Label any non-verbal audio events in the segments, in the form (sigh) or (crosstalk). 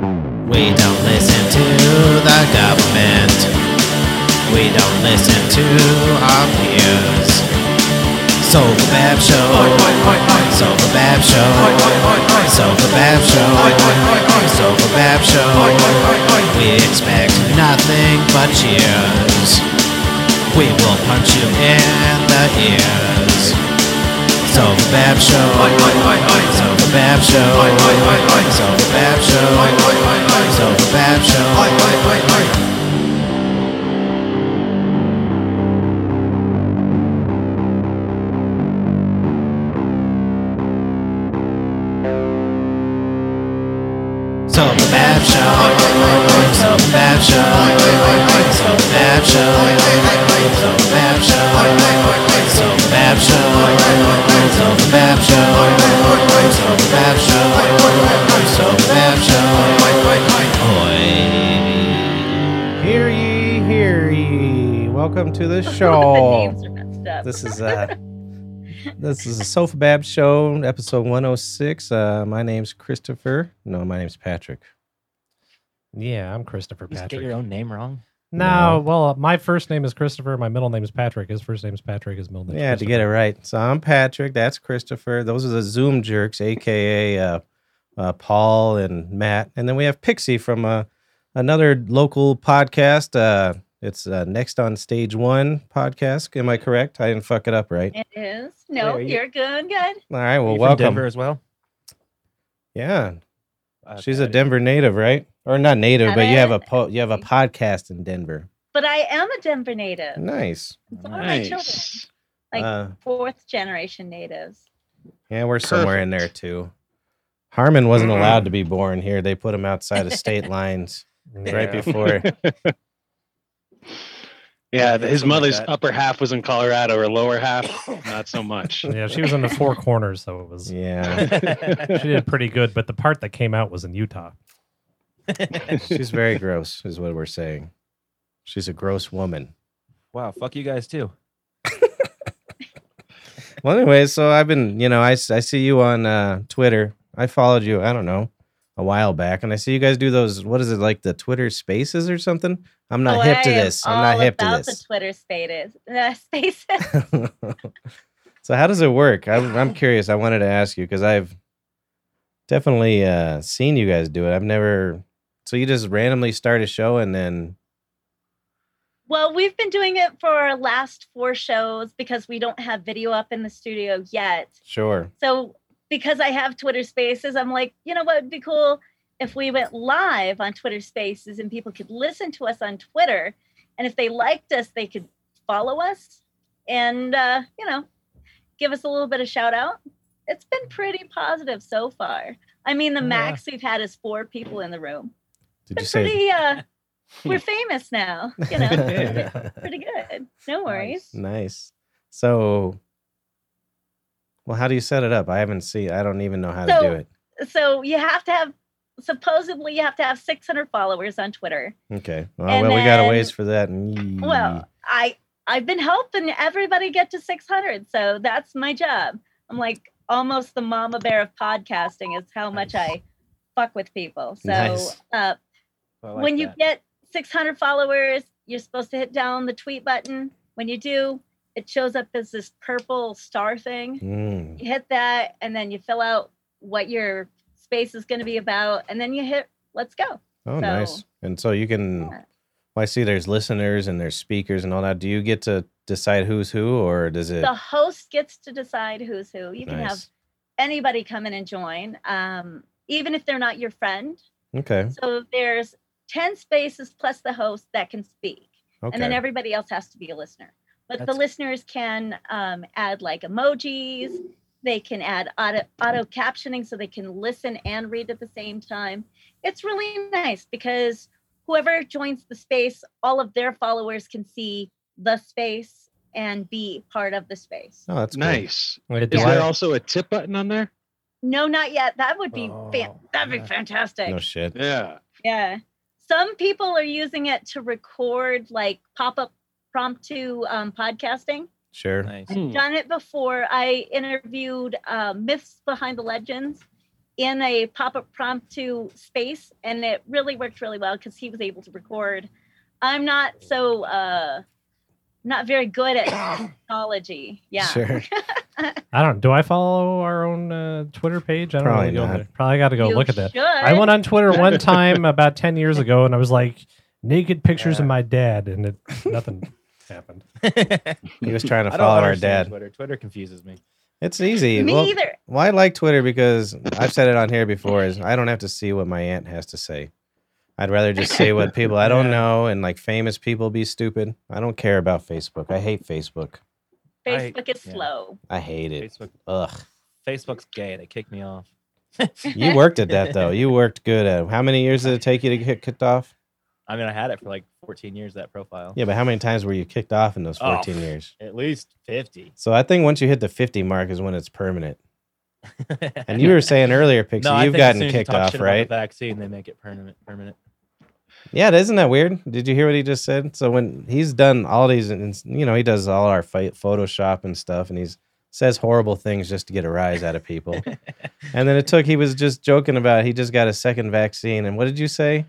We don't listen to the government. We don't listen to our peers. Sofa Bab Show. Sofa Bab Show. Sofa Bab Show. Sofa Bab Show. We expect nothing but cheers. We will punch you in the ears. Sofa Bab Show. Sofa Bab Show. Sofa Bab Show. Sofa Bab Show. Sofa Bab Show. Sofa Bab Show. Sofa Bab Show. Sofa Bab Show. Sofa Bab Show. Sofa Bab Show. Sofa Bab Show. Sofa Bab Show. Oi. Hear ye, hear ye. Welcome to the show. the names are messed up. this is uh this is a Sofa Bab show, episode 106. Uh my name's Christopher. No, my name's Patrick. Yeah, I'm Christopher You just Patrick. get your own name wrong. no, well, uh, my first name is Christopher. My middle name is Patrick. His first name is Patrick. His middle name. Yeah, to get it right. So I'm Patrick, that's Christopher. Those are the Zoom jerks, aka uh, uh Paul and Matt. And then we have Pixie from uh another local podcast. Uh it's uh, next on stage one podcast. Am I correct? I didn't fuck it up, right? It is. No, Oh, Wait, are you- you're good. Good. All right. Well, you from welcome. Denver as well. Yeah, Uh, she's a Patty. Denver native, right? Or not native, Got but you have a it. po- you have a podcast in Denver. But I am a Denver native. Nice. It's all my children. Like Uh, fourth generation natives. yeah, we're somewhere in there too. Harmon wasn't allowed to be born here. They put him outside of (laughs) state lines right (laughs) Yeah. before. Yeah, Yeah, his something like mother's that. upper half was in Colorado, or lower half, not so (laughs) much. Yeah, she was in the four corners, so it was. Yeah, She did pretty good, but the part that came out was in Utah. she's very gross, is what we're saying. She's a gross woman. wow, fuck you guys too. (laughs) Well, anyway, so I've been, you know, I, s- I see you on uh, Twitter. I followed you, I don't know, a while back, and I see you guys do those. What is it like the Twitter Spaces or something? I'm not Oh, hip to I am this. I'm not all hip to about this. the Twitter status. Uh, spaces. (laughs) (laughs) so how does it work? I'm, I'm curious. I wanted to ask you because I've definitely uh, seen you guys do it. I've never. So you just randomly start a show and then Well, we've been doing it for our last four shows because we don't have video up in the studio yet. sure. So because I have Twitter Spaces, I'm like, you know what would be cool if we went live on Twitter Spaces and people could listen to us on Twitter, and if they liked us, they could follow us and uh, you know give us a little bit of shout out. It's been pretty positive so far. I mean, the Yeah. max we've had is four people in the room. Did you It's say? pretty. Uh, we're famous now. (laughs) You know, pretty good. No worries. nice. So, well, how do you set it up? I haven't seen. I don't even know how to So- do it. So you have to have supposedly you have to have 600 followers on Twitter. Okay. Well, and well we got a then- ways for that. And Hmm. Well, I I've been helping everybody get to 600, so that's my job. I'm like almost the mama bear of podcasting is how much I fuck with people. So Nice. uh, Oh, I like when you that. get 600 followers, you're supposed to hit down the tweet button. When you do, it shows up as this purple star thing. Mm, You hit that, and then you fill out what your space is going to be about, and then you hit let's go. oh, nice. so- And so you can. Yeah. Well, I see there's listeners and there's speakers and all that. Do you get to decide who's who, or does it? The host gets to decide who's who. You can have nice. anybody come in and join, um, even if they're not your friend. Okay. So there's 10 spaces plus the host that can speak, Okay. and then everybody else has to be a listener. But the That's- listeners can um, add like emojis, they can add auto, auto captioning so they can listen and read at the same time. It's really nice because whoever joins the space, all of their followers can see the space and be part of the space. oh, that's cool. nice. Wait, do Is I- there also a tip button on there? No, not yet. That would be fan- Oh, that'd yeah. be fantastic. No shit. Yeah. Yeah. Some people are using it to record like pop up promptu um, podcasting. Sure. nice. Hmm. Done it before. I interviewed uh, Myths Behind the Legends, in a pop-up promptu space and it really worked really well because he was able to record i'm not so uh not very good at technology yeah (laughs) Sure. I don't. Do I follow our own uh, Twitter page? I don't Probably really go not. there. Probably got to go You look at that. should. I went on Twitter one time (laughs) about ten years ago, and I was like, naked pictures of my dad, and it (laughs) nothing happened. He was trying to I don't follow our understand dad. Twitter. Twitter confuses me. It's easy. me well, either well, I like Twitter because I've said it on here before. Is I don't have to see what my aunt has to say. I'd rather just say (laughs) what people I don't know and like famous people be stupid. I don't care about Facebook. I hate Facebook. I- facebook is yeah. slow I hate (laughs) it. Facebook, Ugh. Facebook's gay. They kicked me off. You worked at that though. You worked good at. It. How many years did it take you to get kicked off? I mean, I had it for like 14 years. That profile. Yeah, but how many times were you kicked off in those Oh. 14 years? At least 50. So I think once you hit the 50 mark is when it's permanent. And (laughs) you were saying earlier, Pixie, I you've think as gotten soon as you kicked talk off, shit about the right? vaccine, they make it permanent. Permanent. Yeah, isn't that weird? Did you hear what he just said? So when he's done all these, and it's- you know, he does all our fight, Photoshop and stuff, and he's says horrible things just to get a rise out of (laughs) people. and then it took. He was just joking about. He just got a second vaccine, and what did you say?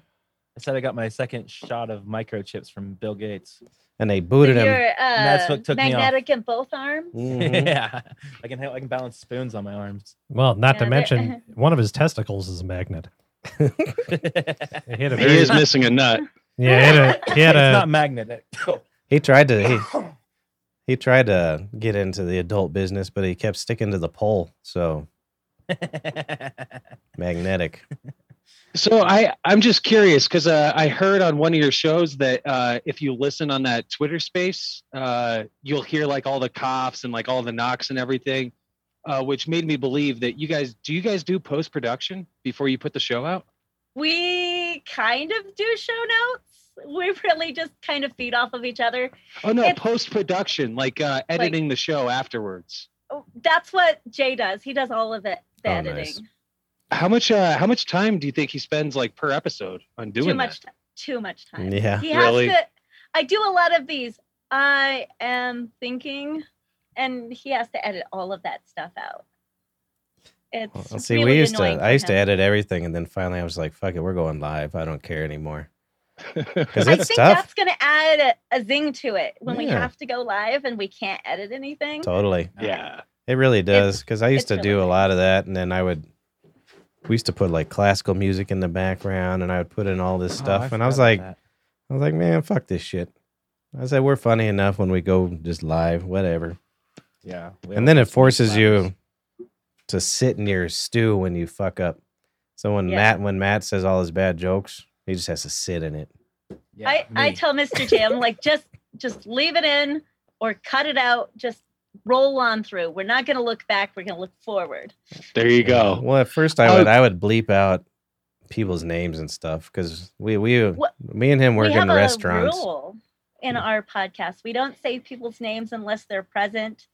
I said I got my second shot of microchips from Bill Gates. (laughs) And they booted Your, him. uh, That's what took me off. magnetic in both arms Mhm. yeah, I can I can balance spoons on my arms. (laughs) Well, not Yeah, to they- (laughs) mention one of his testicles is a magnet. It hit a He very- is missing a nut. yeah, he had a, he had it's a- not (laughs) magnetic. He tried to. He, he tried to get into the adult business, but he kept sticking to the pole. So magnetic. So I, I'm just curious because uh, I heard on one of your shows that uh, if you listen on that Twitter space, uh, you'll hear like all the coughs and like all the knocks and everything, uh, which made me believe that you guys do you guys do post production before you put the show out? we kind of do show notes we really just kind of feed off of each other Oh no, It's- post production, like uh, editing the show afterwards. Oh, that's what jay does he does all of it the Oh, editing nice. How much uh, how much time do you think he spends like per episode on doing too that? much time. too much time Yeah. He has Really? to. I do a lot of these. I am thinking, and he has to edit all of that stuff out. It's Well, see, really we used to. annoying I used to him. edit everything, and then finally, I was like, "Fuck it, we're going live. I don't care (laughs) anymore." Because I it's think tough. that's going to add a, a zing to it when we Yeah. have to go live and we can't edit anything. Totally, Yeah. it really does. Because I used it's to really do a nice. lot of that, and then I would. We used to put like classical music in the background, and I would put in all this Oh, stuff, and I was like, I was like, man, fuck this shit. I said, we're funny enough when we go just live, whatever. yeah. and then it forces you to sit in your stew when you fuck up. So when Yeah. Matt when Matt says all his bad jokes, he just has to sit in it. I, I tell Mr. J, I'm like, just just leave it in or cut it out. Just roll on through. We're not going to look back. We're going to look forward. There you go. Well, at first I Oh. would I would bleep out people's names and stuff because we we What- me and him work we have in a restaurants. Mm. rule in our podcast. We don't say people's names unless they're present.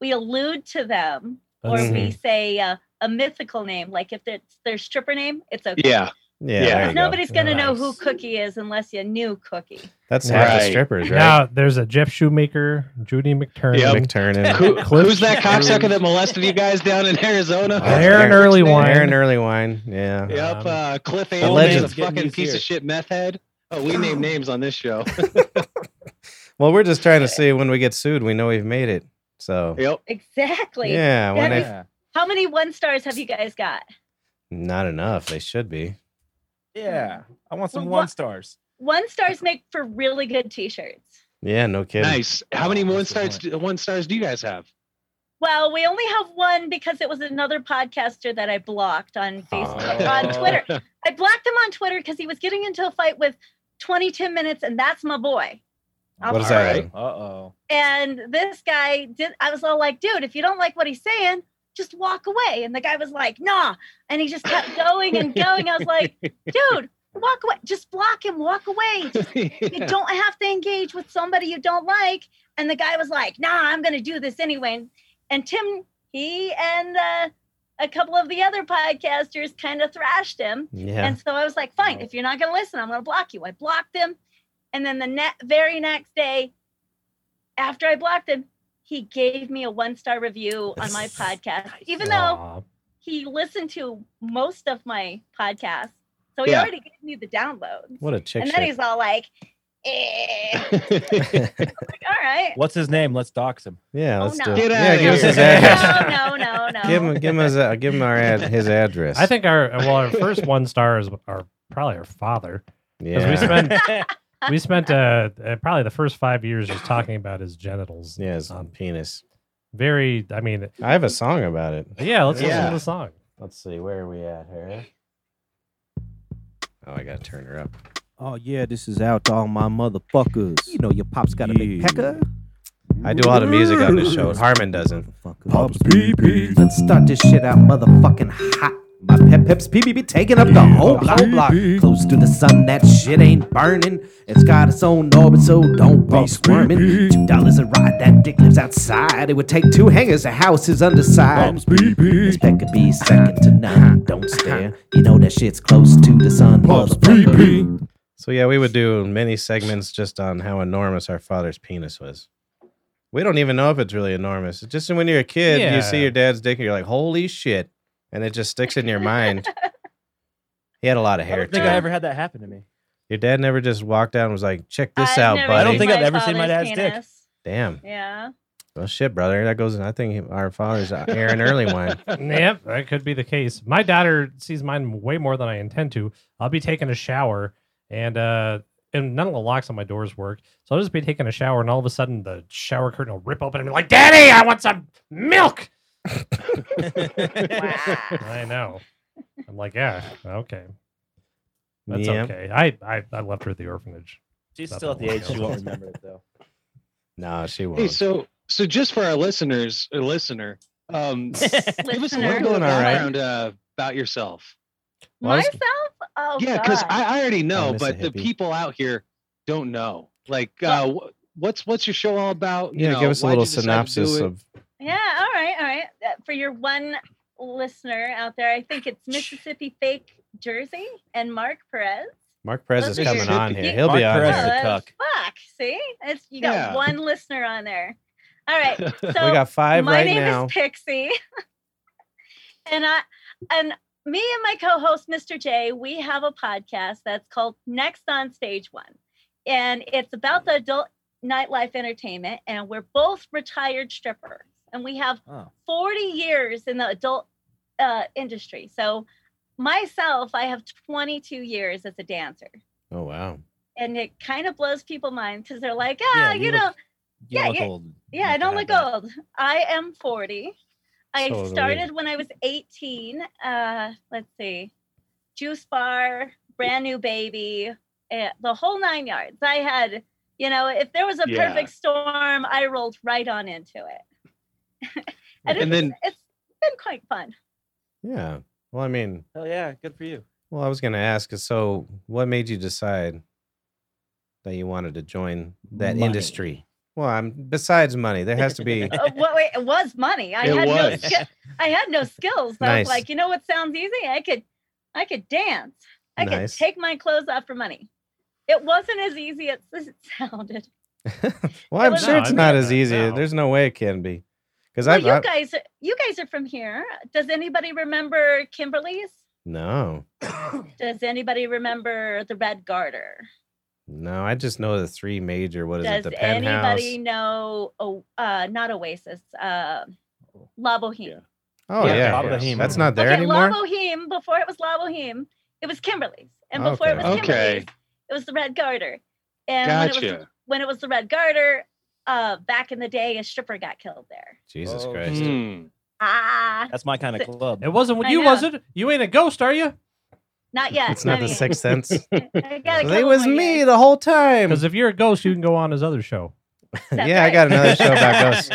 We allude to them, or That's- we say uh, a mythical name, like if it's their stripper name, it's okay. Yeah. Yeah, Yeah. there you go. Nobody's gonna know who Nice. Cookie is unless you knew Cookie. That's half the Right. strippers, right? Now there's a Jeff Shoemaker, Judy McTurner. Yep. McTurnan. Who, Cliff who's that cocksucker Aaron. that molested you guys down in Arizona? Oh, Aaron Earlywine. Aaron Earlywine. Yeah. Yep, Um, uh, Cliff the Ailman, legend. the fucking Getting piece easier. of shit meth head. Oh, we name names on this show. Well, we're just trying to see when we get sued, we know we've made it. So yep. Exactly. yeah, when That they- is- How many one stars have you guys got? not enough. They should be. Yeah. I want some Well, one what- stars. One stars make for really good T-shirts. Yeah, no kidding. Nice. How many Oh, one that's a good stars? do- One stars do you guys have? Well, we only have one because it was another podcaster that I blocked on Facebook, (laughs) on (laughs) Twitter. I blocked him on Twitter because he was getting into a fight with 22 minutes, and that's my boy. I'll What does tell that you. mean? Uh oh. And this guy did. I was all like, "Dude, if you don't like what he's saying, just walk away." And the guy was like, "Nah," and he just kept going and going. I (laughs) was like, "Dude, walk away. Just block him. Walk away. Just, You Yeah. don't have to engage with somebody you don't like." And the guy was like, "Nah, I'm gonna do this anyway." And, and Tim, he and uh, a couple of the other podcasters kind of thrashed him. Yeah. And so I was like, fine, Wow. if you're not going to listen, I'm going to block you. I blocked him. And then the ne- very next day, after I blocked him, he gave me a one star review on my podcast, even though Aw. he listened to most of my podcasts. So he Yeah. already gave me the downloads. What a chick and shit. then he's all like, eh. like, all right. What's his name? Let's dox him. yeah, Oh, let's no. do it. Get (laughs) yeah, outta give us here. his address. No, no, no, (laughs) no. give him, give him his, uh, give him our (laughs) ad, his address. I think our well, our first (laughs) one star is our probably our father because yeah, (laughs) we spent we spent uh, uh, probably the first five years just talking about his genitals. yeah, his Um, penis. very. I mean, I have a song about it. yeah. Let's listen Yeah. to the song. Let's see, where are we at here? Oh, I gotta turn her up. Oh yeah, this is out to all my motherfuckers. You know your pop's got a big Yeah. pecker. I do a lot of music on this show. and Harmon doesn't. Pops PB. Let's start this shit out motherfucking hot. My pep peps PB be taking up the whole block, block. Close to the sun, that shit ain't burning. It's got its own orbit, so don't be squirming. Two dollars a ride, that dick lives outside. It would take two hangers, a house is underside. This peck could be second to none. Don't stare. You know that shit's close to the sun, motherfucker. So yeah, we would do many segments just on how enormous our father's penis was. We don't even know if it's really enormous. It's just when you're a kid, you see Yeah. your dad's dick and you're like, "Holy shit!" and it just sticks in your (laughs) mind. He had a lot of I hair don't too. think I ever had that happen to me. Your dad never just walked out and was like, "Check this I've out, never buddy." I don't seen think my I've ever seen my father's dad's dick. penis. Damn. (laughs) Yeah. Well, shit, brother. That goes. I think our father's Aaron Early (laughs) wine. yep, (laughs) that could be the case. My daughter sees mine way more than I intend to. I'll be taking a shower and uh and none of the locks on my doors work. So I'll just be taking a shower and all of a sudden the shower curtain will rip open and be like, Daddy, I want some milk. (laughs) Wow. I know. I'm like, yeah, okay. That's Yeah. okay. I, I I left her at the orphanage. She's Not still at that the long age she ago. won't remember it (laughs) though. No, she won't. Hey, so so just for our listeners, or listener, (laughs) um, give us a little Listener. bit of Doing all right. background uh, about yourself. Well, I was- Myself? Oh, yeah, because God. I, I already I know, miss a but the hippie. people out here don't know. Like, uh, wh- what's what's your show all about? You yeah, know, give us a why'd little you decide to do synopsis it? of. Yeah, all right, all right. Uh, For your one listener out there, I think it's Mississippi Fake Jersey and Mark Perez. Mark Perez is Those are coming on your- here. He'll be Mark on Perez here. is a Oh, cuck. Fuck, see? It's you got Yeah. one listener on there. All (laughs) right. So we got five my right name now. is Pixie. (laughs) and I and me and my co-host Mr. J, we have a podcast that's called Next on Stage 1. And it's about the adult nightlife entertainment and we're both retired strippers and we have Oh. 40 years in the adult uh, industry. So myself, I have 22 years as a dancer. oh wow. And it kind of blows people mind because they're like, Yeah, ah, you you look- know, You Yeah, look yeah, old. yeah, enough I to don't have look that. old. I am 40. I So do we. started when I was 18. Uh, let's see, juice bar, brand new baby, eh, the whole nine yards. I had, you know, if there was a Yeah. perfect storm, I rolled right on into it. (laughs) and And it's, then- it's been quite fun. Yeah. Well, I mean, Hell yeah, good for you. well, I was gonna ask. is So, what made you decide that you wanted to join that Money. industry? Well, I'm besides money, there has to (laughs) be. Uh, well, wait, it was money. I It had was. (laughs) no, ski- I had no skills. I Nice. was like, you know what sounds easy? I could, I could dance. I Nice. could take my clothes off for money. It wasn't as easy as (laughs) it sounded. well, I'm was- sure No, it's I not mean, as uh, easy. no. There's no way it can be. Because Well, I've, you I've guys, you guys are from here. Does anybody remember Kimberly's? no, Does anybody remember the Red Garter? no, I just know the three major. What is Does it? The penthouse. anybody know? O- Uh, not Oasis. Uh, La Boheme. Yeah. Oh Yeah, yeah, Bob yeah. Bohemian. that's not there okay, anymore. La Boheme. Before it was La Boheme, it was Kimberly's, and before it was Okay. Okay. Kimberly's, it was the Red Garter. And when, it was, (laughs) Gotcha. when it was the Red Garter, uh, back in the day, a stripper got killed there. Jesus Oh, Christ. Hmm. Ah, That's my kind of club. It wasn't what I you know. was it? You ain't a ghost, are you? not yet. It's not I the mean, oh sixth sense. (laughs) I (laughs) got a it couple was more me years. the whole time. (laughs) Because if you're a ghost, you can go on his other show. That's yeah, I right. got another show (laughs) (laughs) about ghosts.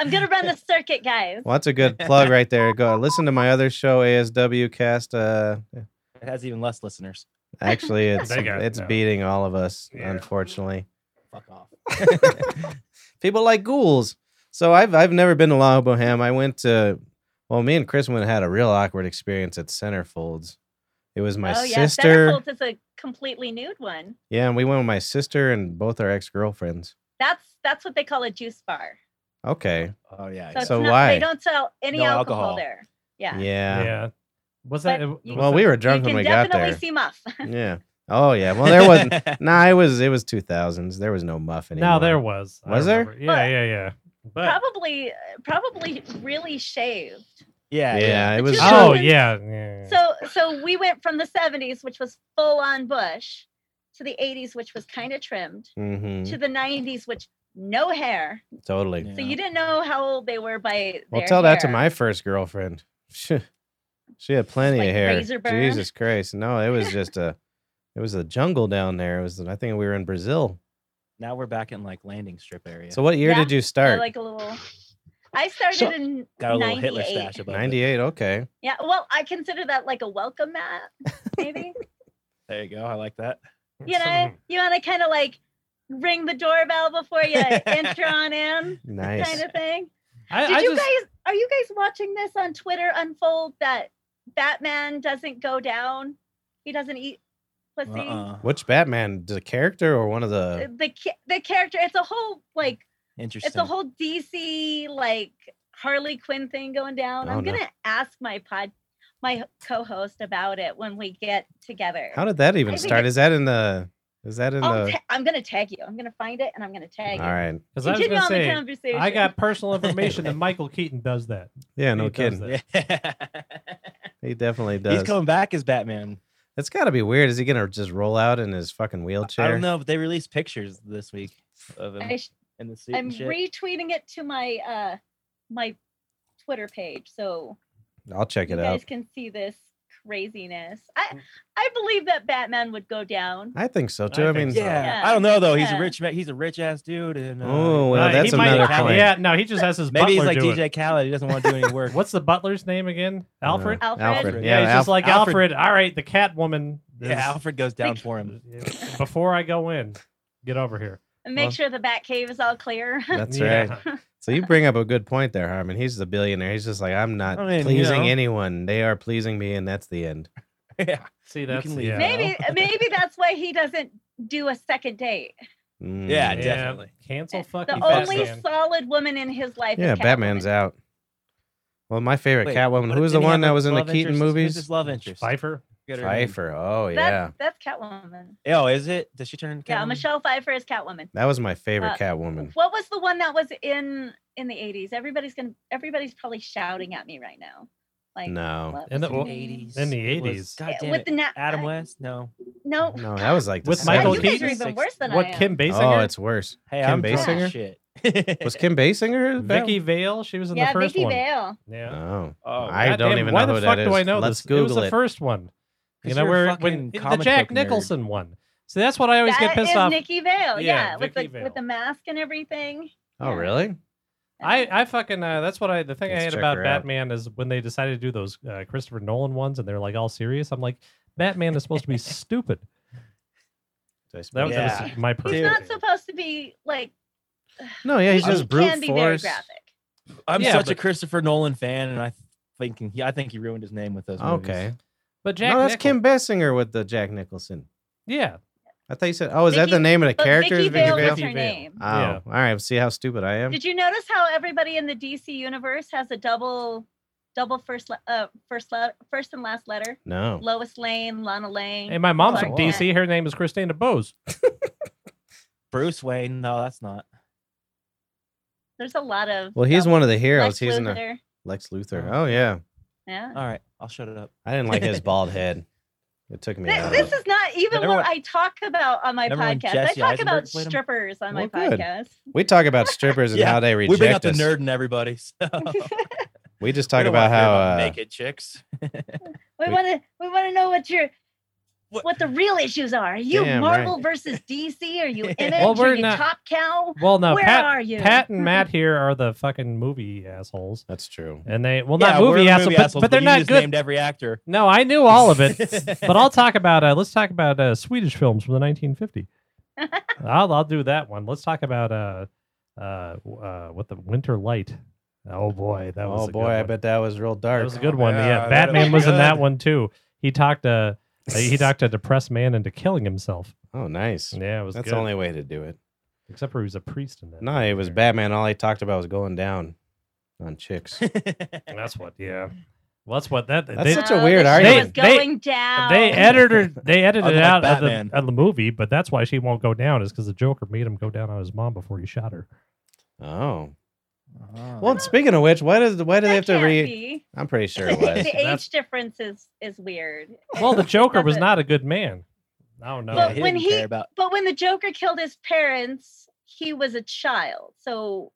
I'm gonna run the circuit, guys. Well, that's a good plug right there. Go listen to my other show, ASW Cast. Uh, It has even less listeners. (laughs) actually, it's They got it it's now. beating all of us, Yeah. unfortunately. (laughs) Fuck off. People like ghouls. So I've I've never been to La Boham. I went to well, me and Chris went and had a real awkward experience at Centerfolds. It was my oh yeah, sister. Centerfold is a completely nude one. Yeah, and we went with my sister and both our ex girlfriends. That's that's what they call a juice bar. Okay. Oh yeah. So, it's So not, (laughs) why? They don't sell any No alcohol, alcohol. there. Yeah. Yeah. Yeah. Was that? uh, But was you- Well, we that- were drunk you when we can got definitely there. see Muff. Yeah. Oh yeah. Well, there (laughs) (laughs) wasn't. nah, it was it was two thousands. There was no muffin. No, there was. I Was there? remember. Yeah, But- yeah, yeah. But probably, uh, probably really shaved. yeah, Yeah, it was. Just- oh Probably- yeah, yeah. So, so we went from the 70s, which was full on bush, to the 80s, which was kind of trimmed, hmm to the 90s, which no hair. Totally. Yeah. So you didn't know how old they were by. Well, their tell that to hair. my first girlfriend. (laughs) she had plenty Like of hair. razor burn? Jesus Christ! No, it was just a, it was a jungle down there. It was. I think we were in Brazil. Now we're back in like landing strip area. So what year Yeah, did you I start? like a little. I started So- in got a little 98. Hitler stash above. it. Ninety-eight. Okay. Yeah, well, I consider that like a welcome mat, maybe. There you go. I like that. you know, you want to kind of like ring the doorbell before you enter on in, (laughs) Nice. kind of thing. I, Did I you just, guys are you guys watching this on Twitter unfold that Batman doesn't go down? He doesn't eat pussy. Uh-uh. Which Batman? The character or one of The, the? the ca- the character it's a whole like Interesting. it's a (laughs) whole DC like Harley Quinn thing going down. Oh, I'm no. gonna ask my pod my co-host about it when we get together. How did that I even think start? it- Is that in the? Is that in I'll the? ta- I'm gonna tag you. I'm gonna find it and I'm gonna All tag you. right. 'cause I was Continue gonna on the say, conversation. I (laughs) got personal information that Michael Keaton does that. Yeah. He No does kidding. (laughs) that. He definitely does. He's coming back as Batman. It's got to be weird. Is he gonna just roll out in his fucking wheelchair? I don't know, but they released pictures this week of him I sh- in the suit. I'm and shit. retweeting it to my uh my Twitter page. So I'll check you it guys out. Mm. can see this craziness. I I believe that Batman would go down. I think so too. I I, think mean, so. yeah, Yeah, I don't know though. He's yeah. a rich man. He's a rich ass dude, and uh, Oh, well, Uh, that's he might another have- claim. Yeah, no, he just has his maybe he's butler like do DJ Khaled. He doesn't want to do any work. it. What's the butler's name again? Uh, Alfred. Alfred? Alfred. Yeah, Yeah, he's Alf- just like Alfred. Alfred- All right, the cat woman. yeah, Alfred goes down for him. (laughs) Before I go in, get over here. And make Well- sure the Batcave is all clear. (laughs) That's Yeah. right. So you bring up a good point there, Harmon. He's the billionaire. He's just like, I'm not I mean, you pleasing know. anyone. They are pleasing me, and that's the end. yeah, (laughs) See, that's can leave. yeah. (laughs) maybe maybe that's why he doesn't do a second date. Mm. Yeah, Yeah, definitely. Cancel The fucking only Batman. solid woman in his life. Yeah, is Batman's Catwoman. out. Well, my favorite Wait, Catwoman. what Who if- was the didn't he one have that a was in the love Keaton interest? Who's movies? his love interest. Pfeiffer. Forget her name. Pfeiffer. Oh That, yeah, That's Catwoman. Oh, is it? Does she turn? Yeah, Catwoman? Michelle Pfeiffer is Catwoman. that was my favorite Uh, Catwoman. What was the one that was in in the 80s? Everybody's going to everybody's probably shouting at me right now. (laughs) Like No, what was In the- her well, name? in the It was- 80s. God damn with it. the na- Adam uh, West? No. No. no, that was like the With God, Michael you 70s. Keaton? guys are even Six- worse than I What am. Kim Oh, Basinger? it's worse. Hey, Kim I'm Basinger? Basinger. Shit. Was Kim Basinger? his Vicky Vale. She was in yeah, the first Vicky one. Vale. Bat- Yeah. Oh, Oh, I Uh, God don't damn, even why know the who fuck that do I is. know Let's this? it was Google the it. first one. You 'Cause know you're a where fucking when the comic Jack book nerd. Nicholson one. So that's what I always That get pissed is off. Nikki Vale. Yeah, Yeah, with the Vicky Vale. with the mask and everything. oh Yeah. really? I, I fucking uh, that's what I the thing I Let's hate check about her out. Batman is when they decided to do those uh, Christopher Nolan ones and they're like all serious. I'm like, Batman (laughs) is supposed to be stupid. Did I That, was- speak- that was my He's Dude. personal. not opinion. supposed to be like No, yeah, he's he just brute Um, can be very force. graphic. I'm Yeah, such a but- Christopher Nolan fan, and I thinking he, I think he ruined his name with those. Movies. Okay. But Jack no, that's Nichol- Kim Basinger with the Jack Nicholson. Yeah, I thought you said, oh, is that the Vicky- name of the But character? Vicky is Vicky Vale Vale? was Vicky her Vale. name. Oh, Yeah. all right. See how stupid I am. Did you notice how everybody in the DC universe has a double double first le- uh first le- first and last letter? No. Lois Lane, Lana Lane. and my mom's from Clark Kent. DC. Her name is Christina Bose. Bruce Wayne. No, that's not. There's a lot of Well, he's double- one of the heroes. Lex He's in a Luthor. Lex Luthor. Oh yeah. Yeah. All right, I'll shut it up. I didn't (laughs) like his bald head. It took me. Th- out This of it. is not even Remember what when- I talk about on my remember when podcast. Jesse I talk Eisenberg about played him? strippers on my Well, good. podcast. We talk (laughs) about strippers and Yeah, how they we reject bring out the us. nerd and everybody. So We just we talk don't about wanna hear how uh, naked chicks. We We- want to we want to know what your what, What- the real issues are. Are you Damn right. Marvel versus DC? (laughs) Are you in it? Well, we're are you not- Top Cow? Well, no, Where Pat, are you? Pat and (laughs) Matt here are the fucking movie assholes, that's true. and they well Yeah, not we're movie, the assholes, but, but they're you not just good. Named every actor. No, I knew all of it, but I'll talk about uh, let's talk about uh, Swedish films from the 1950. I'll I'll do that one. Let's talk about uh uh, w- uh what the Winter Light. Oh boy, that was oh a good boy, I one. bet that was real that dark. was a good Oh, one. Yeah, yeah, that Batman was was in that good. one too. He talked uh he talked a depressed man into killing himself. Oh, nice. Yeah, it was That's good. the only way to do it. Except for he was a priest in that. No, it was motherfucker. Batman. All he talked about was going down on chicks. That's what. Yeah. Well, that's what that That's they, such a Oh, weird They, argument. was They- they- going down. they edited her. They edited it Unlike out of the, Batman. of the movie, but that's why she won't go down is because the Joker made him go down on his mom before he shot her. Oh. Oh. Well, and speaking of which, why does why do they have That to can't re? (laughs) be. I'm pretty sure The, it (laughs) was. the That's- age difference is is weird. Well, the Joker was Doesn't- not a good man. I don't know. yeah, But Oh, he when didn't he- care about But when the Joker killed his parents, he was a child. So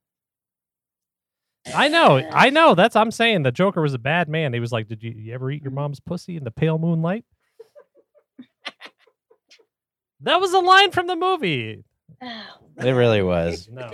(sighs) I know, I know. That's I'm saying the Joker was a bad man. He was like, "Did you, you ever eat your mom's pussy in the (laughs) pale moonlight?" that was a line from the movie. It really was. No,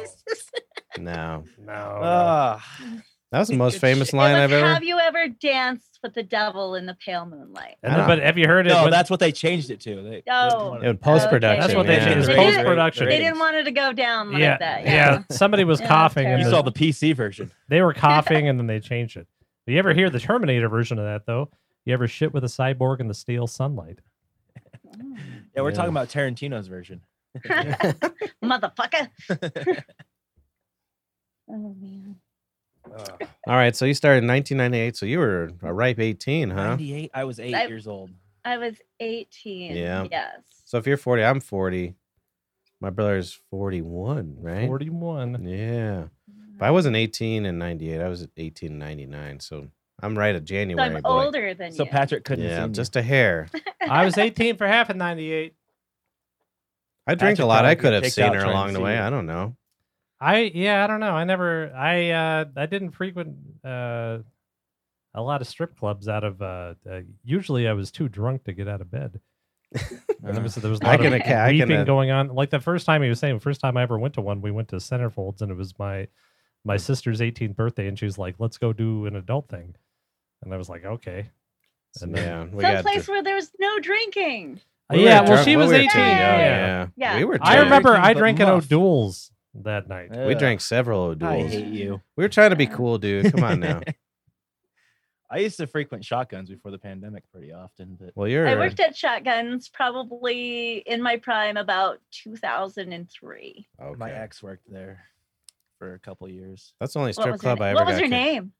No, Uh, no. Ah. that was the most Good famous shit. line it was, I've ever. Have you ever danced with the devil in the pale moonlight? And then- but have you heard it? No, when- that's what they changed it to. They, Oh. In post-production, that's what they yeah. did. It's They didn't- post production. They didn't want it to go down like yeah, that. yeah, Somebody (laughs) was Yeah, coughing, and You that's the- saw the PC version. they were coughing, and then they changed it. You ever hear the Terminator version of that though? You ever shit with a cyborg in the steel sunlight? (laughs) Yeah, we're Yeah. talking about Tarantino's version. (laughs) (laughs) Motherfucker. (laughs) oh man. All right, so you started in 1998, so you were a ripe 18, huh? 98. I was eight I- years old. I was 18. Yeah. Yes. So if you're 40, I'm 40. My brother's 41, right? Forty-one. Yeah. If I wasn't 18 in 98, I was 18 in 99, so I'm right at So January. I'm boy. older than So you. Patrick couldn't Yeah, see me. just a hair. I was eighteen for half of ninety-eight. I drink a Patrick lot. probably I could get have kicked seen out her trying to along the see way. you. I don't know. I yeah, I don't know. I never I uh I didn't frequent uh a lot of strip clubs out of uh, uh usually I was too drunk to get out of bed. And there was, there was a I lot can of acca- I can, weeping uh, going on. Like the first time he was saying, the first time I ever went to one, we went to Centerfolds and it was my Hmm. my sister's 18th birthday and she was like, "Let's go do an adult thing." And I was like, "Okay." And then- Yeah, we got. Someplace where there's no drinking. we were yeah, well drunk- we she was were 18. too young, yeah. Yeah. Yeah. we were. I too young. remember Drinking I but drank at muff. O'Doul's that night. We Ugh. drank several I O'Douls. hate you. We were trying to be cool, dude. Come on (laughs) now. I used to frequent shotguns before the pandemic pretty often, but Well, you're I worked at Shotguns probably in my prime about 2003. okay. my ex worked there for a couple years. That's the only What strip was, her, club I name? ever what was got her kicked- name?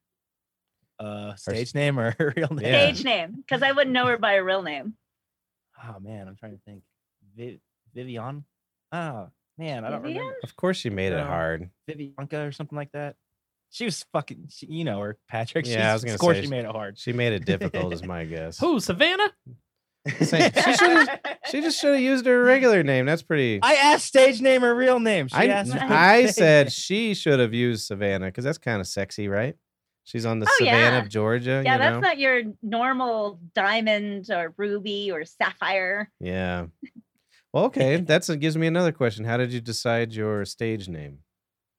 Uh, stage name or (laughs) her real name? Yeah. Stage name, because I wouldn't know her by her real name. Oh man, I'm trying to think. Vi- Vivian? Oh man, I don't Vivian? remember. Of course, you made Oh. it No. hard. Vivianka or something like that. She was fucking. She, you know her, Patrick. Yeah, I She's, was gonna of course say she she- made it hard. She made it difficult, is (laughs) my guess. Who, Savannah? (laughs) Same- (laughs) she should've- She just should have used her regular name. That's pretty. I asked stage name or real name. She I, asked me I stage said name. she should have used Savannah because that's kind of sexy, right? She's on the Oh, Savannah yeah. of Georgia. Yeah, you that's know? not your normal diamond or ruby or sapphire. Yeah. Well, (laughs) okay. That's it gives me another question. How did you decide your stage name?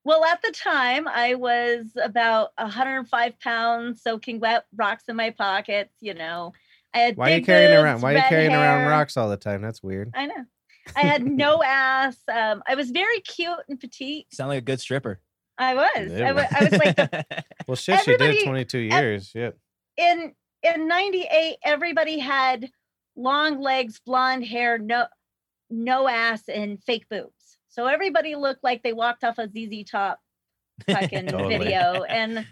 Well, at the time, I was about 105 pounds, soaking wet rocks in my pockets. You know, I had Why are you big carrying around? boobs, Why are you red carrying around hair. rocks all the time? That's (laughs) weird. I know. I had no ass. Um, I was very cute and petite. Sound like a good stripper. I was. I Yeah. wa- (laughs) I was like the Well, shit, she did Everybody- 22 ev- years. Shit. in in 98 everybody had long legs blonde hair no no ass and fake boobs so everybody looked like they walked off a zz top fucking Totally. video and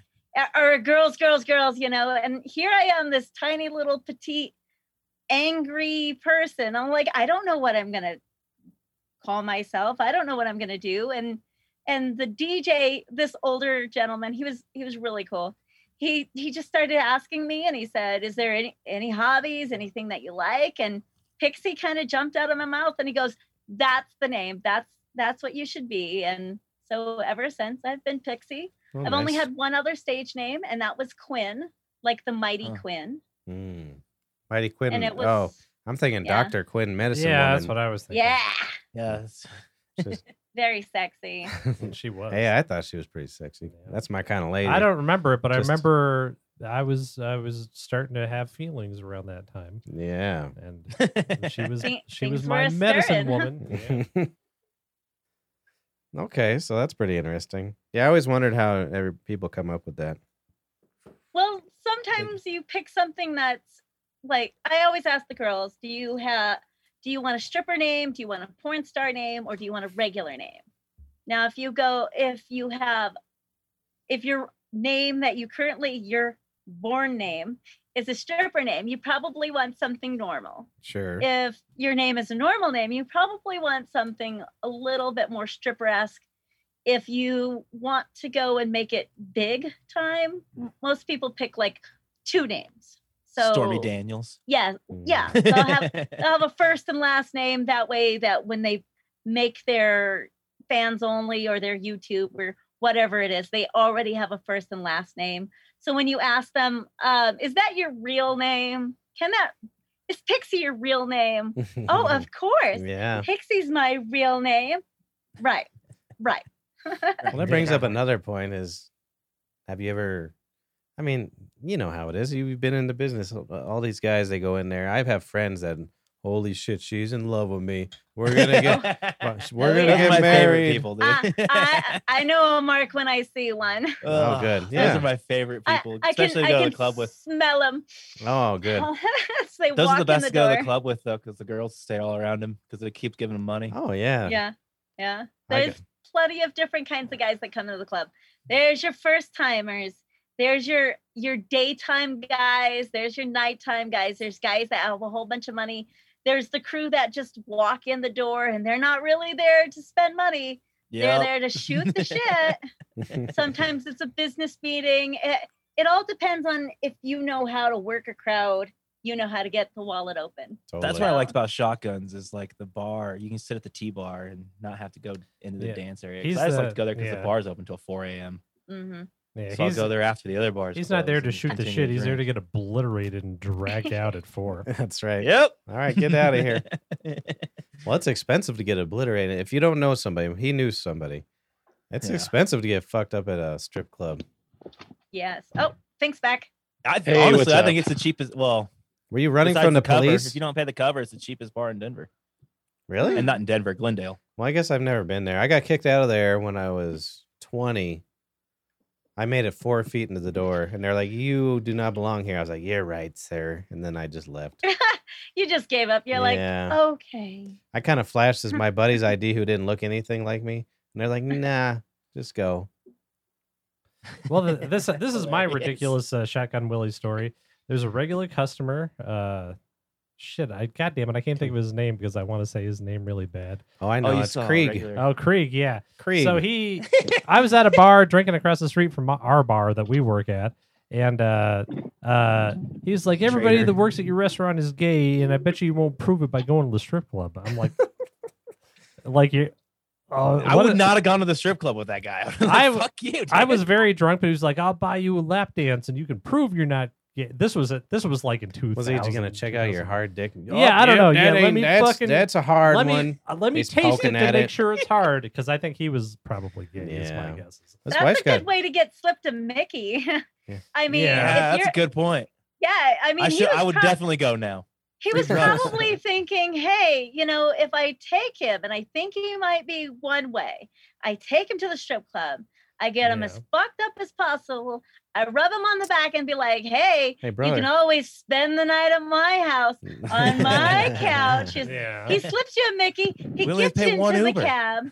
or girls girls girls you know and here i am this tiny little petite angry person i'm like i don't know what i'm gonna call myself i don't know what i'm gonna do and and the dj this older gentleman he was he was really cool he he just started asking me and he said is there any any hobbies anything that you like and pixie kind of jumped out of my mouth and he goes that's the name that's that's what you should be and so ever since i've been pixie Oh, i've only nice. had one other stage name and that was quinn like the mighty Oh. quinn Mm. Mighty Quinn. and it was oh, I'm thinking yeah. Dr. Quinn Medicine. yeah, Woman. that's what I was thinking. yeah yes. Just- very sexy (laughs) And she was. hey, I thought she was pretty sexy. Yeah. That's my kind of lady. I don't remember it, but Just- I remember I was I was starting to have feelings around that time, Yeah. (laughs) and she was Thi- she was things my were medicine stirring. (laughs) woman. okay, so that's pretty interesting. Yeah, I always wondered how every, people come up with that. Well, sometimes you pick something that's like I always ask the girls, do you have do you want a stripper name? Do you want a porn star name or do you want a regular name? Now, if you go if you have if your name that you currently your born name is a stripper name, you probably want something normal. Sure. If your name is a normal name, you probably want something a little bit more stripper esque. If you want to go and make it big time, m- most people pick like two names. (laughs) So Stormy Daniels. Yeah, yeah. So I'll (laughs) have They'll have a first and last name that way that when they make their fans only or their YouTube or whatever it is, they already have a first and last name. So when you ask them, um, is that your real name? Can that is Pixie your real name? oh, Mm-hmm. (laughs) of course. Mm. yeah. Pixie's my real name. Right. Right. Well, that brings up another point: is have you ever? I mean, you know how it is. You've been in the business. uh, All these guys, they go in there. I have friends that, holy shit, she's in love with me. We're (laughs) gonna get, uh, we're gonna That's my get favorite married. People, dude. I, (laughs) I, I know a mark when I see one. Oh, good. Those Yeah. are my favorite I, people, I especially can, to I go to can the club with. smell them. Oh, (laughs) (laughs) good. they Those walk are the in best the to go to door. the club with though, because the girls stay all around him because they keep giving him money. Oh yeah. (laughs) yeah yeah I there's get- plenty of different kinds of guys that come to the club there's your first timers there's your your daytime guys there's your nighttime guys there's guys that have a whole bunch of money there's the crew that just walk in the door and they're not really there to spend money Yeah, they're there to shoot (laughs) the shit (laughs) sometimes it's a business meeting it, it all depends on if you know how to work a crowd you know how to get the wallet open that's Totally. what I Wow. liked about shotguns is like the bar. You can sit at the T bar and not have to go into the Yeah. dance area. 'cause He's I just the- like to go there because yeah. the bar's open till 4 a.m. hmm Yeah, so I'll he's, go there after the other bars. he's not there close to and shoot the continue shit. He's there to drink. get obliterated and dragged out at (laughs) four. (laughs) That's right. (laughs) Yep. All right, get out of (laughs) here. Well, it's expensive to get obliterated. If you don't know somebody, he knew somebody. It's Yeah. expensive to get fucked up at a strip club. yes oh thanks back I Hey, what's honestly, I up? think it's the cheapest. Well, Were you running besides from the, cover, police? If you don't pay the cover, it's the cheapest bar in Denver, really? and not in Denver, Glendale. Well, I guess I've never been there. I got kicked out of there when I was 20. I made it four feet into the door, and they're like, "You do not belong here." I was like, "You're right, sir," and then I just left. you just gave up (laughs) you're like "Oh." yeah. Okay. I kind of flashed as my (laughs) buddy's ID, who didn't look anything like me, and they're like, "Nah, just go." Well, th- this this is my Hilarious. ridiculous uh, shotgun Willie story. There's a regular customer. Uh, shit, I goddamn it, I can't think of his name because I want to say his name really bad. Oh, I know. you it's saw a Krieg. (laughs) regular- Oh, Krieg, yeah. Krieg. So (laughs) he, I was at a bar drinking across the street from our bar that we work at, and uh, uh, he was like, "Everybody Traitor. that works at your restaurant is gay, and I bet you you won't prove it by going to the strip club." I'm (laughs) like, like you. Uh, I what would a- not have gone to the strip club with that guy. (laughs) I I w- fuck you. I (laughs) (laughs) dude. was very drunk, but he was like, "I'll buy you a lap dance, and you can prove you're not." Gay. This was it. This was like in two. Was he gonna check out your hard dick? and- Yeah, I don't know. that Yeah, let ain't- me that's, fucking- That's a hard Let (laughs) me one. uh, let me He's taste it poking to at make it. sure it's (laughs) hard because I think he was probably gay. Is Yeah. my guess. His That's wife's a good got- way to get slipped to Mickey. (laughs) Yeah. I mean, Yeah, if that's you're, a good point. yeah, I mean, I he should. was I would prob- definitely (laughs) go now. He was Big Brother. probably thinking, hey, you know, if I take him, and I think he might be one way, I take him to the strip club, I get him as fucked up as possible, I rub him on the back and be like, hey, Hey, you can brother. always spend the night at my house on my (laughs) couch. He's- Yeah. He slips you a Mickey, he We only gets pay you one into Uber. the cab.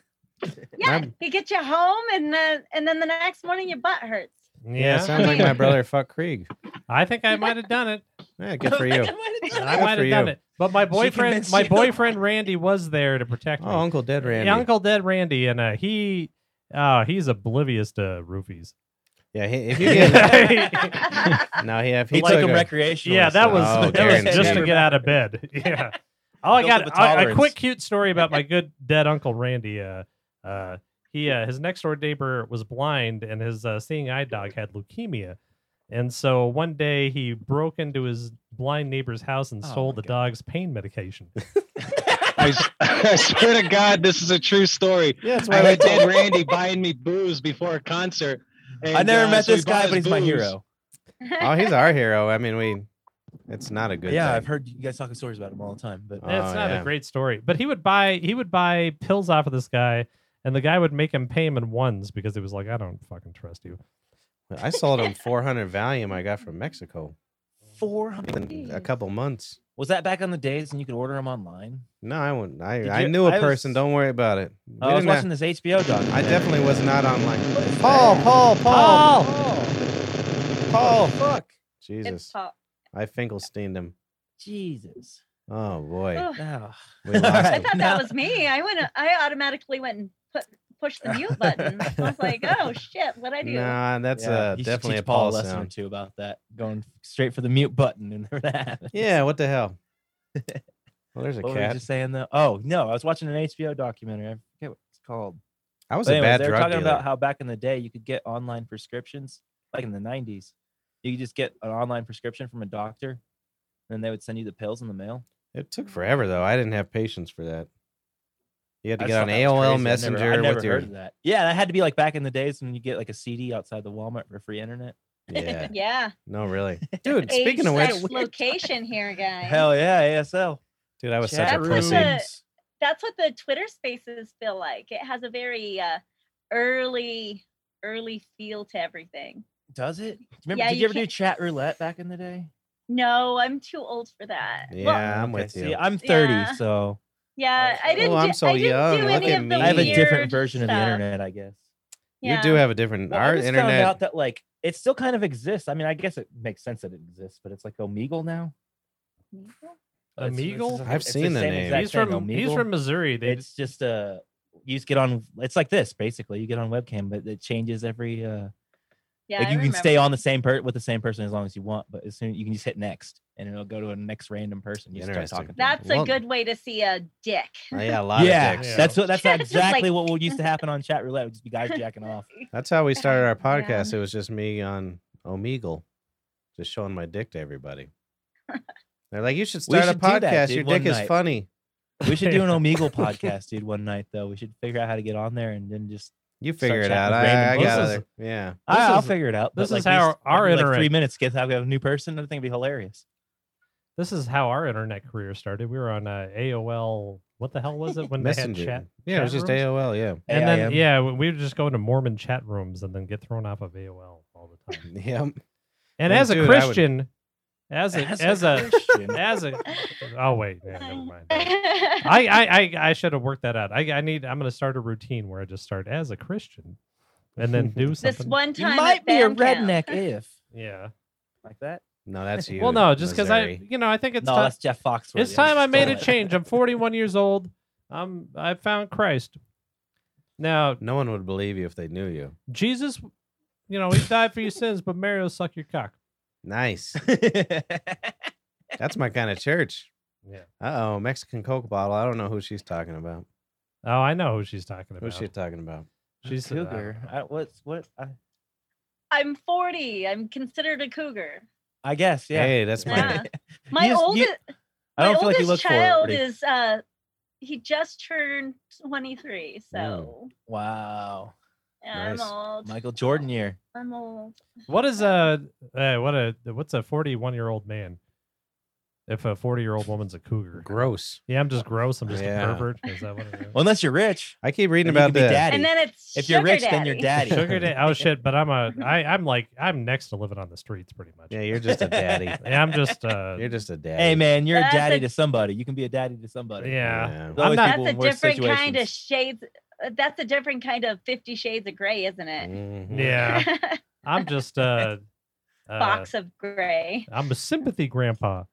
Yeah, I'm- he gets you home, and then and then the next morning your butt hurts. (laughs) (laughs) yeah, yeah. sounds like my brother fucked Krieg. I think I might have (laughs) done it. Yeah, good for (laughs) you. I Good might for have done you. it. But my boyfriend, convinced my you. boyfriend Randy was there to protect me. Oh, Uncle Dead Yeah, Randy. Uncle Dead Randy, and uh, he, uh, he's oblivious to roofies. Yeah, he, (laughs) if you get (laughs) (laughs) yeah, no, he if he He took took him a- recreational. Yeah, that was Oh, (laughs) that was guaranteed. just to get out of bed. (laughs) (laughs) Yeah. Oh, I Built got up a a, a tolerance. quick cute story about (laughs) my good dead uncle Randy. Uh, uh, he uh, his next door neighbor was blind, and his uh, seeing eye dog had leukemia, and so one day he broke into his blind neighbor's house and Oh, stole my the God. Oh, dog's pain medication. I, s- (laughs) I swear to God, this is a true story. Yeah, that's I why we had (laughs) did. Dead Randy buying me booze before a concert. and, I never uh, met so we this bought guy, his but he's my booze. hero. (laughs) Oh, he's our hero. I mean, we. It's not a good. yeah, I've thing. heard you guys talking stories about him all the time. But Oh, That's not yeah. a great story. But he would buy he would buy pills off of this guy, and the guy would make him pay him in ones because he was like, I don't fucking trust you. I sold (laughs) him 400 Valium I got from Mexico four hundred in a couple months. was that back on the days when you could order them online? No, I wouldn't. I, Did I you- knew a I was- Oh, person. Don't worry about it. We I was didn't have- watching this HBO doc. I definitely was not online. Paul, Paul, Paul, Oh, Paul, fuck. Jesus. It's tall. I Finkelsteined him. Jesus. Oh boy. (laughs) Ugh. Oh. We lost I him. thought No. that was me. I went. I automatically went and put, pushed the mute button. I (laughs) was like, "Oh shit, what (laughs) I do?" Nah, that's uh, you should definitely a teach Paul a lesson or (laughs) sound. two about that. Going straight for the mute button and (laughs) never that. Yeah, what the hell? (laughs) Well, there's a What were we cat. just saying though? Oh no, I was watching an HBO documentary. I forget what it's called. I was But a anyways, bad they were drug talking dealer. about how back in the day you could get online prescriptions, like in the '90s. You could just get an online prescription from a doctor, and then they would send you the pills in the mail. It Mm-hmm. took forever though. I didn't have patience for that. You had to I get just on thought that was AOL crazy. I Messenger never- I never with your heard of that. Yeah, that had to be like back in the days when you get like a CD outside the Walmart for free internet. (laughs) yeah. (laughs) yeah. No, really, (laughs) dude. Age speaking of slash which, (laughs) location here, guys. Hell yeah, ASL. dude, I was such a Chat That's what pussy. the- that's what the Twitter Spaces feel like. It has a very uh, early, early feel to everything. Does it? Remember? Yeah, did you, you ever do can't- chat roulette back in the day? No, I'm too old for that. Yeah, Well, I'm Okay, with see, you. I'm 30, Yeah. so yeah. Oh, I didn't. I'm do- so I didn't young. Do Look any at of me. the I have a different weird version of the stuff. internet, I guess. You Yeah. do have a different. Well, I our just found out internet. that like it still kind of exists. I mean, I guess it makes sense that it exists, but it's like Omegle now. It's- it's Omegle? just like- I've it's seen the same name. exact He's thing, from he's Omegle. from Missouri. They It's just uh, you just get on. It's like this basically. You get on webcam, but it changes every. uh Yeah, Like I you can remember. stay on the same per with the same person as long as you want, but as soon you can just hit next, and it'll go to a next random person. You start Interesting. talking. to them. That's Well- a good way to see a dick. (laughs) Oh, yeah, a lot yeah, of dicks. Yeah. that's (laughs) what that's Just like- exactly what what used to happen on chat roulette. Would just be guys jacking off. That's (laughs) how we started our Yeah. podcast. It was just me on Omegle, just showing my dick to (laughs) everybody. They're like, you should We start a should do that, podcast. dude, Your one dick is night." funny. We should (laughs) do an Omegle podcast, dude, one night though. We should figure out how to get on there and then just You Start figure it chatting out. with I, I random got people. it. Yeah. I, I'll is- figure it out. but, this is we how s- our every, like three internet- minutes get have a new person. I think it'd be hilarious. this is how our internet career started. We were on uh, AOL. What the hell was it when they Messenger. had chat? yeah, it was chat just rooms? AOL. Yeah. (laughs) And AIM. then yeah, we we would just go into Mormon chat rooms and then get thrown off of AOL all the time. Yep. And Me as too, a and I would- Christian, as a As as, a a, Christian. as a oh wait, yeah, never mind. (laughs) I, I, I, I should have worked that out. I, I need. I'm going to start a routine where I just start as a Christian, and then do something. this one (laughs) You time might at be a band camp. (laughs) redneck if yeah. like that. No, that's you. Well, no, just because I, Missouri. you know, I think it's no, ti- that's Jeff Foxworthy. it's I time I made a (laughs) stole it. change. I'm 41 years old. I'm I found Christ. Now No one would believe you if they knew you. Jesus, you know, he died for your sins, but Mary will suck your cock. Nice. (laughs) That's my kind of church. Yeah. Uh oh, Mexican Coke bottle. I don't know who she's talking about. Oh, I know who she's talking about. Who's she talking about? She's uh, cougar. I, what's what? I, I'm 40. I'm considered a cougar. I guess yeah. Hey, (laughs) that's my. Yeah. My just- you- oldest, I don't my feel like oldest you look child for it. is uh, he just turned 23, so Wow, yeah, Nice. I'm old. Michael Jordan year. I'm old. What is a uh, what a what's a 41 year old man? If a 40 year old woman's a cougar. Gross. Yeah, I'm just gross. I'm just Yeah. a pervert. Is that what it (laughs) is? Well, unless you're rich, I keep reading then you about could be the. daddy. And then it's if you're sugar rich, then you're daddy. (laughs) Sugar daddy. Oh shit! But I'm a. I, I'm like I'm next to living on the streets pretty much. Yeah, you're just a daddy. (laughs) Yeah, I'm just. Uh, (laughs) You're just a daddy. Hey man, you're That's a daddy a- to somebody. You can be a daddy to somebody. yeah. Yeah. There's always not- people That's a in worse different kind of situations. shades. uh, That's a different kind of Fifty Shades of Gray, isn't it? Mhm. Yeah. I'm (laughs) just. Uh, (laughs) uh, Box of Gray. I'm a sympathy grandpa.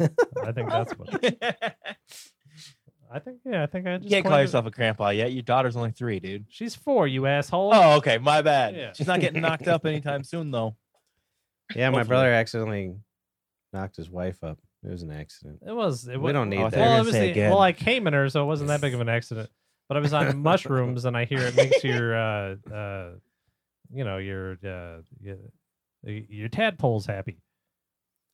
I think that's what. I think. Yeah. I think I just. (laughs) you can't call coined it. yourself a grandpa yet. Your daughter's only three, dude. She's four. You asshole. Oh, okay. My bad. Yeah. She's not getting knocked up anytime soon, though. Yeah, my Hopefully. brother accidentally knocked his wife up. It was an accident. It was. It We wa- don't need well, that. Well, Gonna it was say the, again. well, I came in her, so it wasn't that big of an accident. But I (laughs) was on mushrooms, and I hear it makes your, uh, uh, you know, your uh, your, your tadpoles happy.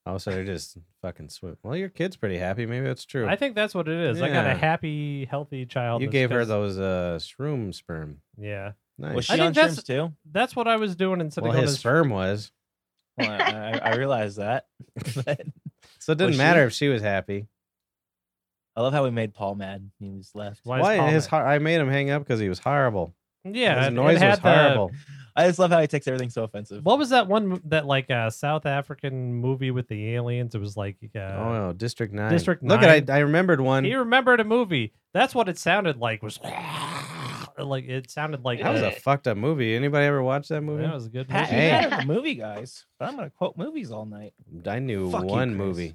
Also, they're just fucking swim. Well, your kid's pretty happy. Maybe that's true. I think that's what it is. I got Yeah. a happy, healthy child. you that's gave her just- those uh, shroom sperm. Yeah, (laughs) Was Nice. she I think on that's- shrooms too? that's what I was doing instead well, of going his to- sperm was. Well, I, I realize that. (laughs) But So it Was didn't she? matter if she was happy. I love how we made Paul mad. He just left. Why is Why Paul his mad? har- I made him hang up because he was horrible. Yeah, his it- it noise was had the- horrible. I just love how he takes everything so offensive. what was that one m- that like uh, South African movie with the aliens? It was like uh, oh no, District Nine. District Look at I, Nine. I remembered one. he remembered a movie. That's what it sounded like. Was (laughs) like it sounded like That was a fucked up movie. Anybody ever watch that movie? that was a good Pat, movie. you're Hey. bad at the movie guys, but I'm gonna quote movies all night. I knew Fuck you, one Chris. (laughs) movie.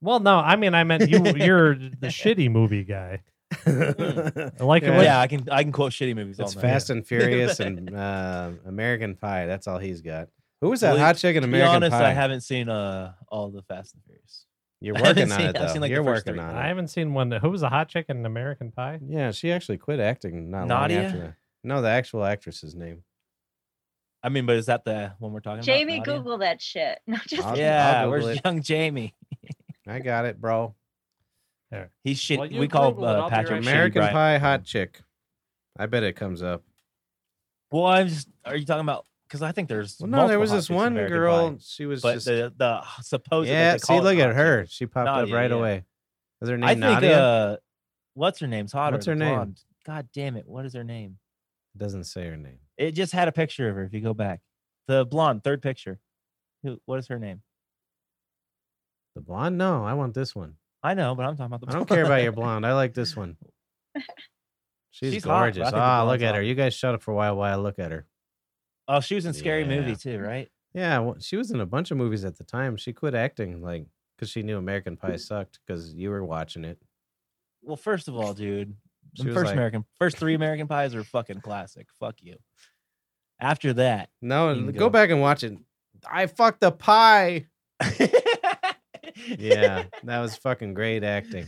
Well, no, I mean I meant you you're the shitty movie guy. I like Yeah. it. Yeah, I can I can quote shitty movies It's all night. Fast (laughs) and Furious and uh, American Pie. That's all he's got. Who was that Well, hot chick in To American be honest, Pie? I haven't seen uh all the Fast and Furious. You're (laughs) I haven't working on seen- it I've though. seen, like, the You're first working three. on I it. haven't seen one. Who was the hot chick in American Pie? Yeah, she actually quit acting not long Nadia? after that. No, the actual actress's name. I mean, but is that the one we're talking Jamie, about? Nadia? Google that shit. (laughs) No, just I'll- kidding. Yeah, I'll where's Google it. young Jamie? I got it, bro. He's shit. Well, you we call Google it, I'll uh, be Patrick right Shitty back. American Brian. Pie hot chick. I bet it comes up. Well, I'm just. Are you talking about? Because I think there's. Well, no, there multiple was hot this chicks in one American girl. Pie, She was but just the the supposed. yeah. they See, call it look hot at her. chick. She popped Nadia, up right yeah. away. Is her name I think. Nadia? Uh, what's her name's hotter. What's the her name? blonde. God damn it! What is her name? Doesn't say her name. It just had a picture of her. If you go back, the blonde third picture. Who? What is her name? The blonde? No, I want this one. I know, but I'm talking about the. I don't care (laughs) about your blonde. blonde. I like this (laughs) one. She's, She's hot, but I gorgeous. think the Ah, look blonde's at her. hot. You guys shut up for a while while I look at her. Oh, she was in Scary Yeah. Movie too, right? Yeah, well, she was in a bunch of movies at the time. She quit acting like because she knew American Pie sucked because you were watching it. Well, first of all, dude, She the was first like- American, first three American pies are fucking classic. Fuck you. After that, (laughs) No, You can go. go. back and watch it. I fucked a pie. Yeah, that was fucking great (laughs) acting.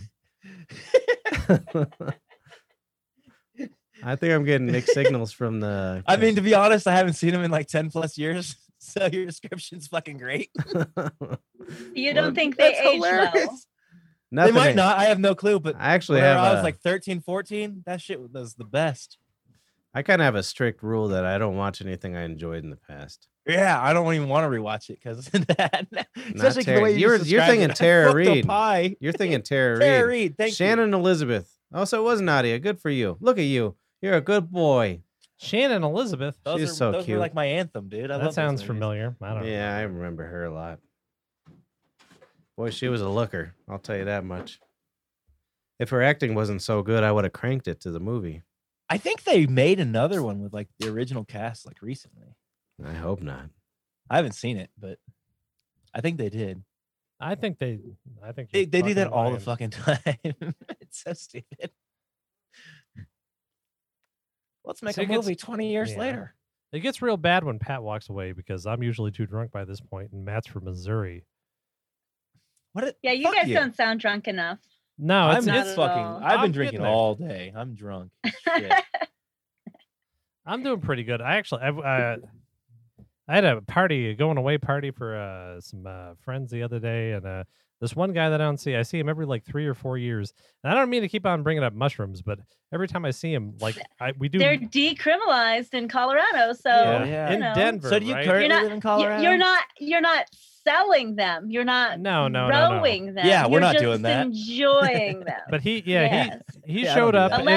I think I'm getting mixed signals from the. (laughs) I mean, to be honest, I haven't seen him in like ten plus years, (laughs) so your description's (laughs) fucking great. You don't Well, think they That's age well? hilarious. They nothing. might not. I have no clue, but I actually whenever have. I was a- like 13, 14, that shit was the best. I kind of have a strict rule that I don't watch anything I enjoyed in the past. Yeah, I don't even want to rewatch it (laughs) because that, (laughs) especially Tara- the way you you're- just you're described thinking it. (laughs) I Tara fucked a Reid. Pie. (laughs) You're thinking Tara, Tara Reid. Reed. Thank you. Shannon Elizabeth. Also, it was Nadia. Good for you. Look at you. You're a good boy. Shannon Elizabeth. Those She's are, so those cute. Were like my anthem, dude. Oh, I love that those sounds movies. familiar. I don't Yeah, I remember her a lot. Boy, she was a looker. I'll tell you that much. If her acting wasn't so good, I would have cranked it to the movie. I think they made another one with like the original cast like recently. I hope not. I haven't seen it, but I think they did. know. I think they I think They, you're they do that all the lying. fucking (laughs) time. it's so stupid. Let's make So a it gets- movie 20 years yeah. later. It gets real bad when Pat walks away because I'm usually too drunk by this point, and Matt's from Missouri. What? a- Yeah, you fuck guys don't sound drunk enough. No, I'm Oh, it's, not it's at fucking. all. I've I'm been drinking getting there. all day. (laughs) I'm drunk. as shit. I'm doing pretty good. I actually I, uh, I had a party, a going away party for uh, some uh, friends the other day, and uh, this one guy that I don't see, I see him every like three or four years, and I don't mean to keep on bringing up mushrooms, but every time I see him, (laughs) like I we do They're decriminalized in Colorado, so Yeah. you in know. Denver. so do you right? currently not- live in Y- Colorado? You're not you're not selling them. You're not No, no, no, no. rowing them. Yeah, we're You're not just doing that. (laughs) Enjoying them. But he, yeah, yes. he he Yeah, I showed don't up and- do (laughs) that.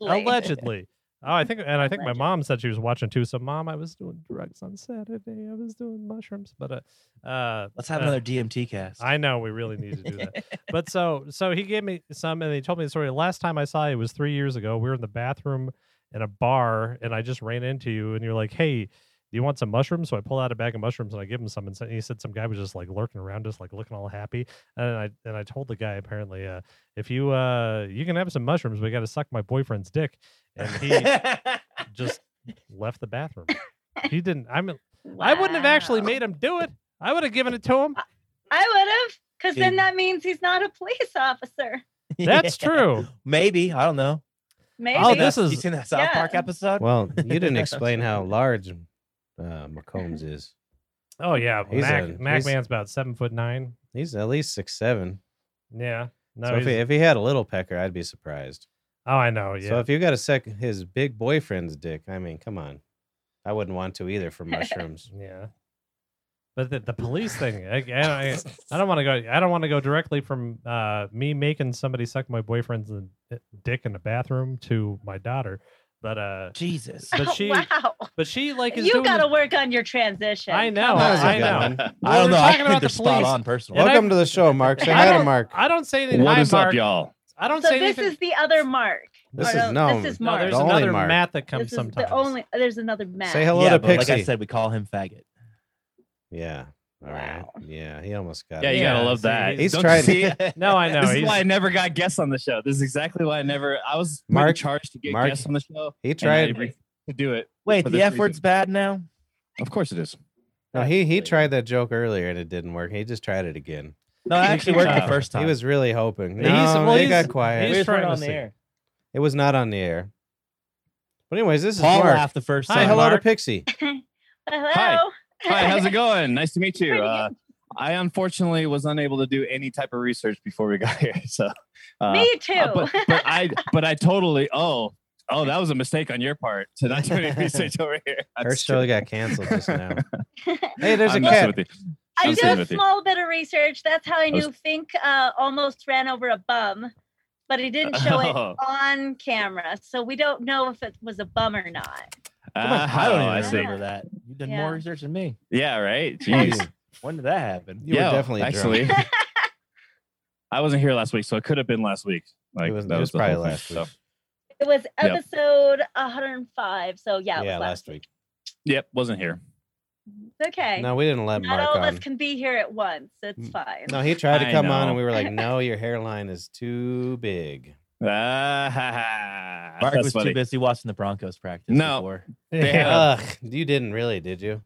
allegedly. allegedly. Oh, I think, and I think my Allegedly. mom said she was watching too. So, mom, I was doing drugs on Saturday. I was doing mushrooms, but uh, uh Let's have uh, another DMT (laughs) cast. I know we really need to do that. but so so he gave me some and he told me the story. Last time I saw you was three years ago. We were in the bathroom in a bar and I just ran into you and you're like, Hey, do you want some mushrooms? So I pull out a bag of mushrooms and I give him some and so- he said some guy was just like lurking around us, like looking all happy. And I and I told the guy apparently, uh, if you uh you can have some mushrooms, but you gotta suck my boyfriend's dick. And (laughs) he just left the bathroom. He didn't I mean I wouldn't have actually Wow. made him do it. I would have given it to him. I would have, because then Dude. that means he's not a police officer. That's true. Maybe I don't know. Maybe. Oh, this is- you seen that South Park Yeah. episode? Well, you didn't explain (laughs) how large uh, McCombs is. Oh yeah, He's Mac, a- Mac he's- Man's about seven foot nine. He's at least six seven. Yeah. No. So if he, he's- if he had a little pecker, I'd be surprised. oh, I know. Yeah. So if you got to suck his big boyfriend's dick, I mean, come on. I wouldn't want to either (laughs) for mushrooms. yeah. But the, the police thing, I, I, I- I don't want to go. I don't want to go directly from uh, me making somebody suck my boyfriend's uh, dick in the bathroom to my daughter. But uh, Jesus. (laughs) but Oh, she- wow. but she like is You doing got to the- work on your transition. I know. Come on. That was a I good know. one. I we're don't talking know. I think about they're the spot police. on personally. And I- Welcome to the show, Mark. Say I hi to don't- Mark. I don't say anything. What Hi, is Mark. up, y'all? I don't So say this anything. is the other Mark. This Oh, is no, no. this is No, Mark. there's The only another Mark. Matt that comes This is sometimes. the only. There's another Matt. Say hello to but like I Pixie. said, we call him faggot. yeah. All right. Wow. Yeah, he almost got Yeah, it. you gotta Yeah, love see, that. he's Don't trying- you see? No, I know, This is he's- why I never got guests on the show. This is exactly why I never. I was making Mark- charged to get Mark- guests on the show. He and I tried. agreed to do it. Wait, For the this F word's reason. bad now. Of course it is. No, he he tried that joke earlier and it didn't work. He just tried it again. No, I actually worked Uh, the first time. He was really hoping. No, He's- well, it he's- got quiet. he's We just trying weren't to on the see. air. It was not on the air. But anyways, this Paul is Mark. laughed the first time. Hi, hello to Mark. Pixie. hello. Hi, how's it going? Nice to meet you. Pretty Uh, I unfortunately was unable to do any type of research before we got (laughs) here, so (laughs) uh, Me too. uh, but, but (laughs) I but I totally oh oh that was a mistake on your part to not do any (laughs) research over here. Her (laughs) That's show true. got canceled just (laughs) now. Hey, there's I'm a messing cat. with you. I I'm did sitting a with you. small bit of research. That's how I was- knew Fink uh, almost ran over a bum, but he didn't show (laughs) Oh. it on camera, so we don't know if it was a bum or not. Ah, I don't even I know. see. remember that. You've done Yeah. more research than me. Yeah, right. Jeez. When did that happen? You were yeah, definitely drunk. actually. (laughs) (laughs) I wasn't here last week, so it could have been last week. Like it was, that it was the whole probably thing, last so. week. It was Yep. episode 105. So yeah, Yeah, it was last week. Yep, wasn't here. It's okay. No, we didn't let Not Mark all of on. us can be here at once. It's Mm. fine. No, he tried to I come on know. and we were (laughs) like, no, your hairline is too big. Ah, ha, ha. Mark That's was funny. too busy watching the Broncos practice. No. before. They (laughs) had a- Ugh, you didn't really, did you?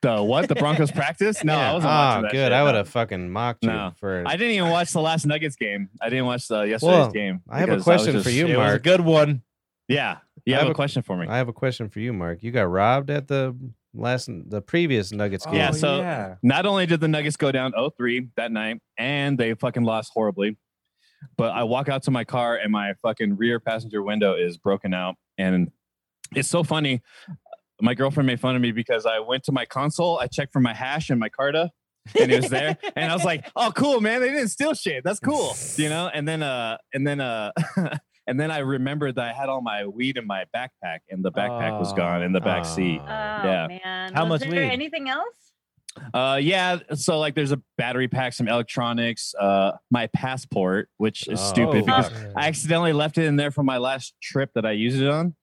the what? (laughs) The Broncos practice? No, I wasn't Oh, watching that. good. shit, I no. would have fucking mocked you No. for. I I, didn't even watch the last Nuggets game. I didn't watch the yesterday's Well, game. I have a because was question for just- you, it was- Mark. Good one. Yeah, you I have, have a a- question for me. have a question for you, Mark. You got robbed at the last, the previous Nuggets game. Yeah, Oh, so- yeah. Not only did the Nuggets go down 0-3 that night, and they fucking lost horribly, but I walk out to my car and my fucking rear passenger window is broken out, and it's so funny. My girlfriend made fun of me because I went to my console, I checked for my hash and my Carta, and it was (laughs) there. and I was like, "Oh, cool, man! They didn't steal shit. That's cool, you know." And then, uh, and then, uh, (laughs) and then I remembered that I had all my weed in my backpack, and the backpack Oh, was gone in the back seat. Oh Uh, Ah. Yeah. man. How was much there weed? anything else? Uh, yeah. So like, there's a battery pack, some electronics, uh, my passport, which is stupid Oh, because fuck. I accidentally left it in there for my last trip that I used it on.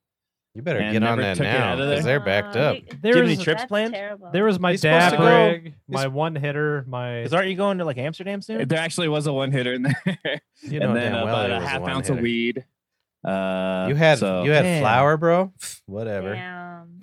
You better And get on never that took it now out of because there. they're backed Oh, up. you- There Do you have any was- trips planned? terrible. There was my He's supposed dab to go- rig, my one hitter, my. Because aren't you going to like Amsterdam soon? There actually was a one hitter in (laughs) there, You know and then damn well about he a was half one ounce of hitter. weed. Uh, You had so, you had Damn. flour, bro. (sighs) Whatever. Damn.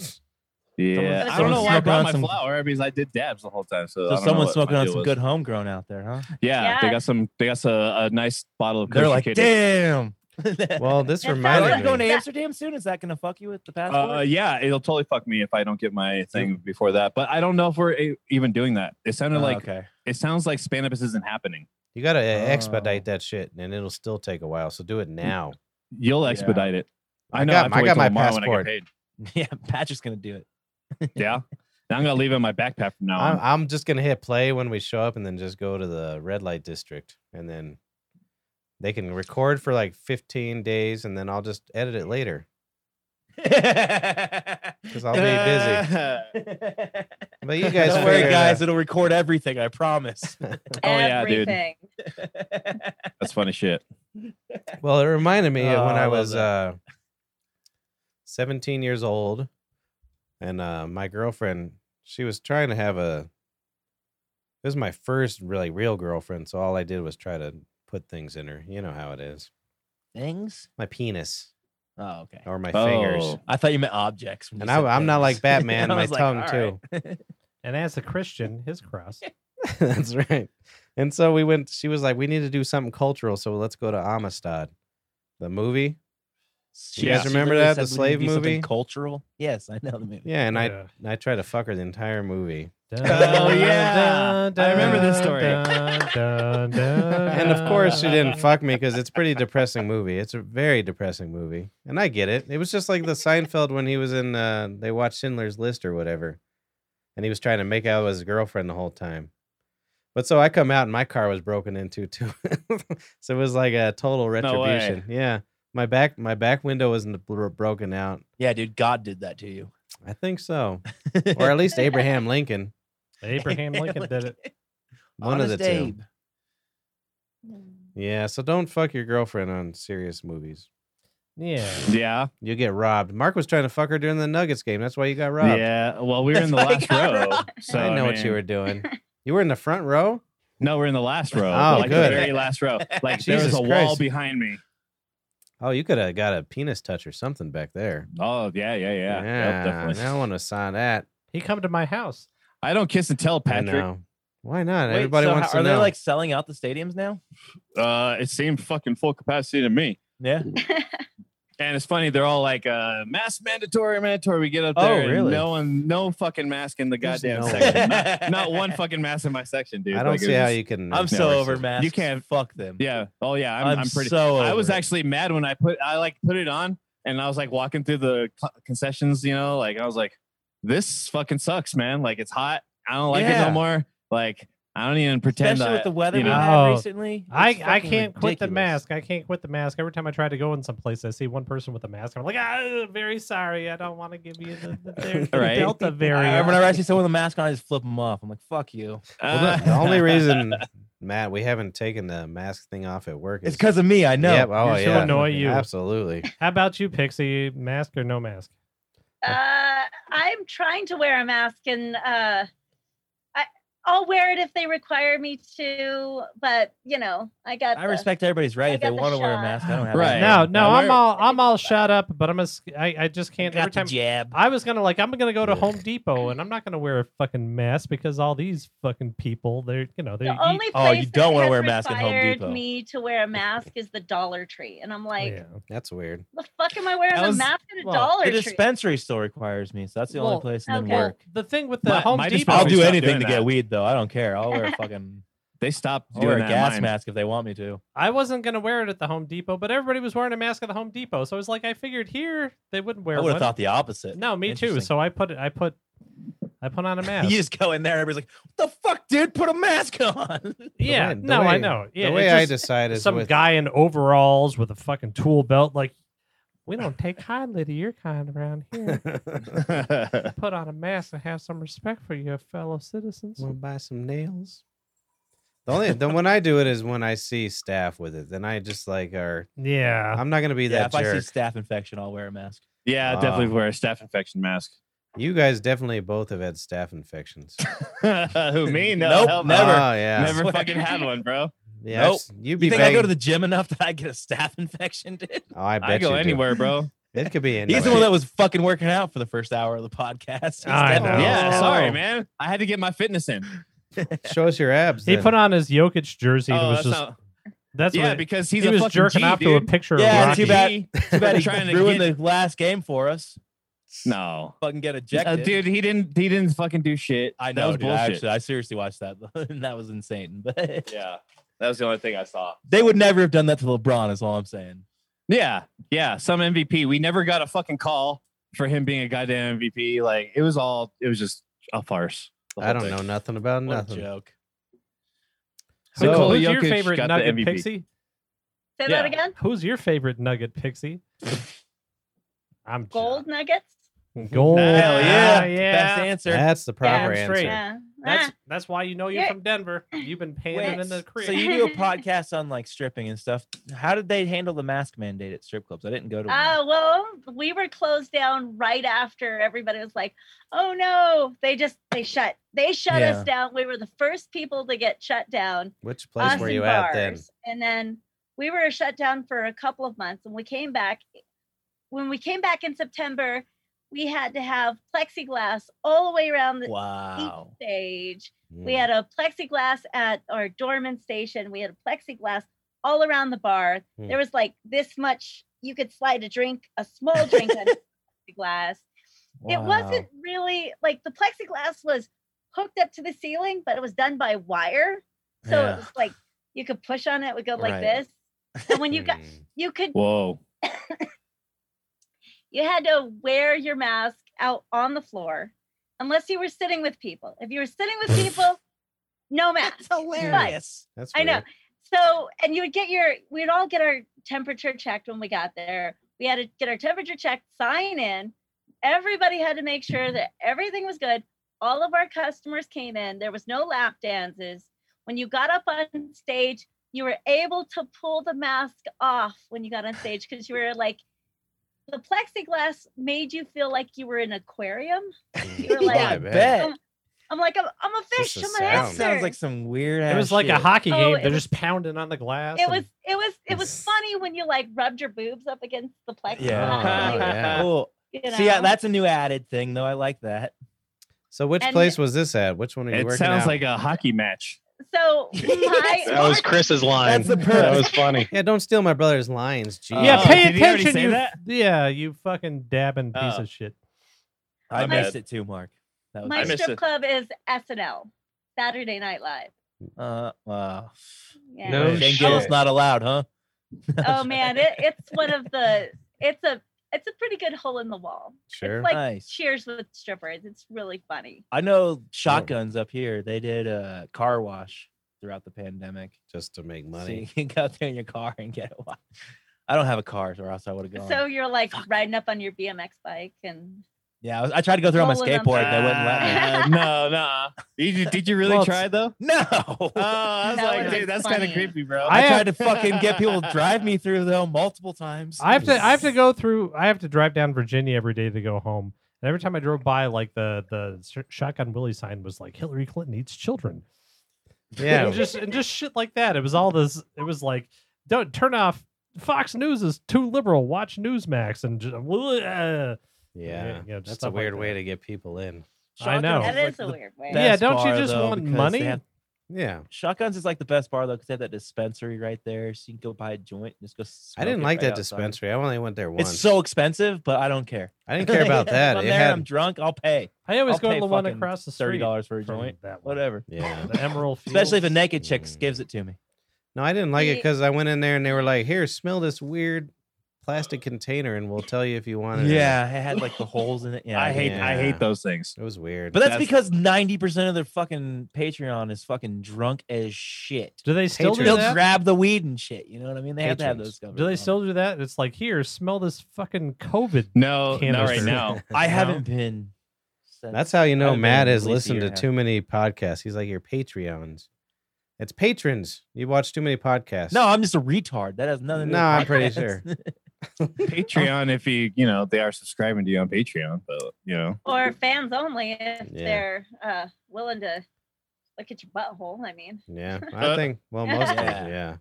yeah. someone- I don't know why I someone brought smoked my on some- flour because I did dabs the whole time. So, I don't So know someone's what smoking my on deal some was. good homegrown out there, huh? Yeah, they Yeah. got some. They got some, a nice bottle of. They're like, Kosher Kato. damn. (laughs) Well, this That sounds like Are you reminded going me. to Amsterdam soon? Is that going to fuck you with the passport? Uh, yeah, it'll totally fuck me if I don't get my thing before that. But I don't know if we're eh, even doing that. It sounded Oh, like okay. (laughs) it sounds like Spanibus isn't happening. You gotta uh, expedite Oh. that shit, and it'll still take a while. So do it now. You'll Yeah. expedite it. I I know. got- I, have to I wait got till my tomorrow when I passport. (laughs) get paid. Yeah, Patrick's going (laughs) to do it. Yeah, now I'm gonna leave it in my backpack from now I'm, on. I'm just gonna hit play when we show up, and then just go to the red light district, and then they can record for like 15 days, and then I'll just edit it later because I'll be (laughs) busy. But you guys, (laughs) Don't worry, figure it guys. out. It'll record everything. (laughs) I promise. Oh, yeah, dude. Everything. That's funny shit. Well, it reminded me of when Oh, I I love was that. uh, 17 years old, and uh, my girlfriend, she was trying to have a. It was my first really real girlfriend, so all I did was try to put things in her. You know how it is. Things. My penis Oh, okay. or my fingers. Oh. I thought you meant objects. when you And I- said I'm not like things. (laughs) Batman, I my was like, tongue, "All too." right." (laughs) And as a Christian, his cross. (laughs) That's right. And so we went. She was like, "We need to do something cultural, so let's go to Amistad, the movie." She- You guys she remember literally that, said the we need to slave do something movie? Cultural. Yes, I know the movie. Yeah, and Yeah. I I tried to fuck her the entire movie. Oh, yeah. I remember this story. and of course she didn't fuck me because it's a pretty depressing movie it's a very depressing movie and i get it it was just like the seinfeld when he was in uh, they watched schindler's list or whatever and he was trying to make out with his girlfriend the whole time but so i come out and my car was broken into too (laughs) so it was like a total way. retribution yeah my back my back window was n- bro- broken out Yeah, dude, God did that to you. i think so or at least abraham lincoln Abraham Lincoln did it. one of the Honest two Abe. yeah so don't fuck your girlfriend on serious movies Yeah. (laughs) Yeah. You get robbed. Mark was trying to fuck her during the Nuggets game. That's why you got robbed. Yeah. Well, we were (laughs) in the That's last why I row. got robbed. So I know what mean- you were doing. You were in the front row. No, we're in the last row. Oh, like good. the very (laughs) last row. Like there was Jesus a wall Christ. behind me. Oh, you could have got a penis touch or something back there. Oh, yeah, yeah, yeah. Yep, definitely. no one was saw that. He come to my house. I don't kiss and tell, I Patrick. know. Why not? Wait, Everybody so wants how- to Are know. they like selling out the stadiums now? Uh, it seemed fucking full capacity to me. Yeah. And it's funny, they're all like, uh, mask mandatory, mandatory. We get up Oh, there, and really? no one, no fucking mask in the There's goddamn no way. section. not, (laughs) not one fucking mask in my section, dude. I don't Like, it see how was- you can. I'm so never over seen- masks. You can't- fuck them. Yeah. Oh yeah. I'm, I'm, I'm pretty. so. I was over it. actually mad when I put I like put it on and I was like walking through the co- concessions, you know, like I was like, this fucking sucks, man. Like it's hot. I don't like it Yeah. no more. Like I don't even pretend especially that- with the weather you we know. had Oh. recently. I, it's I fucking can't quit the ridiculous. mask. I can't quit the mask. Every time I try to go in someplace, I see one person with a mask. I'm like, ah, very sorry. I don't want to give you the, the, the Right. Delta I, variant. whenever I see someone with a mask on, I just flip them off. I'm like, fuck you. Well, the, (laughs) the Uh, only reason, Matt, we haven't taken the mask thing off at work is It's because of me. I know. Yep, oh, You're so yeah. annoy you. Absolutely. How about you, Pixie? Mask or no mask? Uh, I'm trying to wear a mask, and uh, I, I'll wear it if they require me to. But you know, I got. I the- respect everybody's right I if they got the want to wear a shot. mask. I don't have Right. any No, problem. no. Now, I'm where- all I'm all shut up, but I'm a. s- I, I just can't. Got Every the time jab. I was gonna like, I'm gonna go to Home Depot and I'm not gonna wear a fucking mask because all these fucking people, they're you know, they're The only place Oh, you don't that wanna has wear a mask at Home required Depot. Oh, me to wear a mask is the Dollar Tree, and I'm like, yeah. That's weird. the fuck am I wearing That was- a mask at a well, Dollar The Tree? dispensary still requires me, so that's the Well, only place. And then okay. work. The thing with the My- Home Uh, my Depot, dispenser- I'll we do stopped anything doing to that. get weed, though. I don't care. (laughs) I'll wear a fucking they stopped I'll doing wear a that in gas mine. mask if they want me to. I wasn't gonna wear it at the Home Depot, but everybody was wearing a mask at the Home Depot, so I was like, I figured here they wouldn't wear I would one. have thought the opposite. no, me too. Interesting. So I put I put I put on a mask. (laughs) you just go in there, everybody's like, "What the fuck, dude? Put a mask (laughs) on." yeah, way- the no, I way- know. Yeah, the it way I just- decided some with, guy in overalls with a fucking tool belt, like we don't take kindly to your kind around here. (laughs) (laughs) put on a mask and have some respect for your fellow citizens. Want to buy some nails? The only then when I do it is when I see staff with it. Then I just like are Yeah. I'm not gonna be Uh, yeah, that if I jerk. see staph infection, I'll wear a mask. yeah, Ah. definitely wear a staph infection mask. You guys definitely both have had staph infections. Uh, Who (laughs) me? No, Nope, hell no. (laughs) Uh, Never. Oh yeah. Never (laughs) Swear. fucking had one, bro. Yeah. I've Nope. s- You'd be You think I banging- go to the gym enough that I get a staph (laughs) infection, dude? Oh, I bet I go you do. anywhere, bro. It could be anywhere. (laughs) He's the one that was fucking working out for the first hour of the (laughs) podcast. He's I definitely- know. Yeah, sorry, Oh. man. I had to get my fitness in. Show us your abs. He then. put on his Jokic jersey and Oh, was that's just not- that's yeah, what it- because he's he a was fucking jerking G, off to a dude. (laughs) picture Yeah, of too Rocky. bad- Too bad he trying to ruined get- the last game for us. No. Fucking get ejected, Uh, dude, he didn't. He didn't fucking do shit. I That know, was dude. I, bullshit. actually, I seriously watched that, (laughs) and that was insane. But yeah, that was the only thing I saw. (laughs) they would never have done that to LeBron, is all I'm saying. Yeah, yeah. Some MVP. We never got a fucking call for him being a goddamn MVP. Like it was all. It was just a farce. the I whole don't thing. know nothing about What a nothing. joke. So, Nikola who's your Jokic favorite got the nugget MVP. pixie? Say Yeah. that again. Who's your favorite nugget pixie? I'm j- Gold nuggets. Gold. Hell yeah. Ah, Best yeah. answer. That's the proper I'm answer. straight. Yeah. That's Ah, that's why you know you're Yeah. from Denver. You've been panning Wait, in the crib. So you do a podcast on like stripping and stuff. How did they handle the mask mandate at strip clubs? I didn't go to. one. Ah, well, we were closed down right after everybody was like, "Oh no!" They just they shut they shut Yeah. us down. We were the first people to get shut down. Which place us were and you at bars. then? And then we were shut down for a couple of months, and we came back. eh, When we came back in September, we had to have plexiglass all the way around the (laughs) wow. stage. We Mm. had a plexiglass at our doorman station. We had a plexiglass all around the bar. Mm. There was like this much you could slide a drink, a small drink (laughs) on plexiglass. It wasn't really like the plexiglass was hooked up to the ceiling, but it was done by wire. So Yeah. it was like you could push on it, it would go like Right. this. And when you (laughs) got Mm. you could Whoa. you had to wear your mask out on the floor unless you were sitting with people. If you were sitting (laughs) with people, no mask. hilarious. That's I know. weird. So, and you would get your, we'd all get our temperature checked when we got there. We had to get our temperature checked, sign in. Everybody had to make sure that everything was good. All of our customers came in. There was no lap dances. When you got up on stage, you were able to pull the mask off when you got on stage because you were like the plexiglass made you feel like you were in an aquarium. Hmm. (laughs) You were yeah, like, I bet. bet. I'm like, I'm, I'm a Just fish. the I'm an sound. That sounds hamster. like some weird ass. It was like a shit. hockey Oh, game. it They're was- just pounding on the glass. It and- was, it was, it was funny when you like rubbed your boobs up against the plexiglass. (laughs) Yeah. Oh, yeah. Cool. You know? (laughs) See, yeah, that's a new added thing, though. I like that. So which And- place was this at? Which one are you It working sounds at? like a hockey match. (laughs) so. My, That was Chris's line. That's (laughs) the that was perk. funny. yeah, don't steal my brother's lines, Gee. Uh, Oh, yeah, pay did he already attention. say You, that? yeah, you fucking dabbing Uh, piece Oh. of shit. I My missed bad. it too, Mark. That was my I missed strip it. club is SNL, Saturday Night Live. uh, wow. Yeah. No Shane shit. Gill's not allowed, huh? Oh man, it, it's one of the. It's a. It's a pretty good hole in the wall. Sure. It's like Nice. Cheers with strippers. It's really funny. I Oh. know shotguns up here. They did a car wash throughout the pandemic. Just to make So you money. can go out there in your car and get a wash. I don't have a car, or else I would have gone. So you're like riding up on your BMX bike and yeah, I, was, I tried to go through on my Rolling on skateboard. and They wouldn't let me. Uh, no, no. Did you, did you really Well, try though? No. Oh, I was (laughs) That like, would've dude, been that's kind of funny. creepy, bro. I, I tried to fucking get (laughs) people to drive me through though multiple times. I have to. I have (laughs) to go through. I have to drive down Virginia every day to go home. And every time I drove by, like the the sh- shotgun Willie sign was like Hillary Clinton eats children. Yeah. (laughs) and just and just shit like that. It was all this. It was like, don't turn off. Fox News is too liberal. Watch Newsmax and just, uh, Yeah. yeah, just That's stuff a like weird way that. to get people in. I know. that Shotguns is a like the weird way. best Yeah, don't you bar, just though, want because they money? have- Yeah. shotguns is like the best bar though because they have that dispensary right there, so you can go buy a joint and just go. I smoke didn't it like right that outside. dispensary. I only went there once. It's so expensive, but I don't care. I didn't (laughs) care about If that. I'm It there and I'm had drunk. I'll pay. I always I'll go pay to the one fucking across the Thirty street. dollars for a from joint, that one. whatever. (laughs) yeah. (laughs) The Emerald Fields. Especially if a naked chick Mm. gives it to me. No, I didn't like it See- because I went in there and they were like, "Here, smell this weird plastic container, and we'll tell you if you want it." or not." Yeah, it had like the holes in it. Yeah, I hate, I Yeah. hate those things. it was weird. But that's, That's- because ninety percent of their fucking Patreon is fucking drunk as shit. do they still do They'll that? grab the weed and shit. You know what I mean? They have to have Patrons. those. Do they covers on. still do that? It's like here, smell this fucking COVID. No, not right Canister. now. I No? haven't been. Since. that's how you know I've been Matt has at least a listened year to and a too many podcasts. He's like, "Your Patreons, it's patrons. You watch too many podcasts." no. I'm just a retard. That has nothing. to do No, with I'm pretty (laughs) podcasts. Patreon, if you, you know, they are subscribing to you on Patreon, but you know, Or fans only if Yeah. they're uh, willing to look at your butthole. I mean, (laughs) yeah, I think well, most yeah. Yeah. yeah.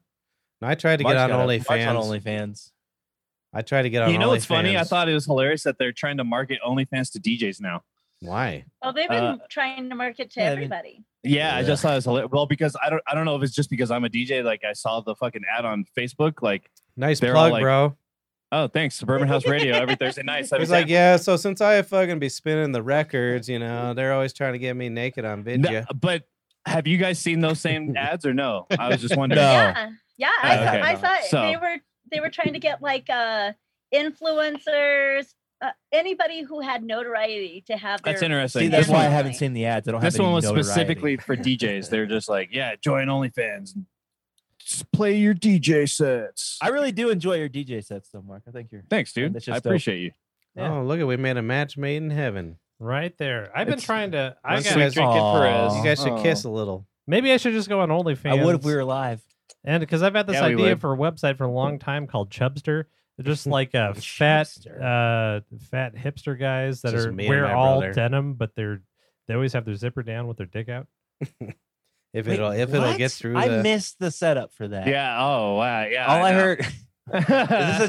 No, I tried to Mark's get got on a- Mark's OnlyFans. on OnlyFans. I tried to get on. you know what's funny? I OnlyFans. thought it was hilarious that they're trying to market OnlyFans to DJs now. why? well, they've been trying to market to yeah, I mean- everybody. Yeah, I Yeah. just thought it was hilarious. Well, because I don't, I don't know if it's just because I'm a DJ. Like I saw the fucking ad on Facebook. Like, Nice They're all plug, like- bro. oh, thanks, Suburban House Radio every Thursday night. seven He's to like, ten." yeah. So since I fucking be spinning the records, you know, they're always trying to get me naked on No, video. but have you guys seen those (laughs) same ads or no? I was just wondering. No. Yeah, yeah. I, Oh, saw, okay. I saw it. they So- were they were trying to get like uh, influencers, uh, anybody who had notoriety to have. That's their- interesting. See, this that's why I one, haven't seen the ads. I don't have this any one was notoriety. specifically for DJs. They're just like, yeah, join OnlyFans. and Just play your DJ sets. I really do enjoy your DJ sets, though, Mark. I think you're. Thanks, dude. That's I just dope. appreciate you. Yeah. Oh, look at we made a match made in heaven. Right there. I've been It's- trying to. I Once got, we Sweet drinking Perez. Aw. You guys should Oh. kiss a little. maybe I should just go on I OnlyFans. would if we were live. And because I've had this Yeah, we idea would. for a website for a long time called Chubster. They're (laughs) just like a fat, uh, fat hipster guys that Just are me and wear my all brother. denim, but they're they always have their zipper down with their dick out. If Wait, it'll if it'll get what? through I the missed the setup for that. Yeah. Oh wow. Yeah. All I know. heard. Is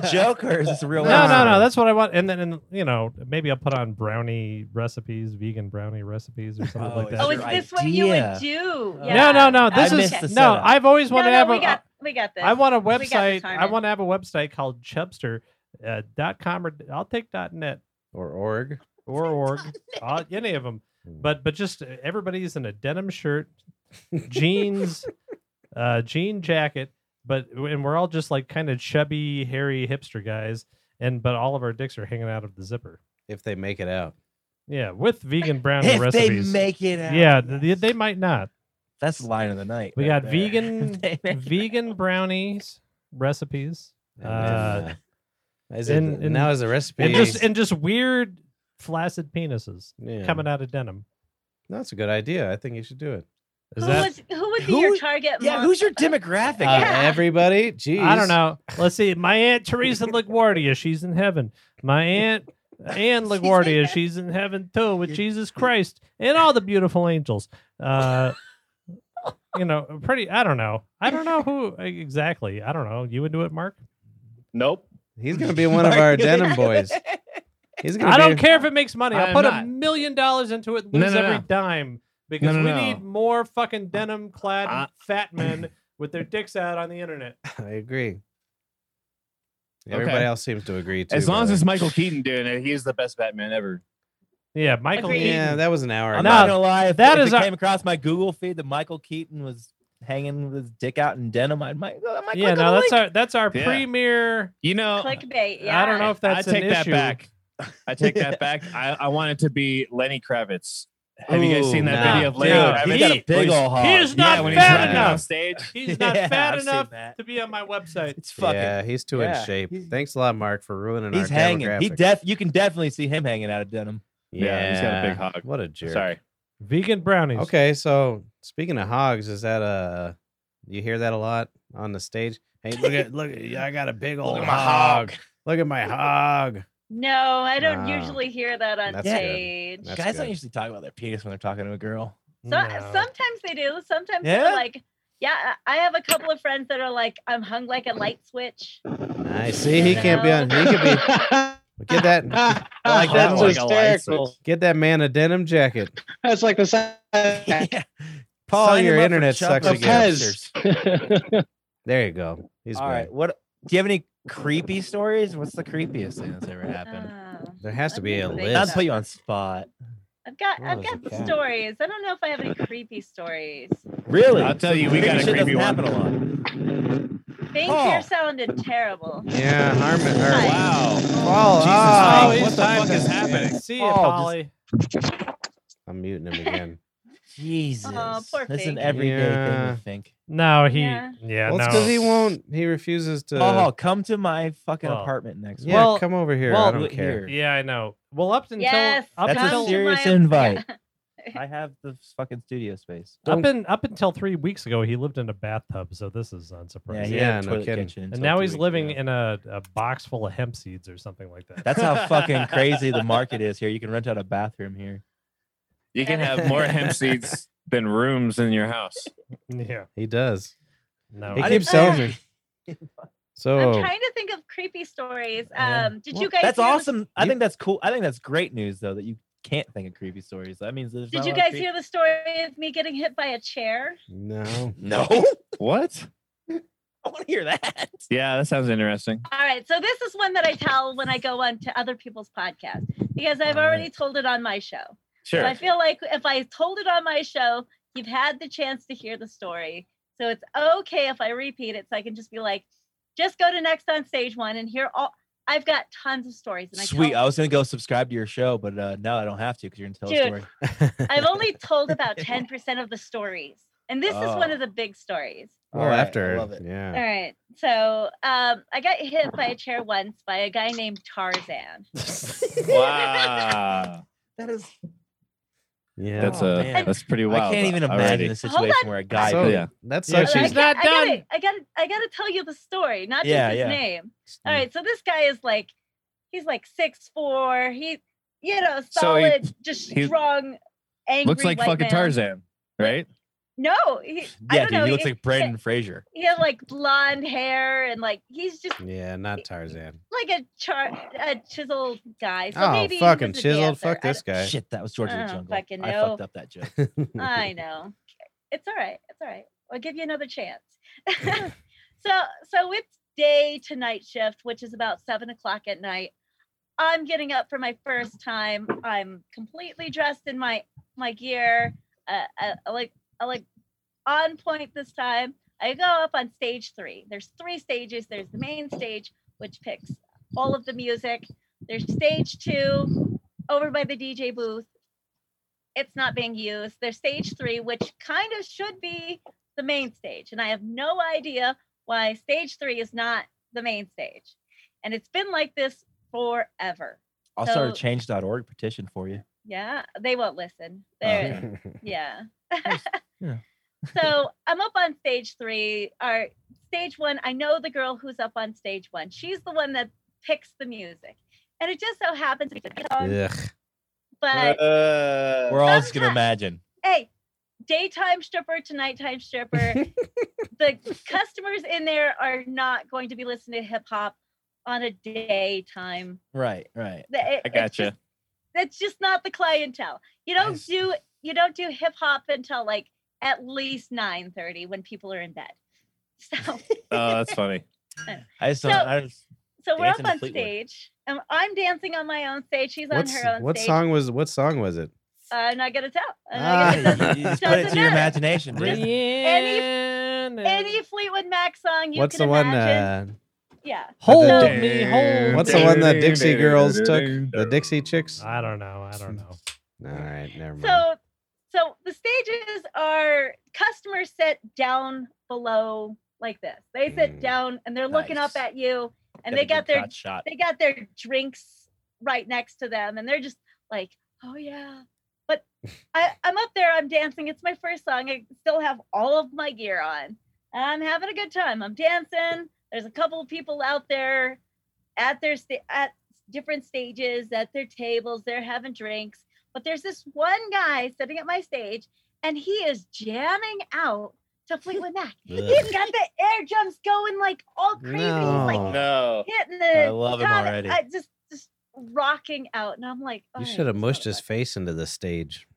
this a joke or is this a real? No, no, episode? no. That's what I want. And then, and, you know, maybe I'll put on brownie recipes, vegan brownie recipes, or something Oh, like that. that's Oh, is your this what you would idea. do? No, No, no, no. This Oh, I is missed the no. setup. I've always no, wanted to have no, a. we got we got this. I want a We got this, website. I Harmon. want to have a website called Chubster. Uh, dot com or dot- I'll take dot net or org. (laughs) or org, uh, any of them. But but just uh, everybody's in a denim shirt, (laughs) jeans, uh, jean jacket. But and we're all just like kind of chubby, hairy hipster guys. And but all of our dicks are hanging out of the zipper. If they make it out. Yeah, with vegan brownie If recipes. they make it out. yeah, th- they, might not. That's the line of the night. We right got there. vegan- (laughs) If they make it Vegan brownies recipes. And Uh, then, uh, is it, and- th- and- now is the recipe and just and just weird flaccid penises yeah. coming out of denim. That's a good idea. I think you should do it. Is who that? was who would be Who your is- target? Yeah, who's your market? demographic? Out of Yeah. Uh, everybody? Jeez. I don't know. Let's see. My aunt Teresa LaGuardia, she's in heaven. My aunt (laughs) Anne She's in LaGuardia, heaven. she's in heaven too with Jesus Christ and all the beautiful angels. Uh, you know, pretty. I don't know. I don't know who exactly. I don't know. You would do it, Mark. Nope. He's going to be one of our denim boys. He's going to I be don't care if it makes money. I'll I'm put a not. million dollars into it, No, lose no, every no. dime because no, we no. need more fucking denim clad I- (laughs) fat men with their dicks out on the internet. (laughs) I agree. Everybody else seems to agree too. as long by as the it's way. Michael Keaton doing it, he is the best Batman ever. Yeah, Michael. Agreed. Keaton. yeah, that was an hour. I'm ago. not gonna lie. If that that is is if it our- came across my Google feed that Michael Keaton was hanging with his dick out in denim, I might. I might yeah, click on no, the that's link. our that's our Yeah. premier. You know, clickbait? Yeah, I don't know if that's I take an that issue. back. I take that back. I, I want it to be Lenny Kravitz. Have you guys Ooh, seen that nah, video of Lenny dude, Kravitz? He's got a he- big old hog. he is not yeah, when he's fat (laughs) running enough. on stage. (laughs) He's not Yeah, fat I've seen enough that. to be on my website. It's fucking. yeah, he's too yeah, in shape. he's- Thanks a lot, Mark, for ruining He's our hanging. He demographic. def. You can definitely see him hanging out of denim. Yeah, he's got a big Yeah, hog. What a jerk. Sorry. Vegan brownies. Okay, so speaking of hogs, is that a you hear that a lot on the stage? Hey, look at look at I got a big old at my Oh, hog. Look at my hog. No, I don't Nah. usually hear that on That's good. stage. That's Guys don't good. usually talk about their penis when they're talking to a girl. So uh, No. sometimes they do. Sometimes Yeah? they're like, yeah, I I have a couple of friends that are like, I'm hung like a light switch. I see he can't be on. He (laughs) could be. Get that like that That's one. hysterical. get that man a denim jacket. That's like the (laughs) Yeah. sound. Paul, Sign your him up for internet Chuck sucks again. Lopez. There you go. He's All great. right. What do you have any creepy stories? What's the creepiest thing that's ever happened? Uh, There has to Let be me a think. Not list. to put you on spot. I've got Oh, I've there's a got cat. stories. I don't know if I have any creepy stories. Really? I'll tell you, we got a shit creepy doesn't one. happen a lot. Thank Paul. you sounded terrible. Yeah, Harmon. Or, Hi. Wow. Jesus, Paul, Oh, oh, he's what the time fuck to- is happening? See you, Oh, just- Polly. I'm (laughs) muting him again. Jesus. poor That's an Fink. everyday Yeah. thing to think. No, he. Yeah, Yeah. well, it's no. because he won't. He refuses to. oh, come to my fucking Well, apartment next yeah, week. well, come over here. I well, don't look care. here. Yeah, I know. Well, up until Yes, up That's a come until to serious my- invite. (laughs) I have the fucking studio space. up, in, up until three weeks ago, he lived in a bathtub. So this is unsurprising. he Yeah, had a no toilet kidding. kitchen and until now two he's weeks living ago. in a, a box full of hemp seeds or something like that. That's how fucking crazy the market is here. You can rent out a bathroom here. You can have more (laughs) hemp seeds than rooms in your house. (laughs) yeah. He does. No. He I keeps didn't- telling me. (laughs) I'm So trying to think of creepy stories. Yeah. Um, did you Well, guys? That's hear the- awesome. I you- think that's cool. I think that's great news though that you can't think of creepy stories. That means there's Did not a you lot of guys hear the story of me getting hit by a chair? no. creep- (laughs) No, What? I want to hear that. Yeah, that sounds interesting. All right, so this is one that I tell when I go on to other people's podcasts because I've All right. already told it on my show. So Sure. I feel like if I told it on my show, you've had the chance to hear the story. So it's okay if I repeat it. So I can just be like, just go to next on stage one and hear all. I've got tons of stories. And I Sweet. I (laughs) Tell, was gonna go subscribe to your show, but uh now I don't have to because you're gonna tell Dude, a story. I've only told about 10% of the stories. And this is one Oh. of the big stories. Well, All right, I after. love it. All Yeah. right. So um, I got hit by a chair once by a guy named Tarzan. (laughs) Wow. That is. Yeah. That's Oh, a man. that's pretty wild. I can't even imagine already. the Hold situation where a guy. so, yeah. That's Yeah, such she's a I not- got- I done. gotta, I gotta, I gotta tell you the story, not just Yeah, his yeah. name. Mm. All right, so this guy is like, he's like six four. He, you know, So he- solid, just he strong, angry. Looks like white fucking man. Tarzan, right? No, he, I (laughs) Yeah, don't dude, know. he looks like Brandon He, Fraser. he had like blonde hair and like he's just yeah, not Tarzan. like a char, a chiseled guy. So Oh, maybe he fucking was a chiseled. dancer. Fuck I this (laughs) guy. Shit, that was George I of the don't Jungle. I fucking know. fucked up that joke. (laughs) don't- I know. It's all right. It's all right. I'll give you another chance. (laughs) so so it's day to night shift, which is about seven o'clock at night. I'm getting up for my first time. I'm completely dressed in my my gear. Uh, I, I like I like on point this time. I go up on stage three. There's three stages. There's the main stage, which picks all of the music. There's stage two, over by the DJ booth. It's not being used. There's stage three, which kind of should be the main stage, and I have no idea why stage three is not the main stage. And it's been like this forever. I'll start a So- change.org petition for you. Yeah, they won't listen. They're yeah. That's Yeah. (laughs) so I'm up on stage three. Or stage one, I know the girl who's up on stage one. She's the one that picks the music, and it just so happens to be the song. Ugh. But We're all just gonna Sometimes- imagine. hey, daytime stripper to nighttime stripper. (laughs) the customers in there are not going to be listening to hip hop on a daytime. Right, right. The- it- I it's gotcha. just- That's just not the clientele. You don't s- do you don't do hip hop until like at least nine thirty when people are in bed. (laughs) So Oh, that's funny. I just don't. So- I just, so we're up Dancing to on Fleetwood. stage. And I'm dancing on my own stage. She's What's, on her own what stage. Uh, song was what song was it? I'm not gonna tell. I'm Ah, not gonna (laughs) tell. you just put it to your Doesn't matter. imagination. dude. Any Fleetwood Mac song you What's can the one? imagine. Uh, yeah. hold The me, hold. what's me. the one that Dixie (laughs) Girls took? The Dixie Chicks. All I don't know. I don't know. right, never mind. So, so the stages are customers sit down below like this. They sit Mm. down and they're looking up Nice. at you, and Gotta they got get their caught shot. they got their drinks right next to them, and they're just like, "Oh yeah." But I, I'm up there, I'm dancing. It's my first song. I still have all of my gear on, and I'm having a good time. I'm dancing. There's a couple of people out there at their sta- at different stages at their tables. They're having drinks. But there's this one guy sitting at my stage, and he is jamming out to Fleetwood Mac. He's got the air jumps going like all crazy. He's like No. No. hitting the. I love him guitar, already. I just just rocking out, and I'm like, You "Alright, should have so mushed his much." face into the stage.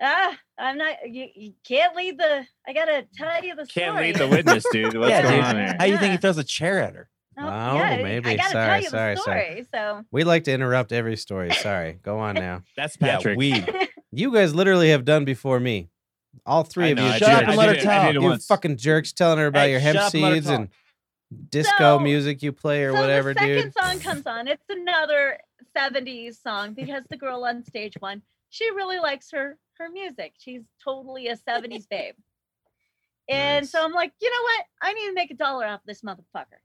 Ah, I'm not. You, you can't lead the. I gotta tell you the Can't story. lead the (laughs) witness, dude. What's Yeah, going dude. on there? How do you think Yeah. he throws a chair at her? No, Oh, yeah, I- maybe. I gotta Sorry, tell you sorry, the sorry. story. So We like to interrupt every story. Sorry. Go (laughs) on now. That's Patrick. Yeah, (laughs) we. You guys literally have done before me. All I three of know, you. I Shut did up it. and I let her did it- I talk. did it you once. fucking jerks telling her about Hey, your hemp shut up and let her seeds talk. and disco So- music you play or so whatever, the second dude. song comes on. It's another 70s song because the girl on stage one, she really likes her her music. She's totally a 70s babe. And so Nice. I'm like, you know what? I need to make a dollar off this motherfucker.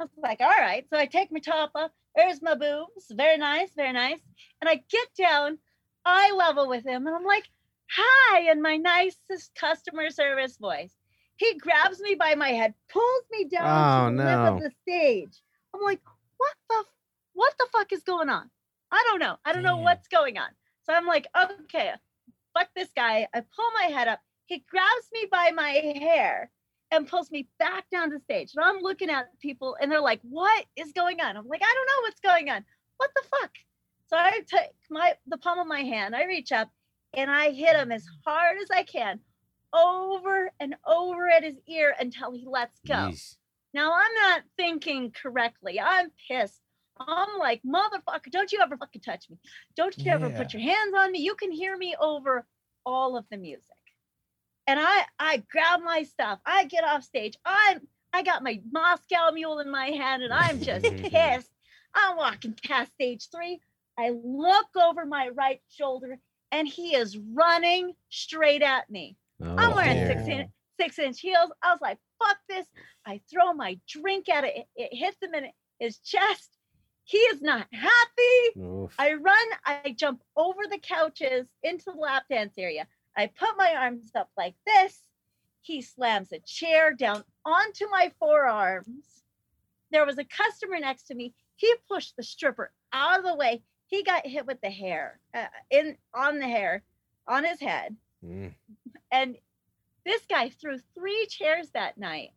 I was like, all right. So I take my top off. There's my boobs. Very nice, very nice. And I get down eye level with him and I'm like, hi, in my nicest customer service voice. He grabs me by my head, pulls me down to Oh, the lip of no. the stage. I'm like, what the f- what the fuck is going on? I don't know. I don't know Damn. what's going on. So I'm like, okay, fuck this guy. I pull my head up. He grabs me by my hair and pulls me back down to stage. And I'm looking at people and they're like, what is going on? I'm like, I don't know what's going on. What the fuck? So I take my the palm of my hand, I reach up and I hit him as hard as I can over and over at his ear until he lets go. Yeesh. Now I'm not thinking correctly. I'm pissed. I'm like, motherfucker, don't you ever fucking touch me. Don't you ever put your hands on me. You can hear me over all of the music. And I I grab my stuff. I get off stage. I'm I got my Moscow mule in my hand and I'm just pissed. I'm walking past stage three. I look over my right shoulder and he is running straight at me. Oh, I'm wearing dear. six inch, six inch heels. I was like, fuck this. I throw my drink at it. It, it hits him in his chest. He is not happy. Oof. I run, I jump over the couches into the lap dance area. I put my arms up like this. He slams a chair down onto my forearms. There was a customer next to me. He pushed the stripper out of the way. He got hit with the hair uh, in on the hair on his head Mm. and this guy threw three chairs that night.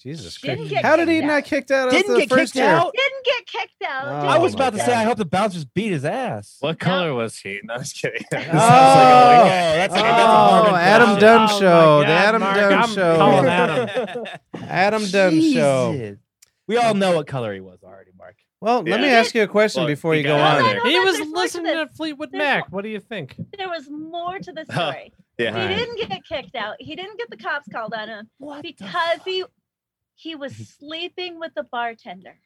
Jesus Didn't Christ. get How did he kicked not out. kicked out after Didn't the get first kicked year? out. Didn't get kicked out. Oh, didn't I was get my about to kicked say, I out. hope the bouncers beat his ass. What color was he? No, I was kidding. (laughs) That sounds Oh, like a- that's like Oh, Adam Dunn Oh Show. my God, the Adam Mark, Dunn I'm Show. calling that. (laughs) Adam. Adam Dunn Show. We all know what color he was already, Mark. Well, let me Yeah. ask you a question Look, before he you got go Well, out of on. I there. don't He know if was there's more to listening to this. Fleetwood There's Mac. more. What do you think? There was more to (laughs) the Oh, story. yeah. He Alright. didn't get kicked out. He didn't get the cops called on him What? because he he (laughs) was sleeping with the bartender.